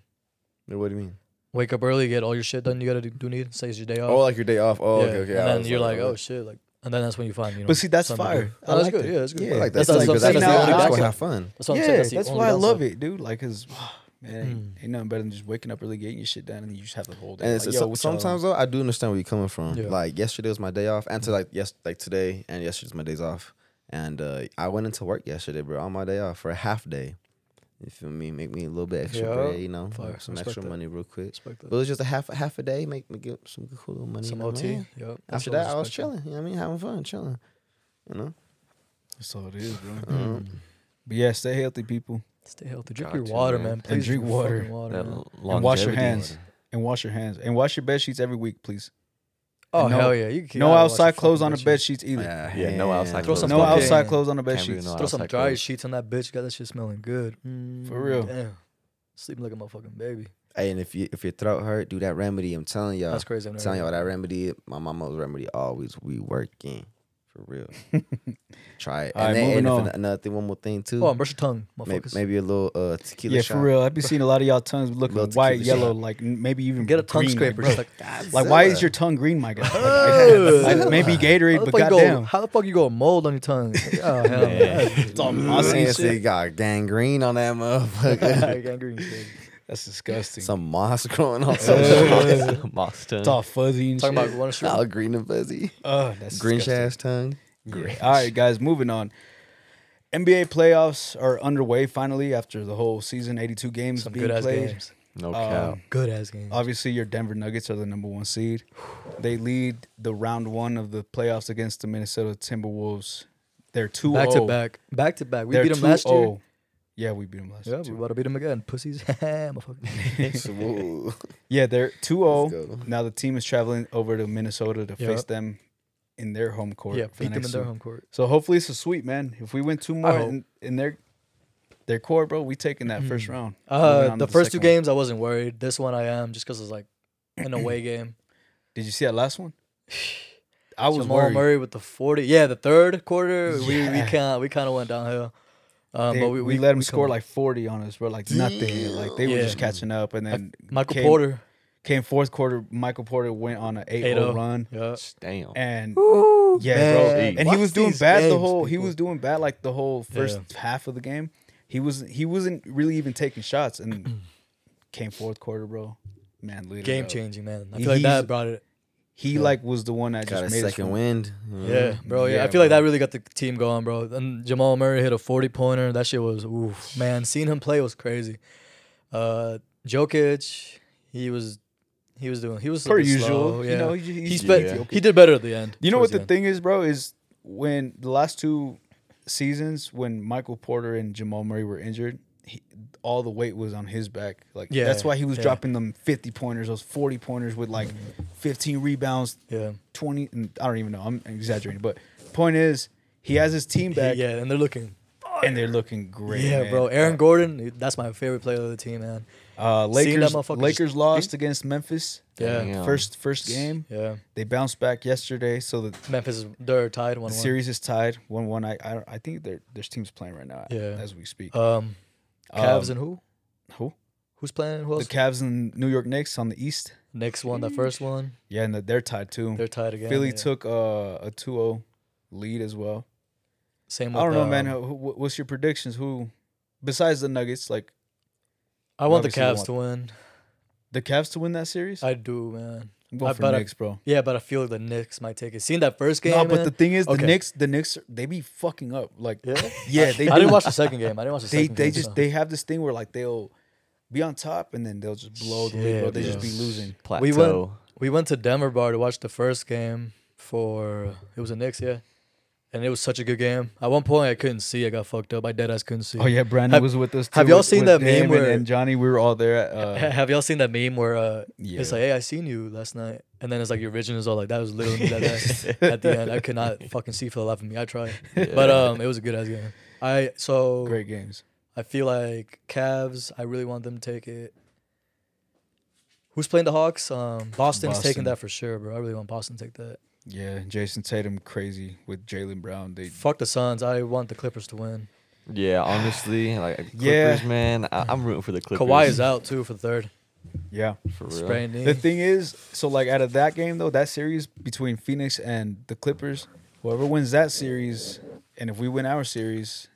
[SPEAKER 4] Wait, What do you mean?
[SPEAKER 3] wake up early, get all your shit done you gotta do, do need. Say it's your day off.
[SPEAKER 4] Oh, like your day off. Oh,
[SPEAKER 3] Yeah.
[SPEAKER 4] okay, okay.
[SPEAKER 3] And
[SPEAKER 4] I
[SPEAKER 3] then
[SPEAKER 4] was
[SPEAKER 3] you're like, oh shit, like, and then that's when you find you know.
[SPEAKER 1] But see, that's
[SPEAKER 3] something
[SPEAKER 1] fire.
[SPEAKER 3] good.
[SPEAKER 1] I
[SPEAKER 3] Oh, that's
[SPEAKER 1] like
[SPEAKER 3] good.
[SPEAKER 1] that.
[SPEAKER 3] Yeah, that's good.
[SPEAKER 1] Yeah.
[SPEAKER 4] I like
[SPEAKER 3] That's
[SPEAKER 4] that's,
[SPEAKER 3] what I'm
[SPEAKER 4] like, that's,
[SPEAKER 3] saying.
[SPEAKER 4] that's,
[SPEAKER 1] Now
[SPEAKER 4] that's,
[SPEAKER 1] I
[SPEAKER 4] that's
[SPEAKER 1] like
[SPEAKER 4] why I
[SPEAKER 1] it.
[SPEAKER 4] have fun.
[SPEAKER 3] That's what I'm saying.
[SPEAKER 1] yeah,
[SPEAKER 3] That's, the
[SPEAKER 1] that's
[SPEAKER 3] only
[SPEAKER 1] why I
[SPEAKER 3] downside.
[SPEAKER 1] love it, dude. Like, cause man, ain't, ain't nothing better than just waking up early, getting your shit done, and you just have the whole day.
[SPEAKER 4] And it's,
[SPEAKER 1] like,
[SPEAKER 4] it's-
[SPEAKER 1] yo, what y'all
[SPEAKER 4] sometimes
[SPEAKER 1] on?
[SPEAKER 4] though, I do understand where you're coming from.
[SPEAKER 3] Yeah.
[SPEAKER 4] Like yesterday was my day off, and to like yes, like today and yesterday's my days off. And uh, I went into work yesterday, bro, on my day off for a half day. You feel me? Make me a little bit extra,
[SPEAKER 3] Yeah.
[SPEAKER 4] bread, you know,
[SPEAKER 3] Fuck,
[SPEAKER 4] like, some
[SPEAKER 3] respect
[SPEAKER 4] extra
[SPEAKER 3] that.
[SPEAKER 4] money real quick.
[SPEAKER 3] Respect that.
[SPEAKER 4] But it was just a half half a day, make me get some good cool little money. you
[SPEAKER 3] Some
[SPEAKER 4] know what I
[SPEAKER 3] OT.
[SPEAKER 4] mean?
[SPEAKER 3] Yep. that's
[SPEAKER 4] After
[SPEAKER 3] what
[SPEAKER 4] that, I was
[SPEAKER 3] expecting.
[SPEAKER 4] chilling. You know what I mean? Having fun, chilling. You know?
[SPEAKER 1] That's all it is, bro. Um,
[SPEAKER 4] Mm-hmm. Mm.
[SPEAKER 1] But yeah, stay healthy, people,
[SPEAKER 3] Stay healthy. Drink
[SPEAKER 2] Got
[SPEAKER 3] your
[SPEAKER 2] to,
[SPEAKER 3] water,
[SPEAKER 2] man.
[SPEAKER 3] man.
[SPEAKER 2] And
[SPEAKER 3] Please
[SPEAKER 1] drink
[SPEAKER 3] your
[SPEAKER 1] water.
[SPEAKER 3] fucking water
[SPEAKER 2] That
[SPEAKER 3] man.
[SPEAKER 1] and wash your
[SPEAKER 2] longevity.
[SPEAKER 1] hands, and wash your hands, and wash your bed sheets every week, please.
[SPEAKER 3] Oh
[SPEAKER 1] And no-
[SPEAKER 3] hell yeah! You can
[SPEAKER 1] no outside clothes on the bed sheets either.
[SPEAKER 2] Yeah, no outside
[SPEAKER 3] Throw
[SPEAKER 2] clothes.
[SPEAKER 3] some
[SPEAKER 1] No
[SPEAKER 3] fucking-
[SPEAKER 1] outside clothes on the bed
[SPEAKER 2] Can't be
[SPEAKER 1] sheets.
[SPEAKER 2] no
[SPEAKER 3] Throw some
[SPEAKER 2] outside
[SPEAKER 3] dry
[SPEAKER 2] clothes.
[SPEAKER 3] sheets on that bitch. Got that shit smelling good. Mm,
[SPEAKER 1] real.
[SPEAKER 3] Damn. Sleeping like a motherfucking baby.
[SPEAKER 4] Hey, and if you if your throat hurt, do that remedy. I'm telling y'all.
[SPEAKER 3] That's crazy. I've never
[SPEAKER 4] telling
[SPEAKER 3] heard
[SPEAKER 4] y'all
[SPEAKER 3] that.
[SPEAKER 4] that remedy. My mama's remedy always we working for real. Try it.
[SPEAKER 1] All right,
[SPEAKER 4] and then
[SPEAKER 1] moving
[SPEAKER 4] and
[SPEAKER 1] on.
[SPEAKER 4] if, an- another thing, one more thing too.
[SPEAKER 3] Oh, and brush your tongue,
[SPEAKER 4] may-
[SPEAKER 3] motherfuckers.
[SPEAKER 4] maybe a little uh, tequila
[SPEAKER 1] Yeah,
[SPEAKER 4] shot.
[SPEAKER 1] for real. I've been seeing a lot of y'all tongues looking
[SPEAKER 4] Little
[SPEAKER 1] white,
[SPEAKER 4] tequila
[SPEAKER 1] yellow,
[SPEAKER 4] shot.
[SPEAKER 1] like n- maybe even
[SPEAKER 3] Get a tongue
[SPEAKER 1] green,
[SPEAKER 3] scraper.
[SPEAKER 1] Like,
[SPEAKER 3] Just
[SPEAKER 1] bro,
[SPEAKER 3] like,
[SPEAKER 1] like, why is
[SPEAKER 4] Zilla.
[SPEAKER 1] your tongue green, my guy? Like, I- I- maybe Gatorade,
[SPEAKER 3] how the
[SPEAKER 1] but
[SPEAKER 3] fuck you go?
[SPEAKER 1] goddamn,
[SPEAKER 3] How the fuck you go mold on your tongue? Like, oh hell yeah.
[SPEAKER 1] it's all mossy
[SPEAKER 4] Mossy
[SPEAKER 1] and shit.
[SPEAKER 4] shit got gangrene on that motherfucker.
[SPEAKER 3] Gangrene. shit.
[SPEAKER 1] That's disgusting.
[SPEAKER 4] Some moss growing on some shit.
[SPEAKER 2] Moss- moss tongue.
[SPEAKER 1] it's all fuzzy and
[SPEAKER 3] Talking
[SPEAKER 1] shit.
[SPEAKER 3] about one of
[SPEAKER 4] All green and fuzzy.
[SPEAKER 1] Ugh, that's
[SPEAKER 4] Green
[SPEAKER 1] disgusting.
[SPEAKER 4] ass tongue.
[SPEAKER 1] Yeah. All right, guys, moving on. NBA playoffs are underway finally after the whole season, 82 games
[SPEAKER 3] some
[SPEAKER 1] being
[SPEAKER 3] good ass
[SPEAKER 1] played.
[SPEAKER 3] games.
[SPEAKER 2] No
[SPEAKER 1] Um,
[SPEAKER 2] cap.
[SPEAKER 3] Good ass games.
[SPEAKER 1] Obviously, your Denver Nuggets are the number one seed. They lead the round one of the playoffs against the Minnesota Timberwolves. They're 2
[SPEAKER 3] Back to back. Back to back. We
[SPEAKER 1] They're
[SPEAKER 3] beat them last year.
[SPEAKER 1] 2-0. Yeah, we beat them last
[SPEAKER 3] Yeah,
[SPEAKER 1] year.
[SPEAKER 3] we
[SPEAKER 1] too.
[SPEAKER 3] about to beat them again. Pussies. Motherfucker.
[SPEAKER 4] Whoa.
[SPEAKER 1] Yeah, they're 2 0.
[SPEAKER 4] go.
[SPEAKER 1] Now the team is traveling over to Minnesota to
[SPEAKER 3] Yeah.
[SPEAKER 1] face them in their home court.
[SPEAKER 3] yeah,
[SPEAKER 1] for the
[SPEAKER 3] beat them
[SPEAKER 1] next
[SPEAKER 3] in their
[SPEAKER 1] week.
[SPEAKER 3] home court.
[SPEAKER 1] So hopefully it's a sweep, man. If we win two more
[SPEAKER 3] hope.
[SPEAKER 1] in, in their their core, bro, we taking that first round. Moving
[SPEAKER 3] Uh,
[SPEAKER 1] on
[SPEAKER 3] the
[SPEAKER 1] to
[SPEAKER 3] first two
[SPEAKER 1] second one.
[SPEAKER 3] games, I wasn't worried. This one, I am, just because it's like an away game.
[SPEAKER 1] Did you see that last one? I was
[SPEAKER 3] Jamal
[SPEAKER 1] worried.
[SPEAKER 3] Murray with the forty. Yeah, the third quarter, we
[SPEAKER 1] Yeah.
[SPEAKER 3] we kind we kind of went downhill. Um,
[SPEAKER 1] They-
[SPEAKER 3] but
[SPEAKER 1] we,
[SPEAKER 3] we,
[SPEAKER 1] let them score
[SPEAKER 3] come-
[SPEAKER 1] like forty on us, bro. Like nothing. Like they were
[SPEAKER 3] Yeah.
[SPEAKER 1] just catching up, and then
[SPEAKER 3] Michael
[SPEAKER 1] came-
[SPEAKER 3] Porter. oh.
[SPEAKER 1] came fourth quarter. Michael Porter went on an 8-0
[SPEAKER 3] 8-0.
[SPEAKER 1] run,
[SPEAKER 3] Yeah.
[SPEAKER 2] Damn.
[SPEAKER 1] and
[SPEAKER 3] Ooh,
[SPEAKER 1] yeah,
[SPEAKER 3] man.
[SPEAKER 1] bro. And
[SPEAKER 3] Watch
[SPEAKER 1] he was doing
[SPEAKER 3] these
[SPEAKER 1] bad the
[SPEAKER 3] games,
[SPEAKER 1] whole. He
[SPEAKER 3] people.
[SPEAKER 1] was doing bad like the whole first half of the game. He was he wasn't really even taking shots, and came fourth quarter, bro. Man, lit it
[SPEAKER 3] game
[SPEAKER 1] up.
[SPEAKER 3] changing, man. I
[SPEAKER 1] He-
[SPEAKER 3] feel like
[SPEAKER 1] he's-
[SPEAKER 3] that brought it.
[SPEAKER 1] He like was the one that
[SPEAKER 4] Got a
[SPEAKER 1] just made us
[SPEAKER 4] second
[SPEAKER 1] win.
[SPEAKER 4] wind. Mhm.
[SPEAKER 3] Yeah, bro. Yeah, I
[SPEAKER 1] Yeah,
[SPEAKER 3] feel like
[SPEAKER 1] bro.
[SPEAKER 3] that really got the team going, bro. And Jamal Murray hit a forty pointer. That shit was oof, man. Seeing him play was crazy. Uh, Jokic, he was, he was doing, he was a
[SPEAKER 1] per
[SPEAKER 3] bit
[SPEAKER 1] usual.
[SPEAKER 3] slow,
[SPEAKER 1] You
[SPEAKER 3] yeah.
[SPEAKER 1] know,
[SPEAKER 3] He
[SPEAKER 1] he's
[SPEAKER 3] spe-
[SPEAKER 2] Yeah.
[SPEAKER 3] he did better at the end.
[SPEAKER 1] You know
[SPEAKER 3] towards
[SPEAKER 1] what the thing is, bro, is when the last two seasons when Michael Porter and Jamal Murray were injured, he, all the weight was on his back. Like
[SPEAKER 3] Yeah,
[SPEAKER 1] that's why he was
[SPEAKER 3] yeah.
[SPEAKER 1] dropping them 50 pointers, those 40 pointers with like 15 rebounds,
[SPEAKER 3] the end.
[SPEAKER 1] 20 and I don't even know. I'm exaggerating, but point is he has his team
[SPEAKER 3] Yeah,
[SPEAKER 1] back
[SPEAKER 3] yeah, and they're looking.
[SPEAKER 1] and they're looking great.
[SPEAKER 3] yeah,
[SPEAKER 1] man.
[SPEAKER 3] bro. Aaron Gordon, that's my favorite player of the team, man.
[SPEAKER 1] Uh,
[SPEAKER 3] Seeing that
[SPEAKER 1] Lakers
[SPEAKER 3] motherfucker
[SPEAKER 1] Lakers
[SPEAKER 3] just-
[SPEAKER 1] lost against Memphis.
[SPEAKER 3] Yeah,
[SPEAKER 2] Damn.
[SPEAKER 1] First first game.
[SPEAKER 3] yeah.
[SPEAKER 1] They bounced back yesterday, so the
[SPEAKER 3] Memphis, is- they're tied one
[SPEAKER 1] The
[SPEAKER 3] one.
[SPEAKER 1] series is tied one one. I I, I think there there's teams playing right now.
[SPEAKER 3] Yeah.
[SPEAKER 1] as we speak.
[SPEAKER 3] Um, Cavs
[SPEAKER 1] Um,
[SPEAKER 3] and who?
[SPEAKER 1] Who?
[SPEAKER 3] Who's playing? Who
[SPEAKER 1] The
[SPEAKER 3] else?
[SPEAKER 1] Cavs and New York Knicks on the East.
[SPEAKER 3] Next one, the first one.
[SPEAKER 1] Yeah, and they're tied too.
[SPEAKER 3] They're tied again.
[SPEAKER 1] Philly
[SPEAKER 3] yeah.
[SPEAKER 1] took uh, a 2-0 lead as well.
[SPEAKER 3] Same.
[SPEAKER 1] I don't know,
[SPEAKER 3] with,
[SPEAKER 1] man.
[SPEAKER 3] um,
[SPEAKER 1] Who, wh- what's your predictions? Who, besides the Nuggets, like
[SPEAKER 3] I want the
[SPEAKER 1] obviously
[SPEAKER 3] Cavs
[SPEAKER 1] want-
[SPEAKER 3] to win.
[SPEAKER 1] the Cavs to win that series?
[SPEAKER 3] I do, man.
[SPEAKER 1] I'm going
[SPEAKER 3] I
[SPEAKER 1] for
[SPEAKER 3] bet I-
[SPEAKER 1] Knicks, bro.
[SPEAKER 3] Yeah, but I feel like the Knicks might take it. Seeing that first game,
[SPEAKER 1] no, but the
[SPEAKER 3] man,
[SPEAKER 1] thing is, the
[SPEAKER 3] Okay.
[SPEAKER 1] Knicks, the Knicks, they be fucking up. Like, yeah,
[SPEAKER 3] yeah.
[SPEAKER 1] they.
[SPEAKER 3] I
[SPEAKER 1] do.
[SPEAKER 3] didn't watch the second game. I didn't watch the
[SPEAKER 1] they
[SPEAKER 3] second
[SPEAKER 1] they
[SPEAKER 3] game.
[SPEAKER 1] just
[SPEAKER 3] so-
[SPEAKER 1] they have this thing where like they'll be on top and then they'll just blow the lead,
[SPEAKER 3] Shit,
[SPEAKER 1] bro. They just
[SPEAKER 3] bro.
[SPEAKER 1] be losing.
[SPEAKER 2] Plateau.
[SPEAKER 3] we went we went to Denver bar to watch the first game for it was the Knicks, yeah. And it was such a good game. At one point, I couldn't see. I got fucked up. I dead ass couldn't see.
[SPEAKER 1] Oh yeah, Brandon
[SPEAKER 3] Have-
[SPEAKER 1] was with us. Too,
[SPEAKER 3] have y'all
[SPEAKER 1] with-
[SPEAKER 3] seen that
[SPEAKER 1] with
[SPEAKER 3] meme
[SPEAKER 1] him and,
[SPEAKER 3] where-
[SPEAKER 1] and Johnny? We were all there. At, uh,
[SPEAKER 3] Ha- Have y'all seen that meme where uh, it's
[SPEAKER 1] Yeah.
[SPEAKER 3] like, "Hey, I seen you last night," and then it's like your vision is all like, "That was literally me that night." at the end. I could not fucking see for the life of me. I tried, but um, it was a good ass game. I so
[SPEAKER 1] great games.
[SPEAKER 3] I feel like Cavs. I really want them to take it. Who's playing the Hawks? Um, Boston's
[SPEAKER 1] Boston.
[SPEAKER 3] taking that for sure, bro. I really want Boston to take that.
[SPEAKER 1] Yeah, Jason Tatum crazy with Jalen Brown. They
[SPEAKER 3] Fuck the Suns. I want the Clippers to win.
[SPEAKER 2] Yeah, honestly, like Clippers,
[SPEAKER 1] Yeah.
[SPEAKER 2] man. I, I'm rooting for the Clippers.
[SPEAKER 3] Kawhi is out too for the third.
[SPEAKER 1] Yeah.
[SPEAKER 2] for real.
[SPEAKER 3] Sprained knee.
[SPEAKER 1] The thing is, so like out of that game though, that series between Phoenix and the Clippers, whoever wins that series, and if we win our series,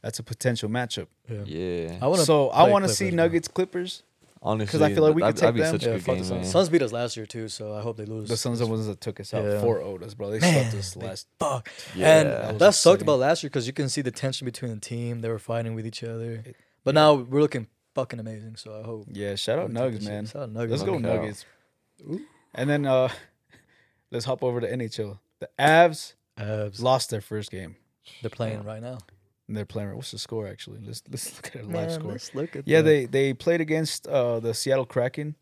[SPEAKER 1] that's a potential matchup.
[SPEAKER 3] yeah.
[SPEAKER 2] Yeah,
[SPEAKER 3] I wanna
[SPEAKER 1] So I
[SPEAKER 3] play
[SPEAKER 1] want to
[SPEAKER 3] Clippers,
[SPEAKER 1] see
[SPEAKER 3] man.
[SPEAKER 1] Nuggets Clippers.
[SPEAKER 2] honestly,
[SPEAKER 1] 'Cause I feel like we
[SPEAKER 2] that'd,
[SPEAKER 1] could
[SPEAKER 2] that'd
[SPEAKER 1] take
[SPEAKER 2] be such
[SPEAKER 3] Yeah,
[SPEAKER 2] a good
[SPEAKER 3] fuck
[SPEAKER 2] game.
[SPEAKER 3] the
[SPEAKER 2] man.
[SPEAKER 3] Suns. Suns beat us last year too, so I hope they lose.
[SPEAKER 1] The Suns are the ones that took us out
[SPEAKER 3] Yeah.
[SPEAKER 1] four Otis, bro. They
[SPEAKER 3] Man,
[SPEAKER 1] swept us last.
[SPEAKER 3] Fuck.
[SPEAKER 2] Yeah.
[SPEAKER 3] and
[SPEAKER 2] That
[SPEAKER 3] that,
[SPEAKER 1] was
[SPEAKER 3] sucked
[SPEAKER 1] upsetting.
[SPEAKER 3] about last year because you can see the tension between the team. They were fighting with each other, but now we're looking fucking amazing. So I hope.
[SPEAKER 1] Yeah, shout
[SPEAKER 3] we
[SPEAKER 1] out
[SPEAKER 3] take
[SPEAKER 1] Nuggets,
[SPEAKER 3] this shit.
[SPEAKER 1] man.
[SPEAKER 3] Shout out Nuggets.
[SPEAKER 1] Let's go
[SPEAKER 2] Fuck yeah.
[SPEAKER 1] Nuggets. And then uh let's hop over to NHL. The Avs
[SPEAKER 3] Abs.
[SPEAKER 1] lost their first game.
[SPEAKER 3] They're playing right now.
[SPEAKER 1] And they're playing. What's the score actually? Let's let's look at a live
[SPEAKER 3] Man,
[SPEAKER 1] score.
[SPEAKER 3] let's look at
[SPEAKER 1] Yeah,
[SPEAKER 3] that.
[SPEAKER 1] they they played against uh, the Seattle Kraken,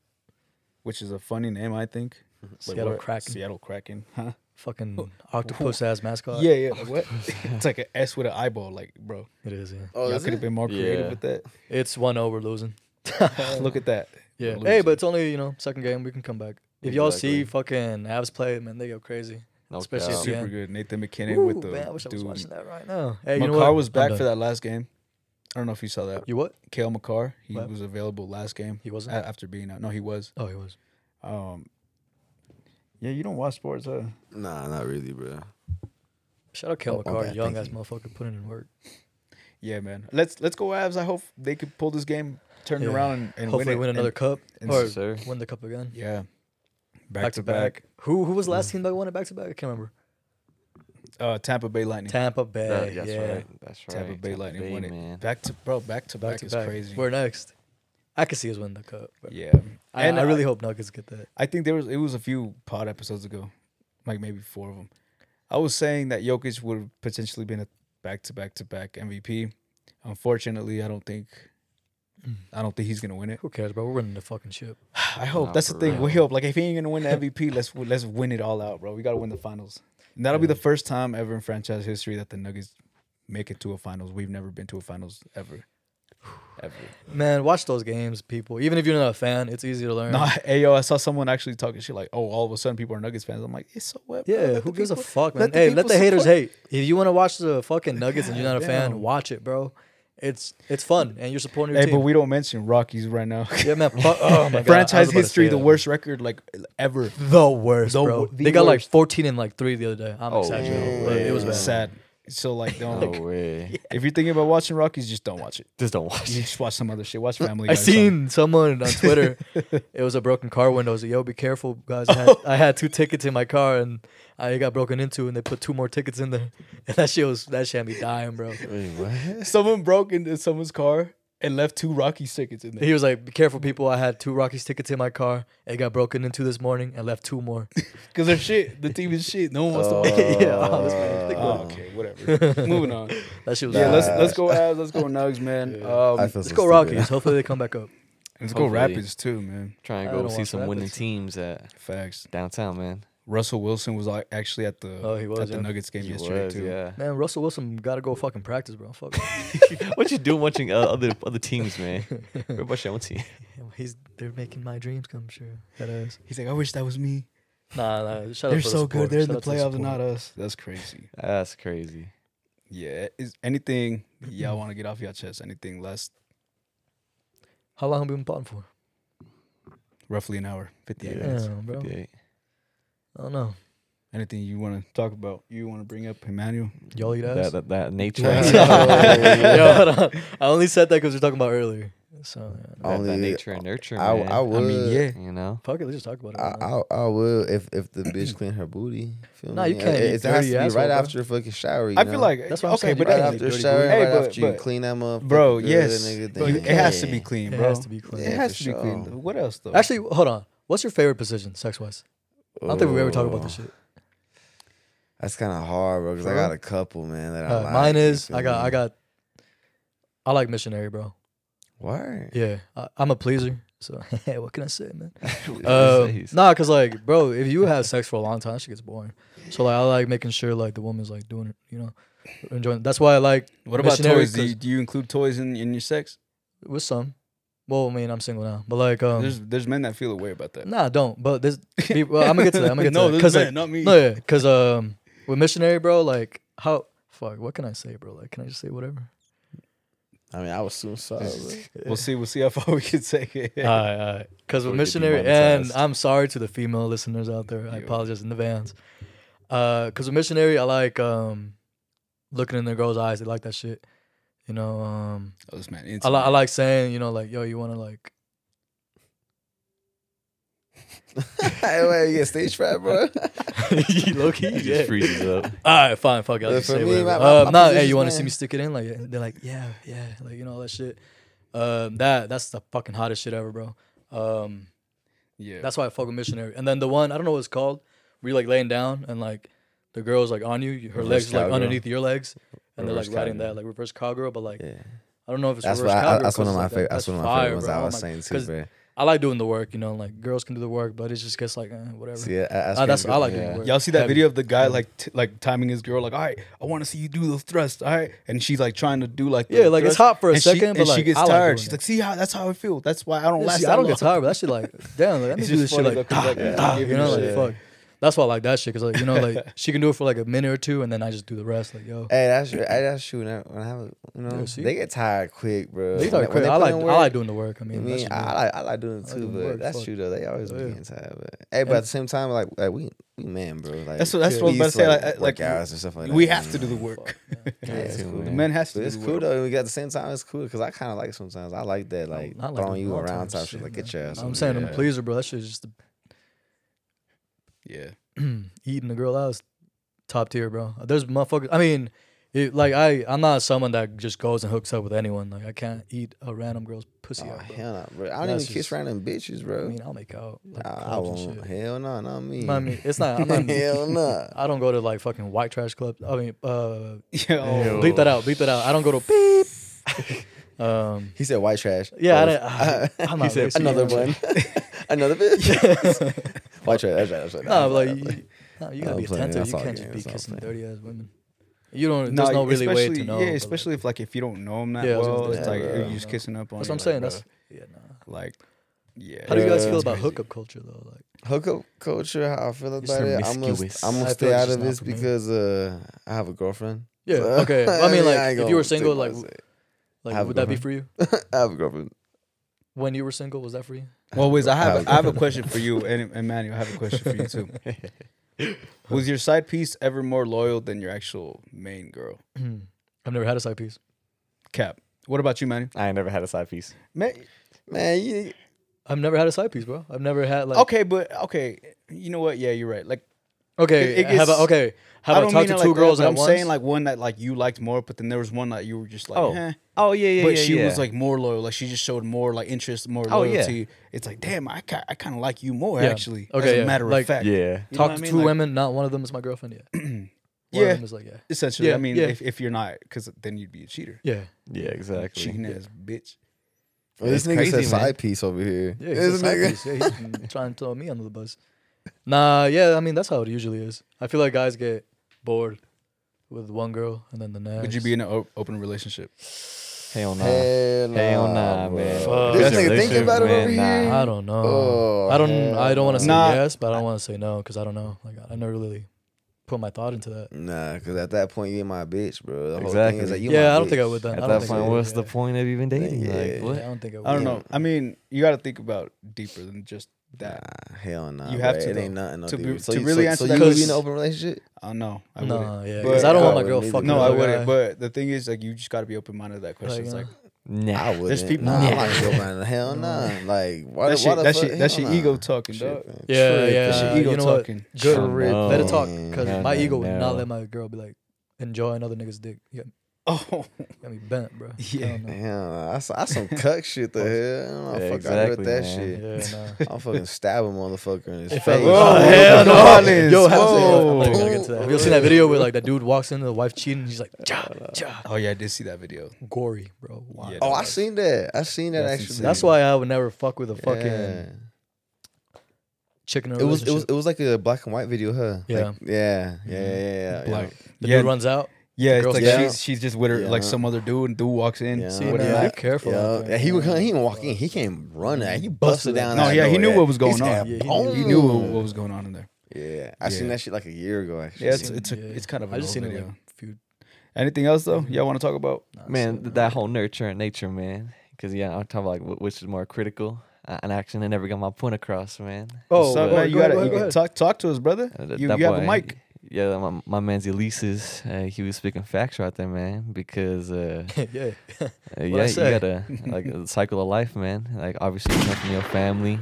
[SPEAKER 1] which is a funny name, I think. Like,
[SPEAKER 3] Mhm. Seattle
[SPEAKER 1] what-
[SPEAKER 3] Kraken.
[SPEAKER 1] Seattle Kraken, huh?
[SPEAKER 3] fucking octopus ass mascot.
[SPEAKER 1] yeah, yeah. What? it's like an S with an eyeball, like bro.
[SPEAKER 3] it is. Yeah,
[SPEAKER 4] Oh,
[SPEAKER 1] y'all
[SPEAKER 4] is
[SPEAKER 1] could have
[SPEAKER 4] it?
[SPEAKER 1] been more creative
[SPEAKER 2] Yeah.
[SPEAKER 1] with that.
[SPEAKER 3] it's one zero. We're losing.
[SPEAKER 1] Look at that.
[SPEAKER 3] Yeah.
[SPEAKER 1] We're
[SPEAKER 3] Hey,
[SPEAKER 1] losing.
[SPEAKER 3] but it's only you know second game. We can come back. If y'all see
[SPEAKER 2] Exactly.
[SPEAKER 3] fucking Avs play, man, they go crazy.
[SPEAKER 2] No
[SPEAKER 3] especially
[SPEAKER 2] cap.
[SPEAKER 3] yeah.
[SPEAKER 1] super good. Nathan McKinnon
[SPEAKER 3] Ooh,
[SPEAKER 1] with the
[SPEAKER 3] man, I wish I was
[SPEAKER 1] dude.
[SPEAKER 3] watching that right now. Hey, you know
[SPEAKER 1] McCarr
[SPEAKER 3] what?
[SPEAKER 1] was
[SPEAKER 3] I'm
[SPEAKER 1] back
[SPEAKER 3] done.
[SPEAKER 1] for that last game. I don't know if you saw that.
[SPEAKER 3] You what?
[SPEAKER 1] Kale McCarr, he
[SPEAKER 3] What?
[SPEAKER 1] was available last game.
[SPEAKER 3] He wasn't?
[SPEAKER 1] a- after being out. No, he was.
[SPEAKER 3] Oh, he was.
[SPEAKER 1] Um, yeah, you don't watch sports, uh, huh?
[SPEAKER 4] Nah, not really, bro.
[SPEAKER 3] Shout out Kel
[SPEAKER 4] Oh, my
[SPEAKER 3] McCarr,
[SPEAKER 4] bad,
[SPEAKER 3] young ass
[SPEAKER 4] thank you.
[SPEAKER 3] motherfucker, putting in work.
[SPEAKER 1] Yeah, man. Let's let's go Avs. I hope they could pull this game, turn it
[SPEAKER 3] Yeah.
[SPEAKER 1] around, and, and
[SPEAKER 3] Hopefully,
[SPEAKER 1] win, it.
[SPEAKER 3] win,
[SPEAKER 1] And-
[SPEAKER 3] another cup
[SPEAKER 1] and
[SPEAKER 3] or
[SPEAKER 2] sir.
[SPEAKER 3] win the cup again.
[SPEAKER 1] yeah, back, to back. Mm.
[SPEAKER 3] Who who was the last team that won it back to back? I can't remember.
[SPEAKER 1] Uh, Tampa Bay Lightning.
[SPEAKER 3] Tampa
[SPEAKER 1] Uh,
[SPEAKER 3] Bay.
[SPEAKER 2] That- that's
[SPEAKER 3] yeah.
[SPEAKER 2] right. That's right.
[SPEAKER 1] Tampa Bay Lightning won it.
[SPEAKER 2] man.
[SPEAKER 1] Back to bro, back to back,
[SPEAKER 3] Back to
[SPEAKER 1] is
[SPEAKER 3] back.
[SPEAKER 1] crazy.
[SPEAKER 3] We're next. I could see us winning the cup. but
[SPEAKER 1] yeah,
[SPEAKER 3] I,
[SPEAKER 1] And
[SPEAKER 3] I
[SPEAKER 1] I-
[SPEAKER 3] really hope Nuggets get that.
[SPEAKER 1] I think there was it was a few pod episodes ago, like maybe four of them. I was saying that Jokic would have potentially been a back to back to back MVP. Unfortunately, I don't think, I don't think he's gonna win it.
[SPEAKER 3] Who cares, bro? We're winning the fucking ship.
[SPEAKER 1] I hope
[SPEAKER 2] Nah,
[SPEAKER 1] that's the
[SPEAKER 2] for
[SPEAKER 1] thing.
[SPEAKER 2] real.
[SPEAKER 1] We hope like if he ain't gonna win the MVP, let's let's win it all out, bro. We gotta win the finals. And that'll be the first time ever in franchise history that the Nuggets make it to a finals. We've never been to a finals ever. Ever.
[SPEAKER 3] Man, watch those games, people. Even if you're not a fan, it's easy to learn.
[SPEAKER 1] No, ayo, I saw someone actually talking shit like, "Oh, all of a sudden people are Nuggets fans." I'm like, "It's so what?" bro.
[SPEAKER 3] yeah,
[SPEAKER 1] Let
[SPEAKER 3] who
[SPEAKER 1] the
[SPEAKER 3] gives a
[SPEAKER 1] people-
[SPEAKER 3] fuck, man?
[SPEAKER 1] the
[SPEAKER 3] hey, let
[SPEAKER 1] people
[SPEAKER 3] the haters
[SPEAKER 1] support."
[SPEAKER 3] hate. If you want to watch the fucking Nuggets and you're not a fan,
[SPEAKER 1] Damn.
[SPEAKER 3] watch it, bro. It's it's fun and you're supporting your
[SPEAKER 1] Hey,
[SPEAKER 3] team.
[SPEAKER 1] but we don't mention Rockies right now.
[SPEAKER 3] yeah, man. Fuck, oh my God, I was
[SPEAKER 1] franchise
[SPEAKER 3] about to
[SPEAKER 1] history,
[SPEAKER 3] say
[SPEAKER 1] the
[SPEAKER 3] that.
[SPEAKER 1] worst record like ever.
[SPEAKER 3] The worst,
[SPEAKER 1] The
[SPEAKER 3] bro.
[SPEAKER 1] wo- the
[SPEAKER 3] they got like
[SPEAKER 1] worst.
[SPEAKER 3] 14 and like three the other day. I'm
[SPEAKER 2] Oh,
[SPEAKER 3] exaggerating,
[SPEAKER 2] no
[SPEAKER 3] but it was
[SPEAKER 2] way.
[SPEAKER 3] bad.
[SPEAKER 1] sad. So like, don't.
[SPEAKER 2] No way.
[SPEAKER 1] If you're thinking about watching Rockies, just don't watch it.
[SPEAKER 2] Just don't watch
[SPEAKER 1] You
[SPEAKER 2] it.
[SPEAKER 1] just watch some other shit. Watch Family. Guy
[SPEAKER 3] I
[SPEAKER 1] or something.
[SPEAKER 3] seen someone on Twitter. it was a broken car window. I was like, "Yo, be careful, guys! I had, I had two tickets in my car, and I got broken into, and they put two more tickets in there. And that shit was that shit had me dying, bro.
[SPEAKER 4] Wait, what?
[SPEAKER 1] someone broke into someone's car and left two Rocky tickets in there.
[SPEAKER 3] He was like, "Be careful, people! I had two Rockies tickets in my car. It got broken into this morning, and left two more.
[SPEAKER 1] Because they're shit. The team is shit. No one wants to play.
[SPEAKER 3] yeah, oh, this man, they
[SPEAKER 1] Oh,
[SPEAKER 3] go-
[SPEAKER 1] okay, whatever. Moving on.
[SPEAKER 3] that shit was.
[SPEAKER 1] Yeah,
[SPEAKER 3] bad.
[SPEAKER 1] let's let's go Avs. Let's go Nugs, man. Um,
[SPEAKER 4] I feel
[SPEAKER 3] Let's
[SPEAKER 4] so
[SPEAKER 3] go
[SPEAKER 4] stupid.
[SPEAKER 3] Rockies. Hopefully they come back up.
[SPEAKER 1] let's
[SPEAKER 2] Hopefully.
[SPEAKER 1] go Rapids too, man.
[SPEAKER 2] Try and
[SPEAKER 3] I
[SPEAKER 2] go
[SPEAKER 3] don't
[SPEAKER 2] see
[SPEAKER 3] watch
[SPEAKER 2] some
[SPEAKER 3] that,
[SPEAKER 2] winning
[SPEAKER 3] but-
[SPEAKER 2] teams at
[SPEAKER 1] Facts.
[SPEAKER 2] downtown, man.
[SPEAKER 1] Russell Wilson was like, actually at the
[SPEAKER 3] Oh, he was,
[SPEAKER 1] at the
[SPEAKER 3] yeah.
[SPEAKER 1] Nuggets game
[SPEAKER 2] He
[SPEAKER 1] yesterday
[SPEAKER 2] was,
[SPEAKER 1] too.
[SPEAKER 2] yeah.
[SPEAKER 3] Man, Russell Wilson got to go fucking practice, bro. Fuck,
[SPEAKER 2] what you doing watching uh, other other teams, man? What about your own team?
[SPEAKER 3] he's they're making my dreams come true. That is.
[SPEAKER 1] He's like, I wish that was me.
[SPEAKER 3] Nah, nah. Shout out
[SPEAKER 1] They're
[SPEAKER 3] for the
[SPEAKER 1] so
[SPEAKER 3] support.
[SPEAKER 1] good. They're in
[SPEAKER 3] Shout
[SPEAKER 1] the
[SPEAKER 3] out to
[SPEAKER 1] playoffs,
[SPEAKER 3] support.
[SPEAKER 1] not us. That's crazy.
[SPEAKER 2] That's crazy.
[SPEAKER 1] Yeah. Is anything y'all want to get off your chest? Anything less?
[SPEAKER 3] How long have we been potting for?
[SPEAKER 1] Roughly an hour, fifty-eight
[SPEAKER 2] Yeah.
[SPEAKER 1] minutes.
[SPEAKER 3] Damn, bro.
[SPEAKER 2] Yeah.
[SPEAKER 3] I don't know.
[SPEAKER 1] Anything you want to talk about? You want to bring up, Emmanuel?
[SPEAKER 3] Y'all eat ass?
[SPEAKER 2] That, that that nature.
[SPEAKER 3] Yo, hold on. I only said that because we are talking about it earlier. So, yeah.
[SPEAKER 2] that, that
[SPEAKER 4] Only-
[SPEAKER 2] nature and nurture,
[SPEAKER 4] I,
[SPEAKER 2] man.
[SPEAKER 4] I would. Uh,
[SPEAKER 1] I mean, yeah.
[SPEAKER 2] You know,
[SPEAKER 3] fuck it. Let's just talk about it.
[SPEAKER 4] I,
[SPEAKER 3] right now.
[SPEAKER 4] I, I will if if the bitch clean her booty. Feel
[SPEAKER 3] Nah,
[SPEAKER 4] me?
[SPEAKER 3] you can't be
[SPEAKER 4] It, it has
[SPEAKER 3] dirty
[SPEAKER 4] to be right
[SPEAKER 3] asshole, bro.
[SPEAKER 4] after a fucking shower. you
[SPEAKER 1] I feel
[SPEAKER 4] know?
[SPEAKER 1] like
[SPEAKER 3] That's what I'm
[SPEAKER 1] okay,
[SPEAKER 3] saying,
[SPEAKER 1] but
[SPEAKER 4] right
[SPEAKER 3] that-
[SPEAKER 4] after a
[SPEAKER 3] dirty
[SPEAKER 4] shower,
[SPEAKER 3] booty.
[SPEAKER 1] Hey,
[SPEAKER 4] right
[SPEAKER 1] but-
[SPEAKER 4] after you
[SPEAKER 1] but-
[SPEAKER 4] clean that motherfucker.
[SPEAKER 1] bro.
[SPEAKER 4] good,
[SPEAKER 1] Yes,
[SPEAKER 4] nigga,
[SPEAKER 1] but
[SPEAKER 4] then
[SPEAKER 1] it has to
[SPEAKER 4] yeah.
[SPEAKER 1] be clean,
[SPEAKER 3] It
[SPEAKER 1] bro.
[SPEAKER 3] has to be clean.
[SPEAKER 1] It
[SPEAKER 4] Yeah,
[SPEAKER 1] has
[SPEAKER 4] for
[SPEAKER 1] to be clean.
[SPEAKER 4] sure.
[SPEAKER 1] What else though?
[SPEAKER 3] Actually, hold on. What's your favorite position, sex wise? I don't think we've ever talked about this
[SPEAKER 4] Oh,
[SPEAKER 3] shit.
[SPEAKER 4] That's kind of hard, bro. Because I
[SPEAKER 3] For
[SPEAKER 4] got
[SPEAKER 3] real?
[SPEAKER 4] a couple, man. That I
[SPEAKER 3] Uh,
[SPEAKER 4] like,
[SPEAKER 3] mine
[SPEAKER 4] you
[SPEAKER 3] is
[SPEAKER 4] feel
[SPEAKER 3] I got
[SPEAKER 4] me?
[SPEAKER 3] I got I like missionary, bro.
[SPEAKER 4] Word.
[SPEAKER 3] Yeah, I, I'm a pleaser. So what can I say, man? Um,
[SPEAKER 2] Jeez.
[SPEAKER 3] nah, cause like, bro, if you have sex for a long time, that shit gets boring. So like, I like making sure like the woman's like doing it, you know, enjoying. That's why I like
[SPEAKER 1] what about
[SPEAKER 3] missionary
[SPEAKER 1] toys? Do
[SPEAKER 3] 'cause-
[SPEAKER 1] you, do you include toys in, in your sex?
[SPEAKER 3] with some. Well, I mean, I'm single now, but like, um,
[SPEAKER 1] There's there's men that feel a way about that.
[SPEAKER 3] Nah, don't. But this, be- well, I'm gonna get to that. I'm gonna get
[SPEAKER 1] No,
[SPEAKER 3] to that.
[SPEAKER 1] this
[SPEAKER 3] 'Cause,
[SPEAKER 1] man,
[SPEAKER 3] like,
[SPEAKER 1] not me.
[SPEAKER 3] No, yeah, because um, with missionary, bro, like how fuck, what can I say, bro? Like, can I just say whatever?
[SPEAKER 4] I mean, I was soon saw. it,
[SPEAKER 1] We'll see. We'll see how far we can take it.
[SPEAKER 3] All right, all
[SPEAKER 1] uh,
[SPEAKER 3] right. Because we're
[SPEAKER 4] Or get
[SPEAKER 3] missionary, and
[SPEAKER 4] demonetized.
[SPEAKER 3] I'm sorry to the female listeners out there. I
[SPEAKER 1] Yeah.
[SPEAKER 3] apologize in advance. Because we're missionary, I like um, looking in their girls' eyes. They like that shit. You know, um,
[SPEAKER 1] Oh, this man.
[SPEAKER 3] I, li- I
[SPEAKER 1] intimate.
[SPEAKER 3] like saying, you know, like, yo, you want to like,
[SPEAKER 4] but- hey, wait, you get stage fright, bro.
[SPEAKER 3] low key,
[SPEAKER 2] He
[SPEAKER 3] yeah.
[SPEAKER 2] just freezes up.
[SPEAKER 3] All right, fine, fuck it. I'll
[SPEAKER 4] Yeah,
[SPEAKER 3] just
[SPEAKER 4] for
[SPEAKER 3] say
[SPEAKER 4] me,
[SPEAKER 3] whatever.
[SPEAKER 4] my- my
[SPEAKER 3] um, no, hey,
[SPEAKER 4] proposition's
[SPEAKER 3] you want to see
[SPEAKER 4] man.
[SPEAKER 3] me stick it in? Like, they're like, yeah, yeah, like you know all that shit. Um, that that's the fucking hottest shit ever, bro. Um,
[SPEAKER 1] Yeah.
[SPEAKER 3] that's why I fuck with missionary. And then the one I don't know what it's called, where you like laying down and like the girl's like on you, her
[SPEAKER 2] Reverse
[SPEAKER 3] legs like
[SPEAKER 2] cowgirl.
[SPEAKER 3] underneath your legs, and they're like
[SPEAKER 2] Reverse
[SPEAKER 3] riding that
[SPEAKER 2] cowgirl.
[SPEAKER 3] like reverse cowgirl, but like
[SPEAKER 4] Yeah.
[SPEAKER 3] I don't know if it's
[SPEAKER 4] That's
[SPEAKER 3] reverse
[SPEAKER 4] what I,
[SPEAKER 3] cowgirl.
[SPEAKER 4] that's one of
[SPEAKER 3] 'cause it's
[SPEAKER 4] my
[SPEAKER 3] like
[SPEAKER 4] favorite.
[SPEAKER 3] that-
[SPEAKER 4] That's one of my
[SPEAKER 3] fire,
[SPEAKER 4] favorite ones.
[SPEAKER 3] bro.
[SPEAKER 4] I
[SPEAKER 3] Oh
[SPEAKER 4] was
[SPEAKER 3] my-
[SPEAKER 4] saying
[SPEAKER 3] 'cause
[SPEAKER 4] too, bro.
[SPEAKER 3] I like doing the work, you know, like girls can do the work, but it just gets like eh, whatever.
[SPEAKER 4] See, I, I,
[SPEAKER 3] Uh, that's
[SPEAKER 4] pretty
[SPEAKER 3] I like
[SPEAKER 4] good.
[SPEAKER 3] doing the work.
[SPEAKER 1] Y'all see that
[SPEAKER 3] Heavy.
[SPEAKER 1] video of the guy like t- like timing his girl like, all right, I want to see you do those thrusts, all right, and she's like trying to do like the
[SPEAKER 3] Yeah, like, it's
[SPEAKER 1] thrust,
[SPEAKER 3] hot for a
[SPEAKER 1] and
[SPEAKER 3] second,
[SPEAKER 1] she,
[SPEAKER 3] but,
[SPEAKER 1] and she
[SPEAKER 3] like,
[SPEAKER 1] gets
[SPEAKER 3] I like
[SPEAKER 1] tired.
[SPEAKER 3] doing
[SPEAKER 1] she's
[SPEAKER 3] it.
[SPEAKER 1] like, see how that's how I feel. That's why I don't
[SPEAKER 3] Yeah,
[SPEAKER 1] last.
[SPEAKER 3] see,
[SPEAKER 1] that
[SPEAKER 3] I don't
[SPEAKER 1] long."
[SPEAKER 3] get tired, but that shit like, damn, like, let me
[SPEAKER 1] It's
[SPEAKER 3] do this
[SPEAKER 1] just
[SPEAKER 3] shit
[SPEAKER 1] funny
[SPEAKER 3] like,
[SPEAKER 1] though, 'cause, like,
[SPEAKER 3] ah,
[SPEAKER 1] you're
[SPEAKER 3] ah,
[SPEAKER 1] giving
[SPEAKER 3] you know,
[SPEAKER 1] her
[SPEAKER 3] like
[SPEAKER 1] shit.
[SPEAKER 3] fuck. That's why I like that shit, cause like you know, like she can do it for like a minute or two, and then I just do the rest. Like yo,
[SPEAKER 4] Hey, that's true. Hey, that's true. When I, when I have, a- you know,
[SPEAKER 3] Yeah, see?
[SPEAKER 4] they get tired quick, bro.
[SPEAKER 3] they
[SPEAKER 4] When
[SPEAKER 3] like,
[SPEAKER 4] when
[SPEAKER 3] I
[SPEAKER 4] put
[SPEAKER 3] like,
[SPEAKER 4] in
[SPEAKER 3] I
[SPEAKER 4] work,
[SPEAKER 3] like doing the work. I
[SPEAKER 4] I
[SPEAKER 3] mean, that
[SPEAKER 4] mean,
[SPEAKER 3] shit,
[SPEAKER 4] I
[SPEAKER 3] man.
[SPEAKER 4] like, I like doing it
[SPEAKER 3] I like
[SPEAKER 4] too,
[SPEAKER 3] doing
[SPEAKER 4] but
[SPEAKER 3] work,
[SPEAKER 4] that's
[SPEAKER 3] fuck.
[SPEAKER 4] true though. They always be
[SPEAKER 3] Yeah.
[SPEAKER 4] getting tired, but hey, but at
[SPEAKER 3] And-
[SPEAKER 4] the same time, like, like we, we man, bro. Like,
[SPEAKER 1] That's what that's
[SPEAKER 3] Yeah.
[SPEAKER 1] what I was
[SPEAKER 4] we
[SPEAKER 1] about to
[SPEAKER 4] used
[SPEAKER 1] say. Like,
[SPEAKER 4] like,
[SPEAKER 1] like,
[SPEAKER 4] work hours and stuff like that.
[SPEAKER 1] we
[SPEAKER 4] you
[SPEAKER 1] have
[SPEAKER 4] know?
[SPEAKER 1] to do the work.
[SPEAKER 4] Yeah, it's
[SPEAKER 2] too,
[SPEAKER 4] cool,
[SPEAKER 2] man.
[SPEAKER 1] The men has to
[SPEAKER 4] But
[SPEAKER 1] do
[SPEAKER 4] it's
[SPEAKER 1] the
[SPEAKER 4] cool
[SPEAKER 1] work.
[SPEAKER 4] though. We got at the same time. It's cool because I kind of like sometimes. I like that, like
[SPEAKER 3] I like
[SPEAKER 4] throwing
[SPEAKER 3] doing
[SPEAKER 4] you
[SPEAKER 3] all
[SPEAKER 4] around
[SPEAKER 3] types of
[SPEAKER 4] type shit. Like,
[SPEAKER 3] man.
[SPEAKER 4] get your ass.
[SPEAKER 3] I'm
[SPEAKER 4] over
[SPEAKER 3] saying I'm a
[SPEAKER 4] here.
[SPEAKER 3] pleaser, bro. That shit is just
[SPEAKER 1] Yeah,
[SPEAKER 3] eating the girl out is top tier, bro. There's motherfuckers. I mean, it, like I, I'm not someone that just goes and hooks up with anyone. Like I can't eat a random girl's pussy.
[SPEAKER 4] Oh
[SPEAKER 3] out, bro.
[SPEAKER 4] hell no, bro! I don't
[SPEAKER 3] That's
[SPEAKER 4] even kiss
[SPEAKER 3] just-
[SPEAKER 4] random bitches,
[SPEAKER 3] I
[SPEAKER 4] bro.
[SPEAKER 3] mean, I'll make out. Like,
[SPEAKER 4] I, I
[SPEAKER 3] clubs and
[SPEAKER 4] won't.
[SPEAKER 3] shit.
[SPEAKER 4] Hell no, not me.
[SPEAKER 3] I mean, it's not. I'm not
[SPEAKER 4] hell no.
[SPEAKER 3] I don't go to like fucking white trash clubs. I mean, uh,
[SPEAKER 1] yeah.
[SPEAKER 3] bleep that out. Bleep that out. I don't go to beep. um,
[SPEAKER 4] He said white trash.
[SPEAKER 3] yeah, I
[SPEAKER 4] That was-
[SPEAKER 3] didn't, I, I'm not racist.
[SPEAKER 4] another
[SPEAKER 3] I'm
[SPEAKER 4] one, another bitch. white trash. That's right. That's right.
[SPEAKER 3] No, but
[SPEAKER 4] I'm
[SPEAKER 3] like,
[SPEAKER 4] sorry.
[SPEAKER 3] you, no, you gotta
[SPEAKER 4] I'm
[SPEAKER 3] be
[SPEAKER 4] playing,
[SPEAKER 3] attentive.
[SPEAKER 4] that's
[SPEAKER 3] You
[SPEAKER 4] all
[SPEAKER 3] can't just
[SPEAKER 4] good,
[SPEAKER 3] be
[SPEAKER 4] that's all
[SPEAKER 3] kissing
[SPEAKER 4] I'm
[SPEAKER 3] dirty ass women. You don't. there's no really way to
[SPEAKER 1] especially-
[SPEAKER 3] know.
[SPEAKER 1] Yeah,
[SPEAKER 3] but, like,
[SPEAKER 1] especially if like if you don't know them that
[SPEAKER 3] Yeah, I was gonna
[SPEAKER 1] well,
[SPEAKER 3] say
[SPEAKER 1] it's
[SPEAKER 4] that,
[SPEAKER 1] like
[SPEAKER 4] bro.
[SPEAKER 1] you're just kissing up on.
[SPEAKER 3] that's what I'm
[SPEAKER 1] you, like,
[SPEAKER 3] saying.
[SPEAKER 1] bro,
[SPEAKER 3] That's yeah. Nah.
[SPEAKER 1] like, yeah.
[SPEAKER 3] How do you guys
[SPEAKER 4] Yeah.
[SPEAKER 3] feel about
[SPEAKER 1] Crazy.
[SPEAKER 3] hookup culture though? Like,
[SPEAKER 4] hookup culture. How I feel
[SPEAKER 2] It's
[SPEAKER 4] about it. I'm gonna,
[SPEAKER 2] promiscuous.
[SPEAKER 4] I'm
[SPEAKER 3] I
[SPEAKER 4] gonna
[SPEAKER 3] feel
[SPEAKER 4] stay
[SPEAKER 3] it's
[SPEAKER 4] out
[SPEAKER 3] just
[SPEAKER 4] of
[SPEAKER 3] not
[SPEAKER 4] this
[SPEAKER 3] for me.
[SPEAKER 4] because uh, I have a girlfriend.
[SPEAKER 3] yeah,
[SPEAKER 4] So-
[SPEAKER 3] okay. Well, I mean,
[SPEAKER 4] I ain't
[SPEAKER 3] like, if you
[SPEAKER 4] gonna
[SPEAKER 3] were single,
[SPEAKER 4] stick
[SPEAKER 3] like,
[SPEAKER 4] with it.
[SPEAKER 3] like
[SPEAKER 4] Have a
[SPEAKER 3] would that be for you?
[SPEAKER 4] I have a girlfriend.
[SPEAKER 3] When you were single, was that for you?
[SPEAKER 1] Well, Wiz, I
[SPEAKER 4] I
[SPEAKER 1] have
[SPEAKER 4] was
[SPEAKER 1] I have a question for you, and, and Manny, I have a question for you too. Was your side piece ever more loyal than your actual main girl?
[SPEAKER 3] I've never had a side piece.
[SPEAKER 1] Cap. What about you, Manny?
[SPEAKER 2] I ain't never had a side piece.
[SPEAKER 1] Man,
[SPEAKER 4] Man, you,
[SPEAKER 3] I've never had a side piece, bro. I've never had like.
[SPEAKER 1] okay, but okay, you know what? Yeah, you're right. Like
[SPEAKER 3] Okay.
[SPEAKER 1] It- it
[SPEAKER 3] have a,
[SPEAKER 1] gets-
[SPEAKER 3] okay. Have
[SPEAKER 1] I
[SPEAKER 3] I
[SPEAKER 1] don't
[SPEAKER 3] talked
[SPEAKER 1] mean
[SPEAKER 3] to
[SPEAKER 1] it
[SPEAKER 3] two
[SPEAKER 1] like that,
[SPEAKER 3] girls
[SPEAKER 1] but
[SPEAKER 3] at
[SPEAKER 1] I'm
[SPEAKER 3] once?
[SPEAKER 1] saying like one that like you liked more, but then there was one that you were just like,
[SPEAKER 2] Oh.
[SPEAKER 1] eh.
[SPEAKER 2] Oh yeah, yeah,
[SPEAKER 1] but she was like more loyal. Like she just showed more like interest, more
[SPEAKER 2] Oh, yeah.
[SPEAKER 1] loyalty. It's like, damn, I ki- I kind of like you more
[SPEAKER 3] Yeah.
[SPEAKER 1] actually.
[SPEAKER 3] Okay,
[SPEAKER 1] as a
[SPEAKER 3] yeah.
[SPEAKER 1] matter
[SPEAKER 3] Like-
[SPEAKER 1] of fact,
[SPEAKER 2] yeah.
[SPEAKER 1] You know
[SPEAKER 3] talk
[SPEAKER 1] what I
[SPEAKER 3] to
[SPEAKER 1] mean?
[SPEAKER 3] two
[SPEAKER 1] Like,
[SPEAKER 3] women. Not one of them is my girlfriend yet. one
[SPEAKER 1] Yeah,
[SPEAKER 3] of them is like yeah,
[SPEAKER 1] essentially.
[SPEAKER 3] Yeah,
[SPEAKER 1] I mean,
[SPEAKER 3] yeah.
[SPEAKER 1] if, if you're not, because then you'd be a cheater,
[SPEAKER 3] yeah.
[SPEAKER 2] Yeah,
[SPEAKER 1] cheating
[SPEAKER 2] exactly.
[SPEAKER 1] ass bitch.
[SPEAKER 4] well,
[SPEAKER 2] It's
[SPEAKER 4] this nigga said
[SPEAKER 2] crazy, man.
[SPEAKER 4] side piece over here.
[SPEAKER 3] Yeah, he's
[SPEAKER 4] this
[SPEAKER 3] a
[SPEAKER 4] nigga.
[SPEAKER 3] nigga. Yeah, he's been trying to throw me under the bus. Nah, yeah, I mean that's how it usually is. I feel like guys get bored with one girl and then the next.
[SPEAKER 1] Would you be in an o- open relationship?
[SPEAKER 2] Hell no.
[SPEAKER 4] Hell
[SPEAKER 2] Hell
[SPEAKER 4] nah,
[SPEAKER 2] nah,
[SPEAKER 4] bro.
[SPEAKER 2] man.
[SPEAKER 3] Fuck.
[SPEAKER 4] This
[SPEAKER 3] This
[SPEAKER 4] nigga thinking
[SPEAKER 2] relationship,
[SPEAKER 4] about it over
[SPEAKER 2] man, nah.
[SPEAKER 4] here.
[SPEAKER 3] I don't know.
[SPEAKER 4] Oh,
[SPEAKER 3] I don't.
[SPEAKER 4] hell
[SPEAKER 3] I don't want to say
[SPEAKER 1] Nah.
[SPEAKER 3] yes, but I don't want to say no because I don't know. Like I never really put my thought into that.
[SPEAKER 4] Nah, because at that point you ain't my bitch, bro. The whole
[SPEAKER 2] Exactly.
[SPEAKER 4] thing is that you
[SPEAKER 3] yeah,
[SPEAKER 4] my
[SPEAKER 3] I don't think I
[SPEAKER 4] bitch.
[SPEAKER 3] would. Then I
[SPEAKER 2] At
[SPEAKER 3] don't
[SPEAKER 2] that
[SPEAKER 3] think I
[SPEAKER 2] point,
[SPEAKER 3] would,
[SPEAKER 2] what's the
[SPEAKER 3] yeah.
[SPEAKER 2] point of even dating?
[SPEAKER 4] Yeah.
[SPEAKER 2] Like,
[SPEAKER 3] Yeah, I
[SPEAKER 2] what?
[SPEAKER 3] don't think I would.
[SPEAKER 1] I don't know. I mean, you got to think about deeper than just that.
[SPEAKER 4] Nah, hell no. Nah,
[SPEAKER 1] You have
[SPEAKER 4] bro.
[SPEAKER 1] to,
[SPEAKER 4] It
[SPEAKER 1] though.
[SPEAKER 4] ain't nothing. No
[SPEAKER 1] To be-
[SPEAKER 4] dude. so
[SPEAKER 1] to
[SPEAKER 4] you,
[SPEAKER 1] really
[SPEAKER 4] so, so
[SPEAKER 1] answer that
[SPEAKER 4] you would be in
[SPEAKER 1] question-
[SPEAKER 4] an open relationship?
[SPEAKER 1] I know. I wouldn't.
[SPEAKER 3] Uh, No, yeah,
[SPEAKER 1] But-
[SPEAKER 3] because I don't want
[SPEAKER 4] I
[SPEAKER 3] my girl
[SPEAKER 4] wouldn't either.
[SPEAKER 3] fucking.
[SPEAKER 1] No, I
[SPEAKER 3] another
[SPEAKER 1] wouldn't.
[SPEAKER 3] guy.
[SPEAKER 1] But the thing is, like, you just got to be open minded to that question.
[SPEAKER 3] Like,
[SPEAKER 1] it's
[SPEAKER 3] uh,
[SPEAKER 1] like
[SPEAKER 2] Nah.
[SPEAKER 4] I wouldn't.
[SPEAKER 1] people-
[SPEAKER 4] Nah,
[SPEAKER 1] Nah.
[SPEAKER 4] I like your man. Hell no. Nah. Like why? the- why
[SPEAKER 1] that shit.
[SPEAKER 4] the
[SPEAKER 1] That
[SPEAKER 4] fuck?
[SPEAKER 1] shit. That shit.
[SPEAKER 4] Hell nah.
[SPEAKER 1] Ego talking,
[SPEAKER 4] Shit,
[SPEAKER 1] dog.
[SPEAKER 4] man.
[SPEAKER 3] Yeah,
[SPEAKER 4] Tripping.
[SPEAKER 3] yeah.
[SPEAKER 1] That shit. Ego
[SPEAKER 3] you know what?
[SPEAKER 1] talking.
[SPEAKER 3] Good.
[SPEAKER 2] Oh, no.
[SPEAKER 3] Let it talk because
[SPEAKER 2] No,
[SPEAKER 3] my
[SPEAKER 2] no,
[SPEAKER 3] ego would not
[SPEAKER 2] no.
[SPEAKER 3] let my girl be like enjoy another nigga's dick. Yeah,
[SPEAKER 1] Oh,
[SPEAKER 3] got me bent, bro.
[SPEAKER 1] Yeah.
[SPEAKER 3] Hell no.
[SPEAKER 4] Hell nah. That's, that's some cuck shit. The hell. I don't know.
[SPEAKER 2] Yeah,
[SPEAKER 4] fuck I
[SPEAKER 2] exactly,
[SPEAKER 4] with that
[SPEAKER 2] man.
[SPEAKER 4] shit.
[SPEAKER 3] Yeah,
[SPEAKER 4] I'll fucking stab a motherfucker in his
[SPEAKER 3] If I-
[SPEAKER 4] face. Oh,
[SPEAKER 3] Whoa,
[SPEAKER 1] hell no.
[SPEAKER 3] Oh, Yo, have
[SPEAKER 1] Whoa.
[SPEAKER 3] I'm not even gonna get to that. Have you seen that video where like that dude walks into the wife cheating? He's like, ja, ja,
[SPEAKER 1] oh yeah, I did see that video.
[SPEAKER 3] gory, bro. Wow.
[SPEAKER 1] Yeah.
[SPEAKER 4] Oh, I seen that. I seen that
[SPEAKER 1] That's
[SPEAKER 4] actually.
[SPEAKER 1] insane.
[SPEAKER 3] That's why I would never fuck with a fucking
[SPEAKER 4] Yeah.
[SPEAKER 3] chicken. In a
[SPEAKER 4] It was it was
[SPEAKER 3] relationship.
[SPEAKER 4] it was like a black and white video, huh? Like,
[SPEAKER 3] Yeah. Mm-hmm.
[SPEAKER 4] yeah, yeah, yeah, yeah, yeah.
[SPEAKER 1] Black.
[SPEAKER 3] the
[SPEAKER 1] yeah,
[SPEAKER 3] dude runs out.
[SPEAKER 1] yeah. It's
[SPEAKER 3] girl's
[SPEAKER 1] like
[SPEAKER 4] like-
[SPEAKER 1] she's she's just with her like
[SPEAKER 4] Yeah.
[SPEAKER 1] some other dude, and dude walks in.
[SPEAKER 4] Yeah.
[SPEAKER 1] See,
[SPEAKER 4] Yeah.
[SPEAKER 1] what
[SPEAKER 3] yeah,
[SPEAKER 1] I-
[SPEAKER 3] be careful. out
[SPEAKER 4] Yeah,
[SPEAKER 3] there.
[SPEAKER 4] yeah, he was he didn't walk in. He came running. He busted
[SPEAKER 3] Busted
[SPEAKER 4] down.
[SPEAKER 1] No,
[SPEAKER 4] that
[SPEAKER 1] yeah, he
[SPEAKER 4] door,
[SPEAKER 1] knew what was going
[SPEAKER 4] He's
[SPEAKER 1] on.
[SPEAKER 4] had
[SPEAKER 1] Yeah,
[SPEAKER 3] he
[SPEAKER 4] boom.
[SPEAKER 1] He knew what, what was going on in there.
[SPEAKER 4] Yeah, I seen
[SPEAKER 1] Yeah.
[SPEAKER 4] that shit like a year ago. Actually.
[SPEAKER 1] Yeah, it's it's, a,
[SPEAKER 3] Yeah.
[SPEAKER 1] it's kind of an
[SPEAKER 3] I just seen
[SPEAKER 1] old
[SPEAKER 3] it like
[SPEAKER 1] video.
[SPEAKER 3] a few
[SPEAKER 1] Anything else though?
[SPEAKER 3] Mm-hmm.
[SPEAKER 1] Y'all want to talk about?
[SPEAKER 2] man, th-
[SPEAKER 3] uh,
[SPEAKER 2] that whole nurture and nature, man. Because yeah, I'm talking about like wh- which is more critical. Uh, an action I never got my point across, man.
[SPEAKER 3] Oh,
[SPEAKER 1] Son,
[SPEAKER 3] go-
[SPEAKER 1] man, you
[SPEAKER 3] go
[SPEAKER 1] gotta
[SPEAKER 3] ahead,
[SPEAKER 1] you
[SPEAKER 3] go
[SPEAKER 1] can
[SPEAKER 3] ahead.
[SPEAKER 1] talk talk to us, brother.
[SPEAKER 2] Uh, th-
[SPEAKER 1] you
[SPEAKER 2] that
[SPEAKER 1] you have a
[SPEAKER 2] boy,
[SPEAKER 1] mic.
[SPEAKER 2] Yeah, my, my man's Elises. Uh, he was speaking facts right there, man. Because uh,
[SPEAKER 3] yeah.
[SPEAKER 2] Uh,
[SPEAKER 3] What I
[SPEAKER 2] yeah, you
[SPEAKER 3] say.
[SPEAKER 2] gotta like the cycle of life, man. Like obviously you come from your family.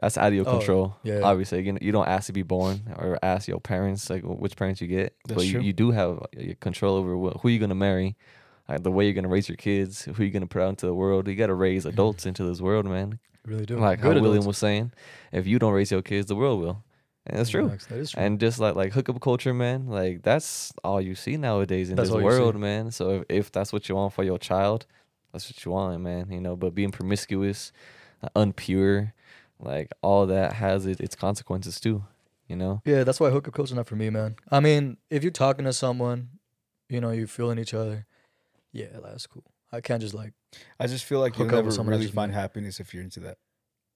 [SPEAKER 2] That's out of your
[SPEAKER 3] Oh,
[SPEAKER 2] control.
[SPEAKER 3] yeah.
[SPEAKER 2] Obviously, you, know, you don't ask to be born or ask your parents like wh- which parents you get,
[SPEAKER 1] That's
[SPEAKER 2] but you,
[SPEAKER 1] true.
[SPEAKER 2] you do have uh, your control over wh- who you're gonna marry, uh, the way you're gonna raise your kids, who you're gonna put out into the world. You gotta raise adults into this world, man.
[SPEAKER 3] Really do.
[SPEAKER 2] Like how
[SPEAKER 3] Good
[SPEAKER 2] William
[SPEAKER 3] adults.
[SPEAKER 2] was saying, if you don't raise your kids, the world will, and that's true.
[SPEAKER 3] Facts, That is true.
[SPEAKER 2] And just like like hookup culture, man, like that's all you see nowadays in
[SPEAKER 3] That's
[SPEAKER 2] this
[SPEAKER 3] all you see.
[SPEAKER 2] world, man. So if, if that's what you want for your child, that's what you want, man. You know, but being promiscuous, uh, unpure, like all that has it, its consequences too. You know,
[SPEAKER 3] Yeah, that's why hookup culture not for me, man. I mean, if you're talking to someone, you know, you're feeling each other. Yeah, that's cool. I can't just like,
[SPEAKER 1] I just feel like you'll
[SPEAKER 3] Hook up with
[SPEAKER 1] never
[SPEAKER 3] someone
[SPEAKER 1] really
[SPEAKER 3] else's
[SPEAKER 1] find
[SPEAKER 3] mic.
[SPEAKER 1] happiness if you're into that.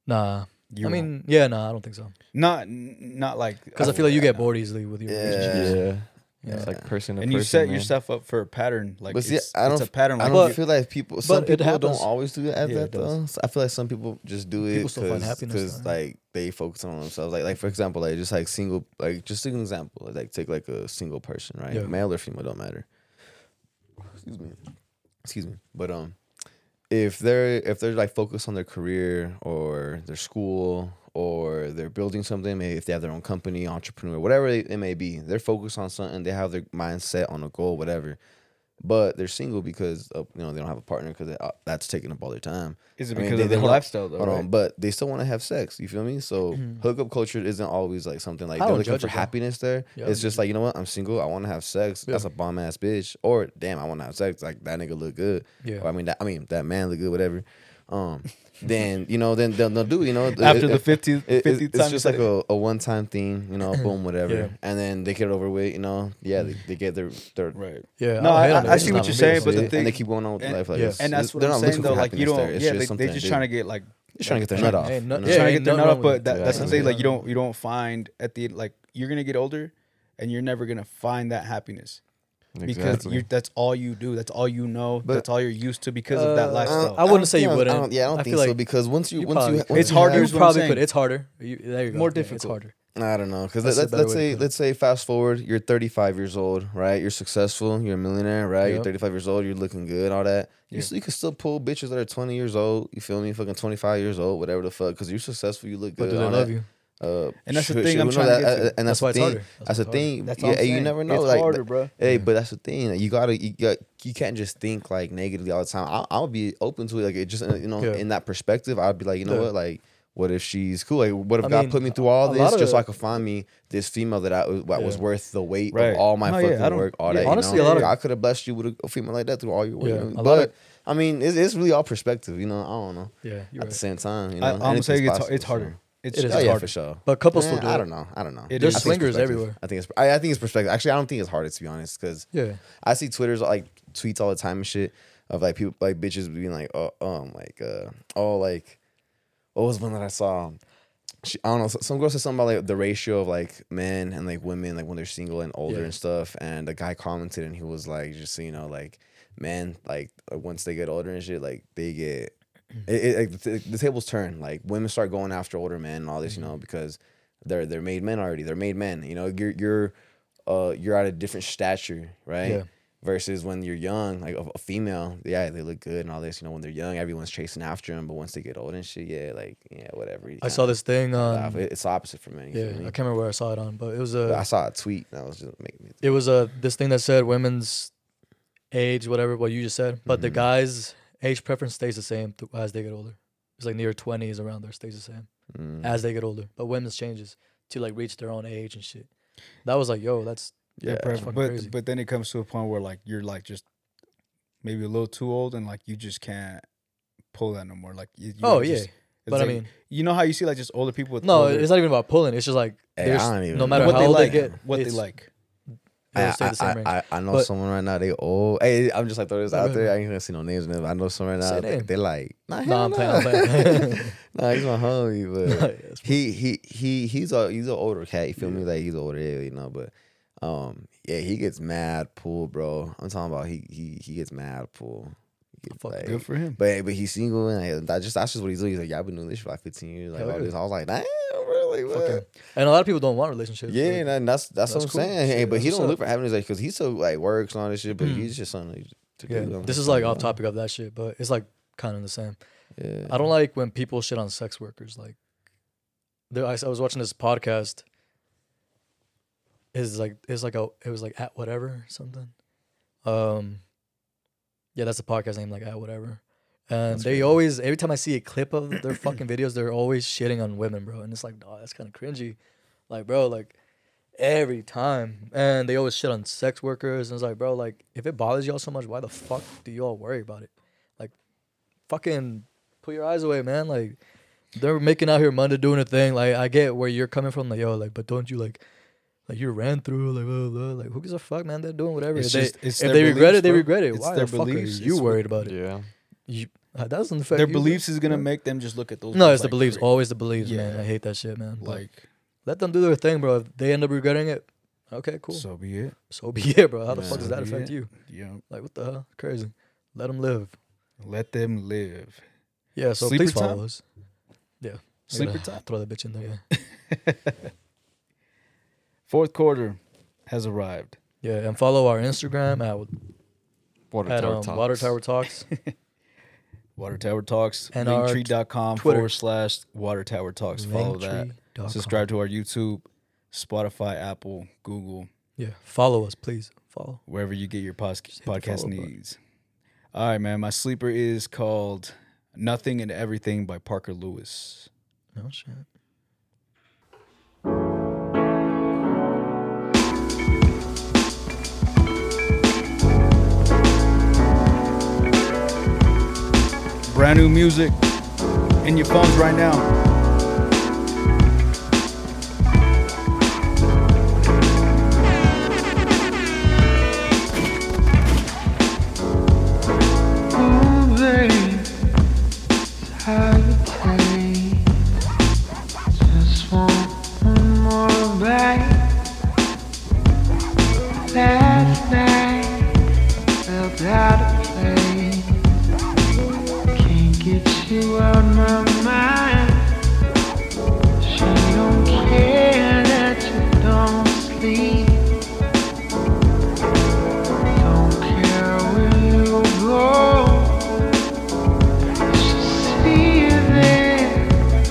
[SPEAKER 3] nah.
[SPEAKER 1] You
[SPEAKER 3] I
[SPEAKER 1] won't.
[SPEAKER 3] mean, yeah, nah, I don't think so.
[SPEAKER 1] not n- not like
[SPEAKER 3] Because I feel like you get bored easily with your
[SPEAKER 4] Yeah.
[SPEAKER 3] relationships.
[SPEAKER 2] yeah,
[SPEAKER 3] Yeah.
[SPEAKER 2] it's like person to
[SPEAKER 1] and
[SPEAKER 2] person.
[SPEAKER 1] you set
[SPEAKER 2] man.
[SPEAKER 1] yourself up for a pattern. Like
[SPEAKER 4] But see,
[SPEAKER 1] it's,
[SPEAKER 4] I
[SPEAKER 1] it's
[SPEAKER 4] don't-
[SPEAKER 1] a pattern.
[SPEAKER 4] I
[SPEAKER 1] Like
[SPEAKER 4] don't
[SPEAKER 1] you-
[SPEAKER 4] feel like people. Some
[SPEAKER 3] but it
[SPEAKER 4] people don't
[SPEAKER 3] happens.
[SPEAKER 4] always do that.
[SPEAKER 1] Yeah,
[SPEAKER 4] that
[SPEAKER 1] it does.
[SPEAKER 4] though. So I feel like some people just do it
[SPEAKER 3] People still find happiness
[SPEAKER 4] because
[SPEAKER 3] in it.
[SPEAKER 4] like they focus on themselves. Like like for example, like just like single like just an example. Like take like a single person, right?
[SPEAKER 3] Yeah.
[SPEAKER 4] Male or female, don't matter. Excuse me, excuse me. But um, if they're if they're like focused on their career or their school or they're building something, maybe if they have their own company, entrepreneur, whatever it it may be, they're focused on something. They have their mindset on a goal, whatever. But they're single because of, you know they don't have a partner because that's taking up all their time.
[SPEAKER 1] is
[SPEAKER 4] I
[SPEAKER 1] it
[SPEAKER 4] mean,
[SPEAKER 1] because
[SPEAKER 4] they-
[SPEAKER 1] of
[SPEAKER 4] they
[SPEAKER 1] their
[SPEAKER 4] wanna-
[SPEAKER 1] lifestyle though?
[SPEAKER 4] Hold
[SPEAKER 1] right?
[SPEAKER 4] on, but they still want to have sex. You feel me? So hookup culture isn't always like something like
[SPEAKER 3] Mm-hmm. I
[SPEAKER 4] they're
[SPEAKER 3] don't
[SPEAKER 4] looking
[SPEAKER 3] judge
[SPEAKER 4] for
[SPEAKER 3] it, though.
[SPEAKER 4] happiness there.
[SPEAKER 3] Yeah, I
[SPEAKER 4] it's
[SPEAKER 3] don't
[SPEAKER 4] just like you know what? I'm single. I want to have sex. That's a bomb ass bitch. Or damn, I want to have sex. Like that nigga look good.
[SPEAKER 3] Yeah.
[SPEAKER 4] Or, I mean, that, I mean that man look good. Whatever. Um. then you know then they'll, they'll do you know
[SPEAKER 1] After
[SPEAKER 4] if-
[SPEAKER 1] the 50th
[SPEAKER 4] it- it-
[SPEAKER 1] 50th time
[SPEAKER 4] it's
[SPEAKER 1] you
[SPEAKER 4] just
[SPEAKER 1] said
[SPEAKER 4] like
[SPEAKER 1] it.
[SPEAKER 4] a, a one time thing, you know, boom, whatever.
[SPEAKER 3] Yeah.
[SPEAKER 4] And then they get over with, you know. Yeah, they, they get their their
[SPEAKER 1] right.
[SPEAKER 3] Yeah.
[SPEAKER 1] No,
[SPEAKER 3] don't
[SPEAKER 4] oh,
[SPEAKER 1] I,
[SPEAKER 3] hate on
[SPEAKER 1] I, I
[SPEAKER 3] it.
[SPEAKER 1] see
[SPEAKER 3] It's not
[SPEAKER 1] what you're
[SPEAKER 3] for me.
[SPEAKER 1] saying, but
[SPEAKER 4] Yeah,
[SPEAKER 1] the thing,
[SPEAKER 4] and they keep going on with
[SPEAKER 1] and-
[SPEAKER 4] life like
[SPEAKER 3] yeah.
[SPEAKER 4] this.
[SPEAKER 1] and that's what
[SPEAKER 4] They're
[SPEAKER 1] I'm
[SPEAKER 4] not looking
[SPEAKER 1] saying
[SPEAKER 4] for
[SPEAKER 1] though. Like you
[SPEAKER 4] happiness
[SPEAKER 1] don't,
[SPEAKER 4] there. It's
[SPEAKER 1] yeah,
[SPEAKER 4] just
[SPEAKER 1] they,
[SPEAKER 4] something
[SPEAKER 1] they're just
[SPEAKER 4] do.
[SPEAKER 1] trying to get like
[SPEAKER 4] Just trying to get their nut off.
[SPEAKER 3] Ain't no-
[SPEAKER 4] you know?
[SPEAKER 3] Yeah,
[SPEAKER 1] trying to
[SPEAKER 3] ain't
[SPEAKER 1] get
[SPEAKER 3] nothing
[SPEAKER 1] their nut
[SPEAKER 3] wrong
[SPEAKER 1] off,
[SPEAKER 3] with
[SPEAKER 1] but
[SPEAKER 3] it.
[SPEAKER 1] that, that's what I'm saying. Like
[SPEAKER 3] Yeah.
[SPEAKER 1] you don't you don't find at the like you're gonna get older, and you're never gonna find that happiness because
[SPEAKER 2] Exactly.
[SPEAKER 1] you're, that's all you do, that's all you know, that's all you're used to because of that
[SPEAKER 3] Uh,
[SPEAKER 1] lifestyle.
[SPEAKER 3] I wouldn't say you
[SPEAKER 4] I don't-
[SPEAKER 3] wouldn't.
[SPEAKER 4] I don't, yeah, I don't
[SPEAKER 3] I
[SPEAKER 4] think
[SPEAKER 3] feel
[SPEAKER 4] so
[SPEAKER 3] like
[SPEAKER 4] because once you,
[SPEAKER 3] you
[SPEAKER 4] once you,
[SPEAKER 3] probably could.
[SPEAKER 4] once
[SPEAKER 1] It's
[SPEAKER 4] you
[SPEAKER 1] harder
[SPEAKER 3] You
[SPEAKER 1] Here's
[SPEAKER 4] have-
[SPEAKER 1] what I'm
[SPEAKER 3] probably could.
[SPEAKER 1] saying.
[SPEAKER 3] It's harder. You, there you go.
[SPEAKER 1] More
[SPEAKER 3] Yeah, it's
[SPEAKER 1] difficult.
[SPEAKER 3] harder.
[SPEAKER 4] I don't know because
[SPEAKER 3] That's
[SPEAKER 4] let's,
[SPEAKER 3] a better
[SPEAKER 4] let's
[SPEAKER 3] way to
[SPEAKER 4] say
[SPEAKER 3] put it.
[SPEAKER 4] let's say fast forward, you're 35 years old, right? You're successful, you're a millionaire, right? You're
[SPEAKER 3] Yep.
[SPEAKER 4] 35 years old, you're looking good, all that. You
[SPEAKER 1] Yeah.
[SPEAKER 4] still, you can still pull bitches that are 20 years old. You feel me? Fucking 25 years old, whatever the fuck, because you're successful, you look good.
[SPEAKER 3] But do they
[SPEAKER 4] all
[SPEAKER 3] love
[SPEAKER 4] that.
[SPEAKER 3] you?
[SPEAKER 4] Uh,
[SPEAKER 1] And that's the
[SPEAKER 4] shit,
[SPEAKER 1] thing
[SPEAKER 4] shit,
[SPEAKER 1] I'm
[SPEAKER 4] we know
[SPEAKER 1] trying to
[SPEAKER 4] that-
[SPEAKER 1] get to.
[SPEAKER 4] uh,
[SPEAKER 3] That's
[SPEAKER 4] And that's
[SPEAKER 3] why it's
[SPEAKER 4] the thing.
[SPEAKER 3] harder. That's
[SPEAKER 4] That's
[SPEAKER 3] why
[SPEAKER 4] the
[SPEAKER 3] it's harder.
[SPEAKER 4] thing.
[SPEAKER 1] That's all
[SPEAKER 4] yeah,
[SPEAKER 1] I'm
[SPEAKER 4] hey, you
[SPEAKER 1] saying.
[SPEAKER 4] never know.
[SPEAKER 1] It's
[SPEAKER 4] like,
[SPEAKER 1] harder, bro.
[SPEAKER 4] Hey, but that's the thing. like, you gotta, you got, you can't just think like negatively all the time. I'll, I'll be open to it. Like, it just, uh, you know,
[SPEAKER 3] Yeah.
[SPEAKER 4] in that perspective, I'd be like, you know
[SPEAKER 3] Yeah.
[SPEAKER 4] what, like, what if she's cool? Like, what if
[SPEAKER 3] I
[SPEAKER 4] God
[SPEAKER 3] mean,
[SPEAKER 4] put me through all
[SPEAKER 3] a
[SPEAKER 4] this
[SPEAKER 3] lot
[SPEAKER 4] just so I
[SPEAKER 3] of-
[SPEAKER 4] could find me this female that I that was
[SPEAKER 3] Yeah.
[SPEAKER 4] worth the weight
[SPEAKER 1] Right.
[SPEAKER 4] of all my
[SPEAKER 1] No, yeah,
[SPEAKER 4] fucking
[SPEAKER 1] I don't-
[SPEAKER 4] work, all
[SPEAKER 1] yeah,
[SPEAKER 4] that.
[SPEAKER 3] honestly,
[SPEAKER 4] you
[SPEAKER 3] a
[SPEAKER 4] know?
[SPEAKER 3] lot of-
[SPEAKER 4] God could have blessed you with a- a female like that through all your work.
[SPEAKER 3] Yeah,
[SPEAKER 4] you
[SPEAKER 3] a
[SPEAKER 4] know?
[SPEAKER 3] lot
[SPEAKER 4] But
[SPEAKER 3] of-
[SPEAKER 4] I mean, it's, it's really all perspective. You know, I don't know.
[SPEAKER 3] Yeah. You're
[SPEAKER 4] At the
[SPEAKER 3] right.
[SPEAKER 4] same time, you know,
[SPEAKER 1] I, I'm
[SPEAKER 4] anything's
[SPEAKER 1] saying it's,
[SPEAKER 4] possible,
[SPEAKER 1] it's
[SPEAKER 4] so.
[SPEAKER 1] harder.
[SPEAKER 3] It
[SPEAKER 1] It's
[SPEAKER 3] is
[SPEAKER 1] just
[SPEAKER 4] Oh, yeah,
[SPEAKER 1] harder.
[SPEAKER 4] for sure.
[SPEAKER 3] But couples still
[SPEAKER 4] Eh,
[SPEAKER 3] do
[SPEAKER 4] I
[SPEAKER 3] it.
[SPEAKER 4] don't know. I don't know.
[SPEAKER 1] It
[SPEAKER 4] I think
[SPEAKER 1] is.
[SPEAKER 4] it's
[SPEAKER 3] Swingers
[SPEAKER 4] perspective.
[SPEAKER 3] everywhere.
[SPEAKER 4] I think it's. I, I think it's perspective. Actually, I don't think it's hard to be honest, because
[SPEAKER 3] Yeah.
[SPEAKER 4] I see Twitter's like tweets all the time and shit of like people like bitches being like, oh, um, like, uh, oh, like, what was one that I saw? She, I don't know. so- Some girl said something about like the ratio of like men and like women, like when they're single and older
[SPEAKER 3] Yeah.
[SPEAKER 4] and stuff. And a guy commented and he was like, just so you know, like, men, like uh, once they get older and shit, like they get it, it, like, the, t- the tables turn. Like women start going after older men and all this,
[SPEAKER 3] Mm-hmm.
[SPEAKER 4] you know, because they're they're made men already. They're made men. You know, you're you're uh you're at a different stature, right?
[SPEAKER 3] Yeah.
[SPEAKER 4] Versus when you're young, like a, a female, yeah, they look good and all this. You know, when they're young, everyone's chasing after them. But once they get old and shit, yeah, like yeah, whatever.
[SPEAKER 3] I
[SPEAKER 4] you kinda
[SPEAKER 3] saw this thing
[SPEAKER 4] laugh.
[SPEAKER 3] on.
[SPEAKER 4] It- it's the opposite for men. you
[SPEAKER 3] Yeah.
[SPEAKER 4] feel
[SPEAKER 3] I
[SPEAKER 4] me?
[SPEAKER 3] can't remember where I saw it on, but it was
[SPEAKER 4] But I
[SPEAKER 3] a.
[SPEAKER 4] saw a tweet and I was just making me.
[SPEAKER 3] It was a this thing that said women's age, whatever what you just said, but
[SPEAKER 4] Mm-hmm.
[SPEAKER 3] the guys' age preference stays the same th- as they get older. It's like near twenties around there stays the same
[SPEAKER 4] Mm.
[SPEAKER 3] as they get older, but women's changes to like reach their own age and shit. That was like, yo, that's
[SPEAKER 1] Yeah,
[SPEAKER 4] Yeah.
[SPEAKER 1] bro,
[SPEAKER 3] fucking
[SPEAKER 1] but
[SPEAKER 3] crazy.
[SPEAKER 1] but then it comes to a point where like you're like just maybe a little too old and like you just can't pull that no more. Like you, you
[SPEAKER 3] oh
[SPEAKER 1] just-
[SPEAKER 3] yeah.
[SPEAKER 1] it's
[SPEAKER 3] But I
[SPEAKER 1] like-
[SPEAKER 3] mean,
[SPEAKER 1] you know how you see like just older people with
[SPEAKER 3] no,
[SPEAKER 1] older-
[SPEAKER 3] it's not even about pulling. It's just like
[SPEAKER 4] Hey,
[SPEAKER 3] there's
[SPEAKER 4] I don't even
[SPEAKER 3] no
[SPEAKER 4] know.
[SPEAKER 3] matter
[SPEAKER 1] what
[SPEAKER 3] how
[SPEAKER 1] they
[SPEAKER 3] old
[SPEAKER 1] like,
[SPEAKER 3] they get,
[SPEAKER 1] what they
[SPEAKER 3] it's-
[SPEAKER 1] like.
[SPEAKER 3] they'll
[SPEAKER 4] I,
[SPEAKER 3] stay the same range.
[SPEAKER 4] I, I, I know
[SPEAKER 3] But-
[SPEAKER 4] someone right now. They old. Hey, I'm just like throwing this
[SPEAKER 3] No,
[SPEAKER 4] out
[SPEAKER 3] go
[SPEAKER 4] there. I ain't gonna see no names. Never. I know someone right
[SPEAKER 3] Say
[SPEAKER 4] now.
[SPEAKER 3] name.
[SPEAKER 4] They, they like. Nah,
[SPEAKER 3] No,
[SPEAKER 4] hell
[SPEAKER 3] I'm
[SPEAKER 4] nah,
[SPEAKER 3] playing. I'm playing.
[SPEAKER 4] nah, he's my homie,
[SPEAKER 3] Yeah,
[SPEAKER 4] but
[SPEAKER 3] it's-
[SPEAKER 4] he he he he's a he's an older cat. You feel me? Like he's an older, yeah, you know. But Um, yeah, he gets mad pool, bro. I'm talking about he he he gets mad pool. He gets,
[SPEAKER 3] Fuck,
[SPEAKER 4] like-
[SPEAKER 1] Good for him.
[SPEAKER 4] but but he's single and like, that just that's just what he's doing. He's like, yeah, I've been doing this shit for like 15 years. Like
[SPEAKER 3] Hell
[SPEAKER 4] all
[SPEAKER 3] yeah.
[SPEAKER 4] this. I was like, damn, really? What?
[SPEAKER 3] Fucking- And a lot of people don't want relationships.
[SPEAKER 4] Yeah,
[SPEAKER 3] like,
[SPEAKER 4] and that- that's that's, what
[SPEAKER 3] that's
[SPEAKER 4] I'm
[SPEAKER 3] cool.
[SPEAKER 4] saying. Hey,
[SPEAKER 3] Shit,
[SPEAKER 4] but he
[SPEAKER 3] that's what's
[SPEAKER 4] don't
[SPEAKER 3] Mm.
[SPEAKER 4] look for happiness like because he's so like works and all this shit. But he's just something like, to
[SPEAKER 3] yeah.
[SPEAKER 4] do. I'm
[SPEAKER 3] This is like off topic of that shit, but it's like kind of the same.
[SPEAKER 4] Yeah.
[SPEAKER 3] I don't like when people shit on sex workers. Like, there, I, s- I was watching this podcast. Is like it's like a it was like at whatever or something. Um, yeah, that's the podcast name, like at whatever. And they always every time I see a clip of their fucking videos, they're always shitting on women, bro. And it's like, nah, that's kind of cringy. Like, bro, like every time. And they always shit on sex workers. And it's like, bro, like if it bothers y'all so much, why the fuck do y'all worry about it? Like, fucking put your eyes away, man. Like they're making out here Monday doing a thing. Like I get where you're coming from, like yo, like but don't you like, like you ran through, like blah, blah, blah. like who gives a fuck, man? They're doing whatever.
[SPEAKER 1] It's
[SPEAKER 3] if they,
[SPEAKER 1] just- it's
[SPEAKER 3] if
[SPEAKER 1] their
[SPEAKER 3] they regret
[SPEAKER 1] beliefs,
[SPEAKER 3] it, they
[SPEAKER 1] bro.
[SPEAKER 3] regret it.
[SPEAKER 1] It's
[SPEAKER 3] Why
[SPEAKER 1] their
[SPEAKER 3] the fuck
[SPEAKER 1] beliefs.
[SPEAKER 3] are you
[SPEAKER 1] It's
[SPEAKER 3] worried about it?
[SPEAKER 2] Yeah.
[SPEAKER 3] You, uh, that doesn't affect
[SPEAKER 1] Their
[SPEAKER 3] you, bro.
[SPEAKER 1] beliefs is gonna make them just look at those.
[SPEAKER 3] No,
[SPEAKER 1] dudes
[SPEAKER 3] it's the
[SPEAKER 1] like
[SPEAKER 3] beliefs.
[SPEAKER 1] freak.
[SPEAKER 3] Always the beliefs, man.
[SPEAKER 1] Yeah.
[SPEAKER 3] I hate that shit, man. But
[SPEAKER 1] Like
[SPEAKER 3] let them do their thing, bro. If they end up regretting it, okay, cool. So,
[SPEAKER 1] so be it.
[SPEAKER 3] be it, bro. How the
[SPEAKER 4] Yeah.
[SPEAKER 3] fuck does
[SPEAKER 1] So
[SPEAKER 3] that
[SPEAKER 1] be
[SPEAKER 3] affect
[SPEAKER 1] it.
[SPEAKER 3] you?
[SPEAKER 1] Yeah,
[SPEAKER 3] Like what the hell? Crazy. Let them live.
[SPEAKER 1] let them live.
[SPEAKER 3] Yeah. So
[SPEAKER 1] Sleeper
[SPEAKER 3] please follow
[SPEAKER 1] time?
[SPEAKER 3] us. I'm
[SPEAKER 1] Sleeper
[SPEAKER 3] gonna
[SPEAKER 1] time.
[SPEAKER 3] Throw that bitch in there. Yeah.
[SPEAKER 1] Fourth quarter has arrived.
[SPEAKER 3] Yeah, and follow our Instagram at,
[SPEAKER 2] Water
[SPEAKER 3] at
[SPEAKER 2] tower
[SPEAKER 3] um,
[SPEAKER 2] talks.
[SPEAKER 3] Water Tower Talks.
[SPEAKER 1] Water Tower Talks.
[SPEAKER 3] And our t-
[SPEAKER 1] Linktree.com
[SPEAKER 3] Twitter.
[SPEAKER 1] forward slash Water Tower Talks. Follow that.
[SPEAKER 3] Linktree.com.
[SPEAKER 1] Subscribe to our YouTube, Spotify, Apple, Google,
[SPEAKER 3] Yeah, follow us, please. Follow.
[SPEAKER 1] wherever you get your pos-
[SPEAKER 3] the
[SPEAKER 1] podcast
[SPEAKER 3] follow button.
[SPEAKER 1] needs. All right, man. My sleeper is called Nothing and Everything by Parker Lewis.
[SPEAKER 3] No shit.
[SPEAKER 1] Brand new music in your phones right now.
[SPEAKER 7] Last night felt out of place. Can't get you out my mind. She don't care that you don't sleep. Don't care where you go. She'll see you there.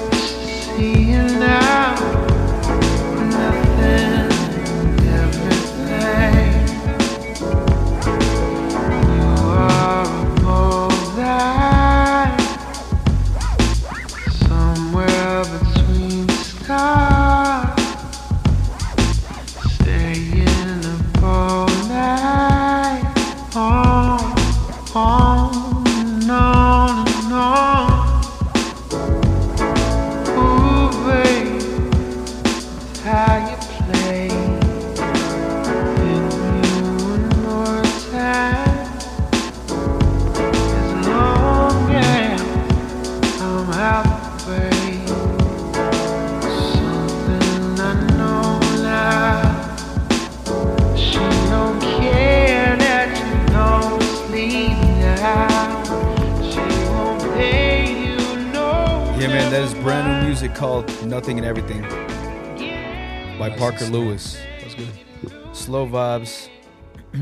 [SPEAKER 7] She'll see you now. Nothing everything. You are above that. Somewhere between stars, staying up all night, Oh, on, on and on and on. Ooh, babe, it's how you play.
[SPEAKER 1] Yeah, man, that is brand new music called Nothing and Everything by Parker Lewis.
[SPEAKER 3] That's good.
[SPEAKER 1] Slow vibes.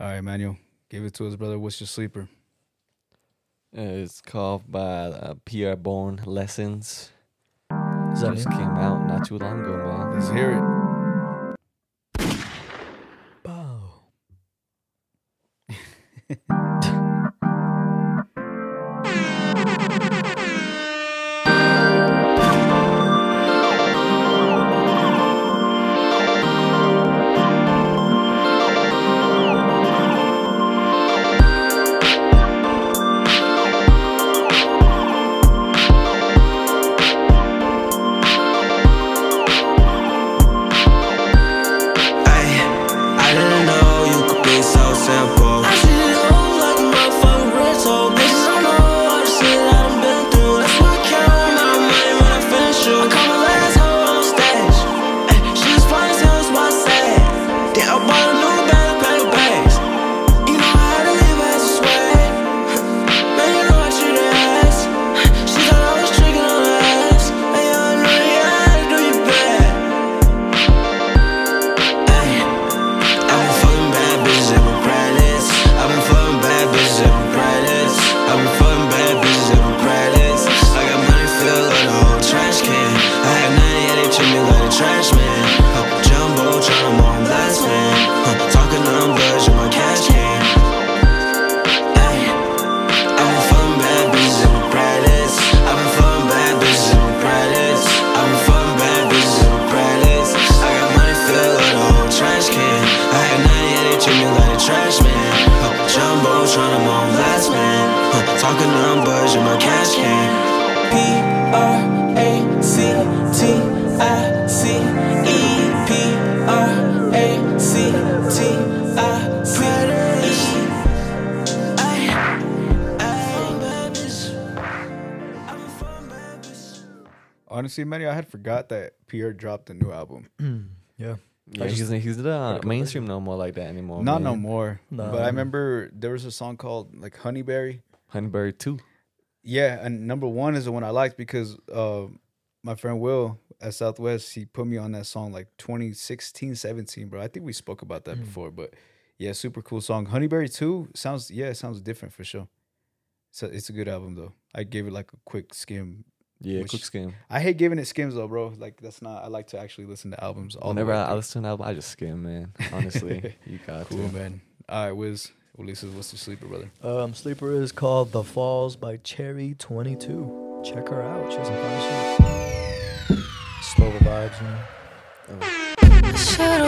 [SPEAKER 1] All right, Manuel, give it to us, brother. What's your sleeper?
[SPEAKER 2] Uh, It's called by uh, Pierre Bourne Lessons.
[SPEAKER 3] Does that
[SPEAKER 2] Just
[SPEAKER 3] mean?
[SPEAKER 2] came out not too long ago, man.
[SPEAKER 1] Let's hear it.
[SPEAKER 3] Bow.
[SPEAKER 7] Thank
[SPEAKER 5] cash can. P R A C T I C E. P R A C T I C E. I- I'm a bitch. I'm a fun bad bitch.
[SPEAKER 1] Honestly, Manny, I had forgot that Pierre dropped a new album.
[SPEAKER 3] Yeah.
[SPEAKER 2] Yeah, he's, he's not mainstream no more like that anymore.
[SPEAKER 1] Not no
[SPEAKER 2] man.
[SPEAKER 1] more.
[SPEAKER 3] No.
[SPEAKER 1] But I remember there was a song called like Honeyberry.
[SPEAKER 2] Honeyberry too.
[SPEAKER 1] Yeah, and number one is the one I liked because uh, my friend Will at Southwest, he put me on that song like 2016, 17, bro. I think we spoke about that before, but yeah, super cool song. Honeyberry 2 sounds, yeah, it sounds different for sure. So it's a good album though. I gave it like a quick skim.
[SPEAKER 2] Yeah,
[SPEAKER 1] Which-
[SPEAKER 2] quick skim.
[SPEAKER 1] I hate giving it skims though, bro. Like that's not, I like to actually listen to albums all
[SPEAKER 2] Whenever
[SPEAKER 1] the way
[SPEAKER 2] I, I
[SPEAKER 1] through.
[SPEAKER 2] listen to an album, I just skim, man. Honestly, you got
[SPEAKER 1] Cool,
[SPEAKER 2] to.
[SPEAKER 1] man. All right, Wiz. Ulysses, what's your sleeper, brother?
[SPEAKER 3] Um, sleeper is called The Falls by Cherry Twenty Two. Check her out. She has some fun shit. Slower vibes, you know. Oh.
[SPEAKER 8] Should've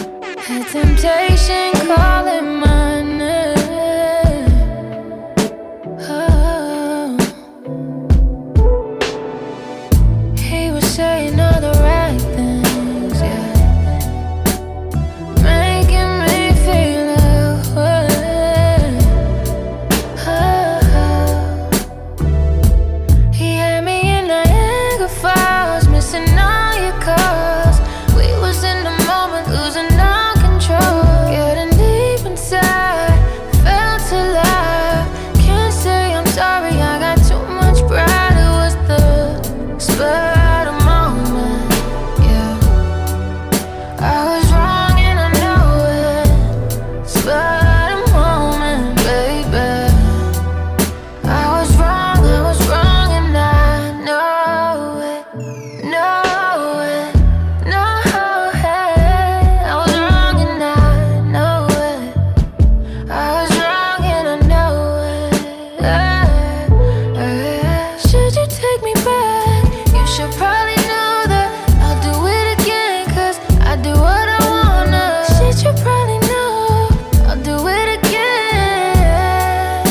[SPEAKER 8] walked away. Had temptation calling my name. Oh. He was saying all the right things, yeah. Making me feel away. Oh. He had me in Niagara Falls, missing all your calls. We was in the moment, losing all control. Getting deep inside, felt alive. Can't say I'm sorry, I got too much pride. It was the spur of the moment, yeah. I was wrong and I know it. Spur of the moment, baby. I was wrong, I was wrong, and I know it, know it, know it. I was wrong, and I know it. I was wrong, and I know it. Should you take me back? You should probably know that I'll do it again, 'cause I do what I wanna. Should you probably know I'll do it again?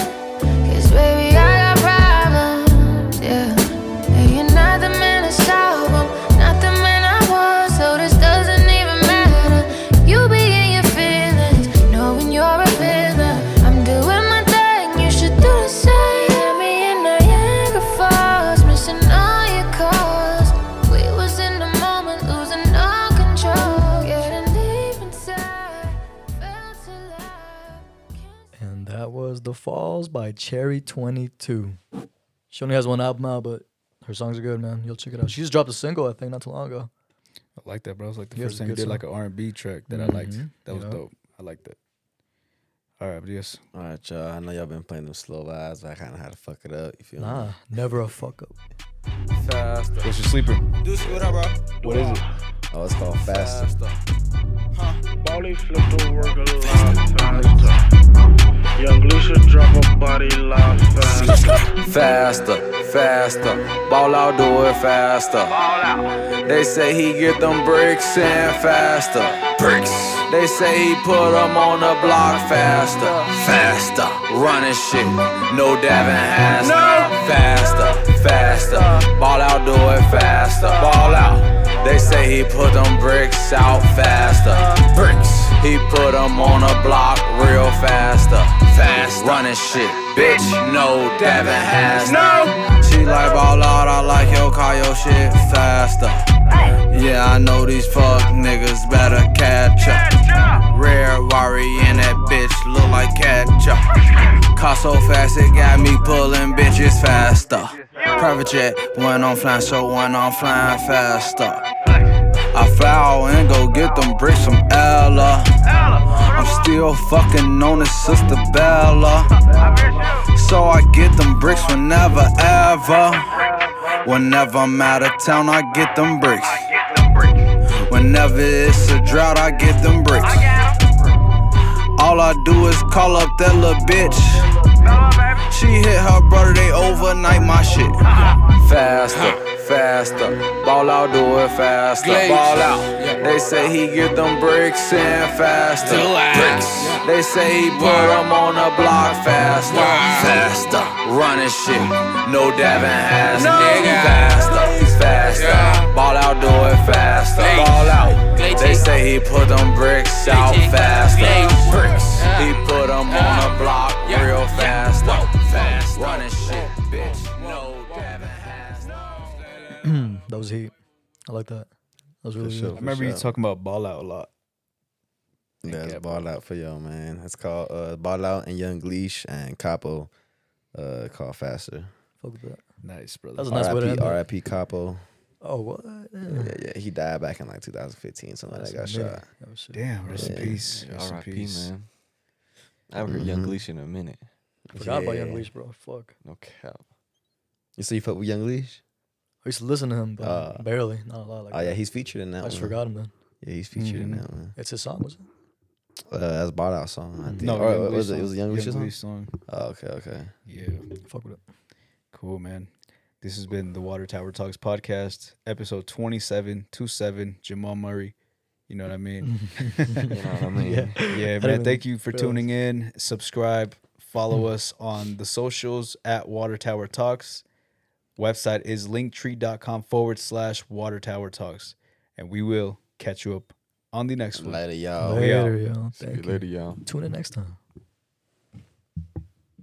[SPEAKER 8] Cause baby, I got problems, yeah. And you're not the man to solve 'em, not the man I was, so this doesn't even matter. You be in your feelings, knowing you're a villain. I'm doing my thing, you should do the same. Had me in Niagara Falls, missing all your calls. We was in the moment, losing all control, getting deep inside, felt alive. Can't
[SPEAKER 3] And that was The Falls by Cherry 22. She only has one album out, but her songs are good, man. You'll check it out. She just dropped a single, I think, not too long ago.
[SPEAKER 1] I like that, bro. It's like the
[SPEAKER 3] Yeah,
[SPEAKER 1] first
[SPEAKER 3] it's a
[SPEAKER 1] time you
[SPEAKER 3] good song.
[SPEAKER 1] did like an R and B track that I liked.
[SPEAKER 3] Mhm.
[SPEAKER 1] That was
[SPEAKER 3] Yeah.
[SPEAKER 1] dope. I like that. All right, but yes,
[SPEAKER 4] All right, y'all. I know y'all been playing them slow vibes, but I kind of had to fuck it up. You feel me?
[SPEAKER 3] Nah, never a fuck up.
[SPEAKER 5] Faster.
[SPEAKER 1] what's your sleeper?
[SPEAKER 5] This what I rock.
[SPEAKER 1] What is it?
[SPEAKER 4] Oh, it's called faster.
[SPEAKER 9] Molly flipped over a lot faster. Young Lucia drop a body lot faster.
[SPEAKER 10] faster, faster. Ball out, do it faster. They say he get them bricks in faster. Bricks. They say he put them on the block faster. Faster. Running shit. No Devin has no. Faster, faster. Ball out, do it faster. Ball out. They say he put them bricks out faster. Bricks. He put them on the block real faster. Fast. Running shit. Bitch, no Devin has no. She like ball out, I like yo, call your shit faster. Yeah, I know these fuck niggas better catch up. Rare worry and that bitch look like ketchup. Car so fast it got me pulling bitches faster. Private jet, when I'm flying, so when I'm flying faster. I fly out and go get them bricks from Ella. I'm still fucking on his sister Bella. So I get them bricks whenever ever. Whenever I'm out of town, I get them bricks. Whenever it's a drought, I get them bricks. All I do is call up that little bitch. She hit her brother, they overnight ignite my shit. Faster, faster. Ball out, do it faster.
[SPEAKER 5] Glaze.
[SPEAKER 10] Ball out. They say he get them bricks in faster.
[SPEAKER 5] Do it.
[SPEAKER 10] Bricks. They say he put them on the block faster.
[SPEAKER 5] Wow.
[SPEAKER 10] Faster. Running shit. No Devin has
[SPEAKER 5] No.
[SPEAKER 10] nigga. Faster, faster.
[SPEAKER 5] Yeah.
[SPEAKER 10] Ball out, do it faster.
[SPEAKER 5] Glaze.
[SPEAKER 10] Ball out.
[SPEAKER 5] Glaze.
[SPEAKER 10] They say he put them bricks out
[SPEAKER 5] Glaze.
[SPEAKER 10] faster.
[SPEAKER 5] Glaze.
[SPEAKER 10] Bricks.
[SPEAKER 5] Yeah.
[SPEAKER 10] He put them on
[SPEAKER 5] Yeah.
[SPEAKER 10] the block
[SPEAKER 5] Yeah.
[SPEAKER 10] real
[SPEAKER 5] Yeah.
[SPEAKER 10] fast.
[SPEAKER 5] Whoa.
[SPEAKER 10] Fast.
[SPEAKER 5] Whoa.
[SPEAKER 10] Running shit,
[SPEAKER 5] Whoa.
[SPEAKER 10] bitch.
[SPEAKER 5] Whoa.
[SPEAKER 10] No
[SPEAKER 5] Whoa.
[SPEAKER 10] Devin has
[SPEAKER 3] That was heat. I like that. That was really
[SPEAKER 4] sure.
[SPEAKER 3] good.
[SPEAKER 1] I remember you
[SPEAKER 4] sure.
[SPEAKER 1] talking about ball out a lot.
[SPEAKER 4] Yeah, it's
[SPEAKER 1] Yeah,
[SPEAKER 4] Ball Out for y'all, man. It's called uh, Ball Out and Young Leash and Capo uh, called Faster.
[SPEAKER 3] Fuck with that.
[SPEAKER 1] Nice,
[SPEAKER 3] That
[SPEAKER 1] brother.
[SPEAKER 3] was a nice way to end
[SPEAKER 4] RIP,
[SPEAKER 3] it.
[SPEAKER 4] RIP Capo.
[SPEAKER 3] Oh, what? Yeah.
[SPEAKER 4] Yeah, yeah, he died back in like 2015, something like that. Got
[SPEAKER 3] That's amazing.
[SPEAKER 4] shot.
[SPEAKER 3] That was shit.
[SPEAKER 1] Damn, rest
[SPEAKER 4] Yeah.
[SPEAKER 1] in peace. Rest in
[SPEAKER 2] R.I.P.
[SPEAKER 1] peace.
[SPEAKER 2] Man, I haven't heard Young
[SPEAKER 4] Mhm.
[SPEAKER 2] Leash in a minute.
[SPEAKER 3] Mm-hmm. Forgot about Young
[SPEAKER 4] Yeah.
[SPEAKER 3] Leash, bro. Fuck.
[SPEAKER 2] No cap.
[SPEAKER 4] You see, you fuck with Young Leash?
[SPEAKER 3] I used to listen to him, but
[SPEAKER 4] Uh,
[SPEAKER 3] barely. Not a lot. Like
[SPEAKER 4] Oh
[SPEAKER 3] that.
[SPEAKER 4] yeah, he's featured in that.
[SPEAKER 3] I just
[SPEAKER 4] one.
[SPEAKER 3] forgot him then.
[SPEAKER 4] Yeah, he's featured in
[SPEAKER 1] Mhm.
[SPEAKER 4] that one.
[SPEAKER 3] It's his song, was it?
[SPEAKER 4] Uh, that's Ball
[SPEAKER 3] Mm-hmm.
[SPEAKER 4] Out song. I think.
[SPEAKER 1] No,
[SPEAKER 4] No, or,
[SPEAKER 1] Young
[SPEAKER 4] what
[SPEAKER 1] Leash
[SPEAKER 4] was it?
[SPEAKER 1] song.
[SPEAKER 4] It was a Young Leash song.
[SPEAKER 1] Leash song.
[SPEAKER 4] Oh, okay, okay.
[SPEAKER 1] Yeah.
[SPEAKER 3] Fuck with it.
[SPEAKER 1] Cool, man. This has been the Water Tower Talks podcast, episode 27, 27, Jamal Murray. You know what I mean?
[SPEAKER 2] You know what I mean?
[SPEAKER 1] yeah,
[SPEAKER 3] don't
[SPEAKER 1] man.
[SPEAKER 3] even
[SPEAKER 1] Thank you for
[SPEAKER 3] realize.
[SPEAKER 1] tuning in. Subscribe, follow
[SPEAKER 2] Mm.
[SPEAKER 1] us on the socials at Water Tower Talks. Website is linktree.com forward slash Water Tower Talks. And we will catch you up on the next one.
[SPEAKER 4] Later, y'all.
[SPEAKER 1] yeah.
[SPEAKER 3] Later, y'all.
[SPEAKER 2] See you
[SPEAKER 3] Thank you.
[SPEAKER 2] later, y'all.
[SPEAKER 3] Tune in next time.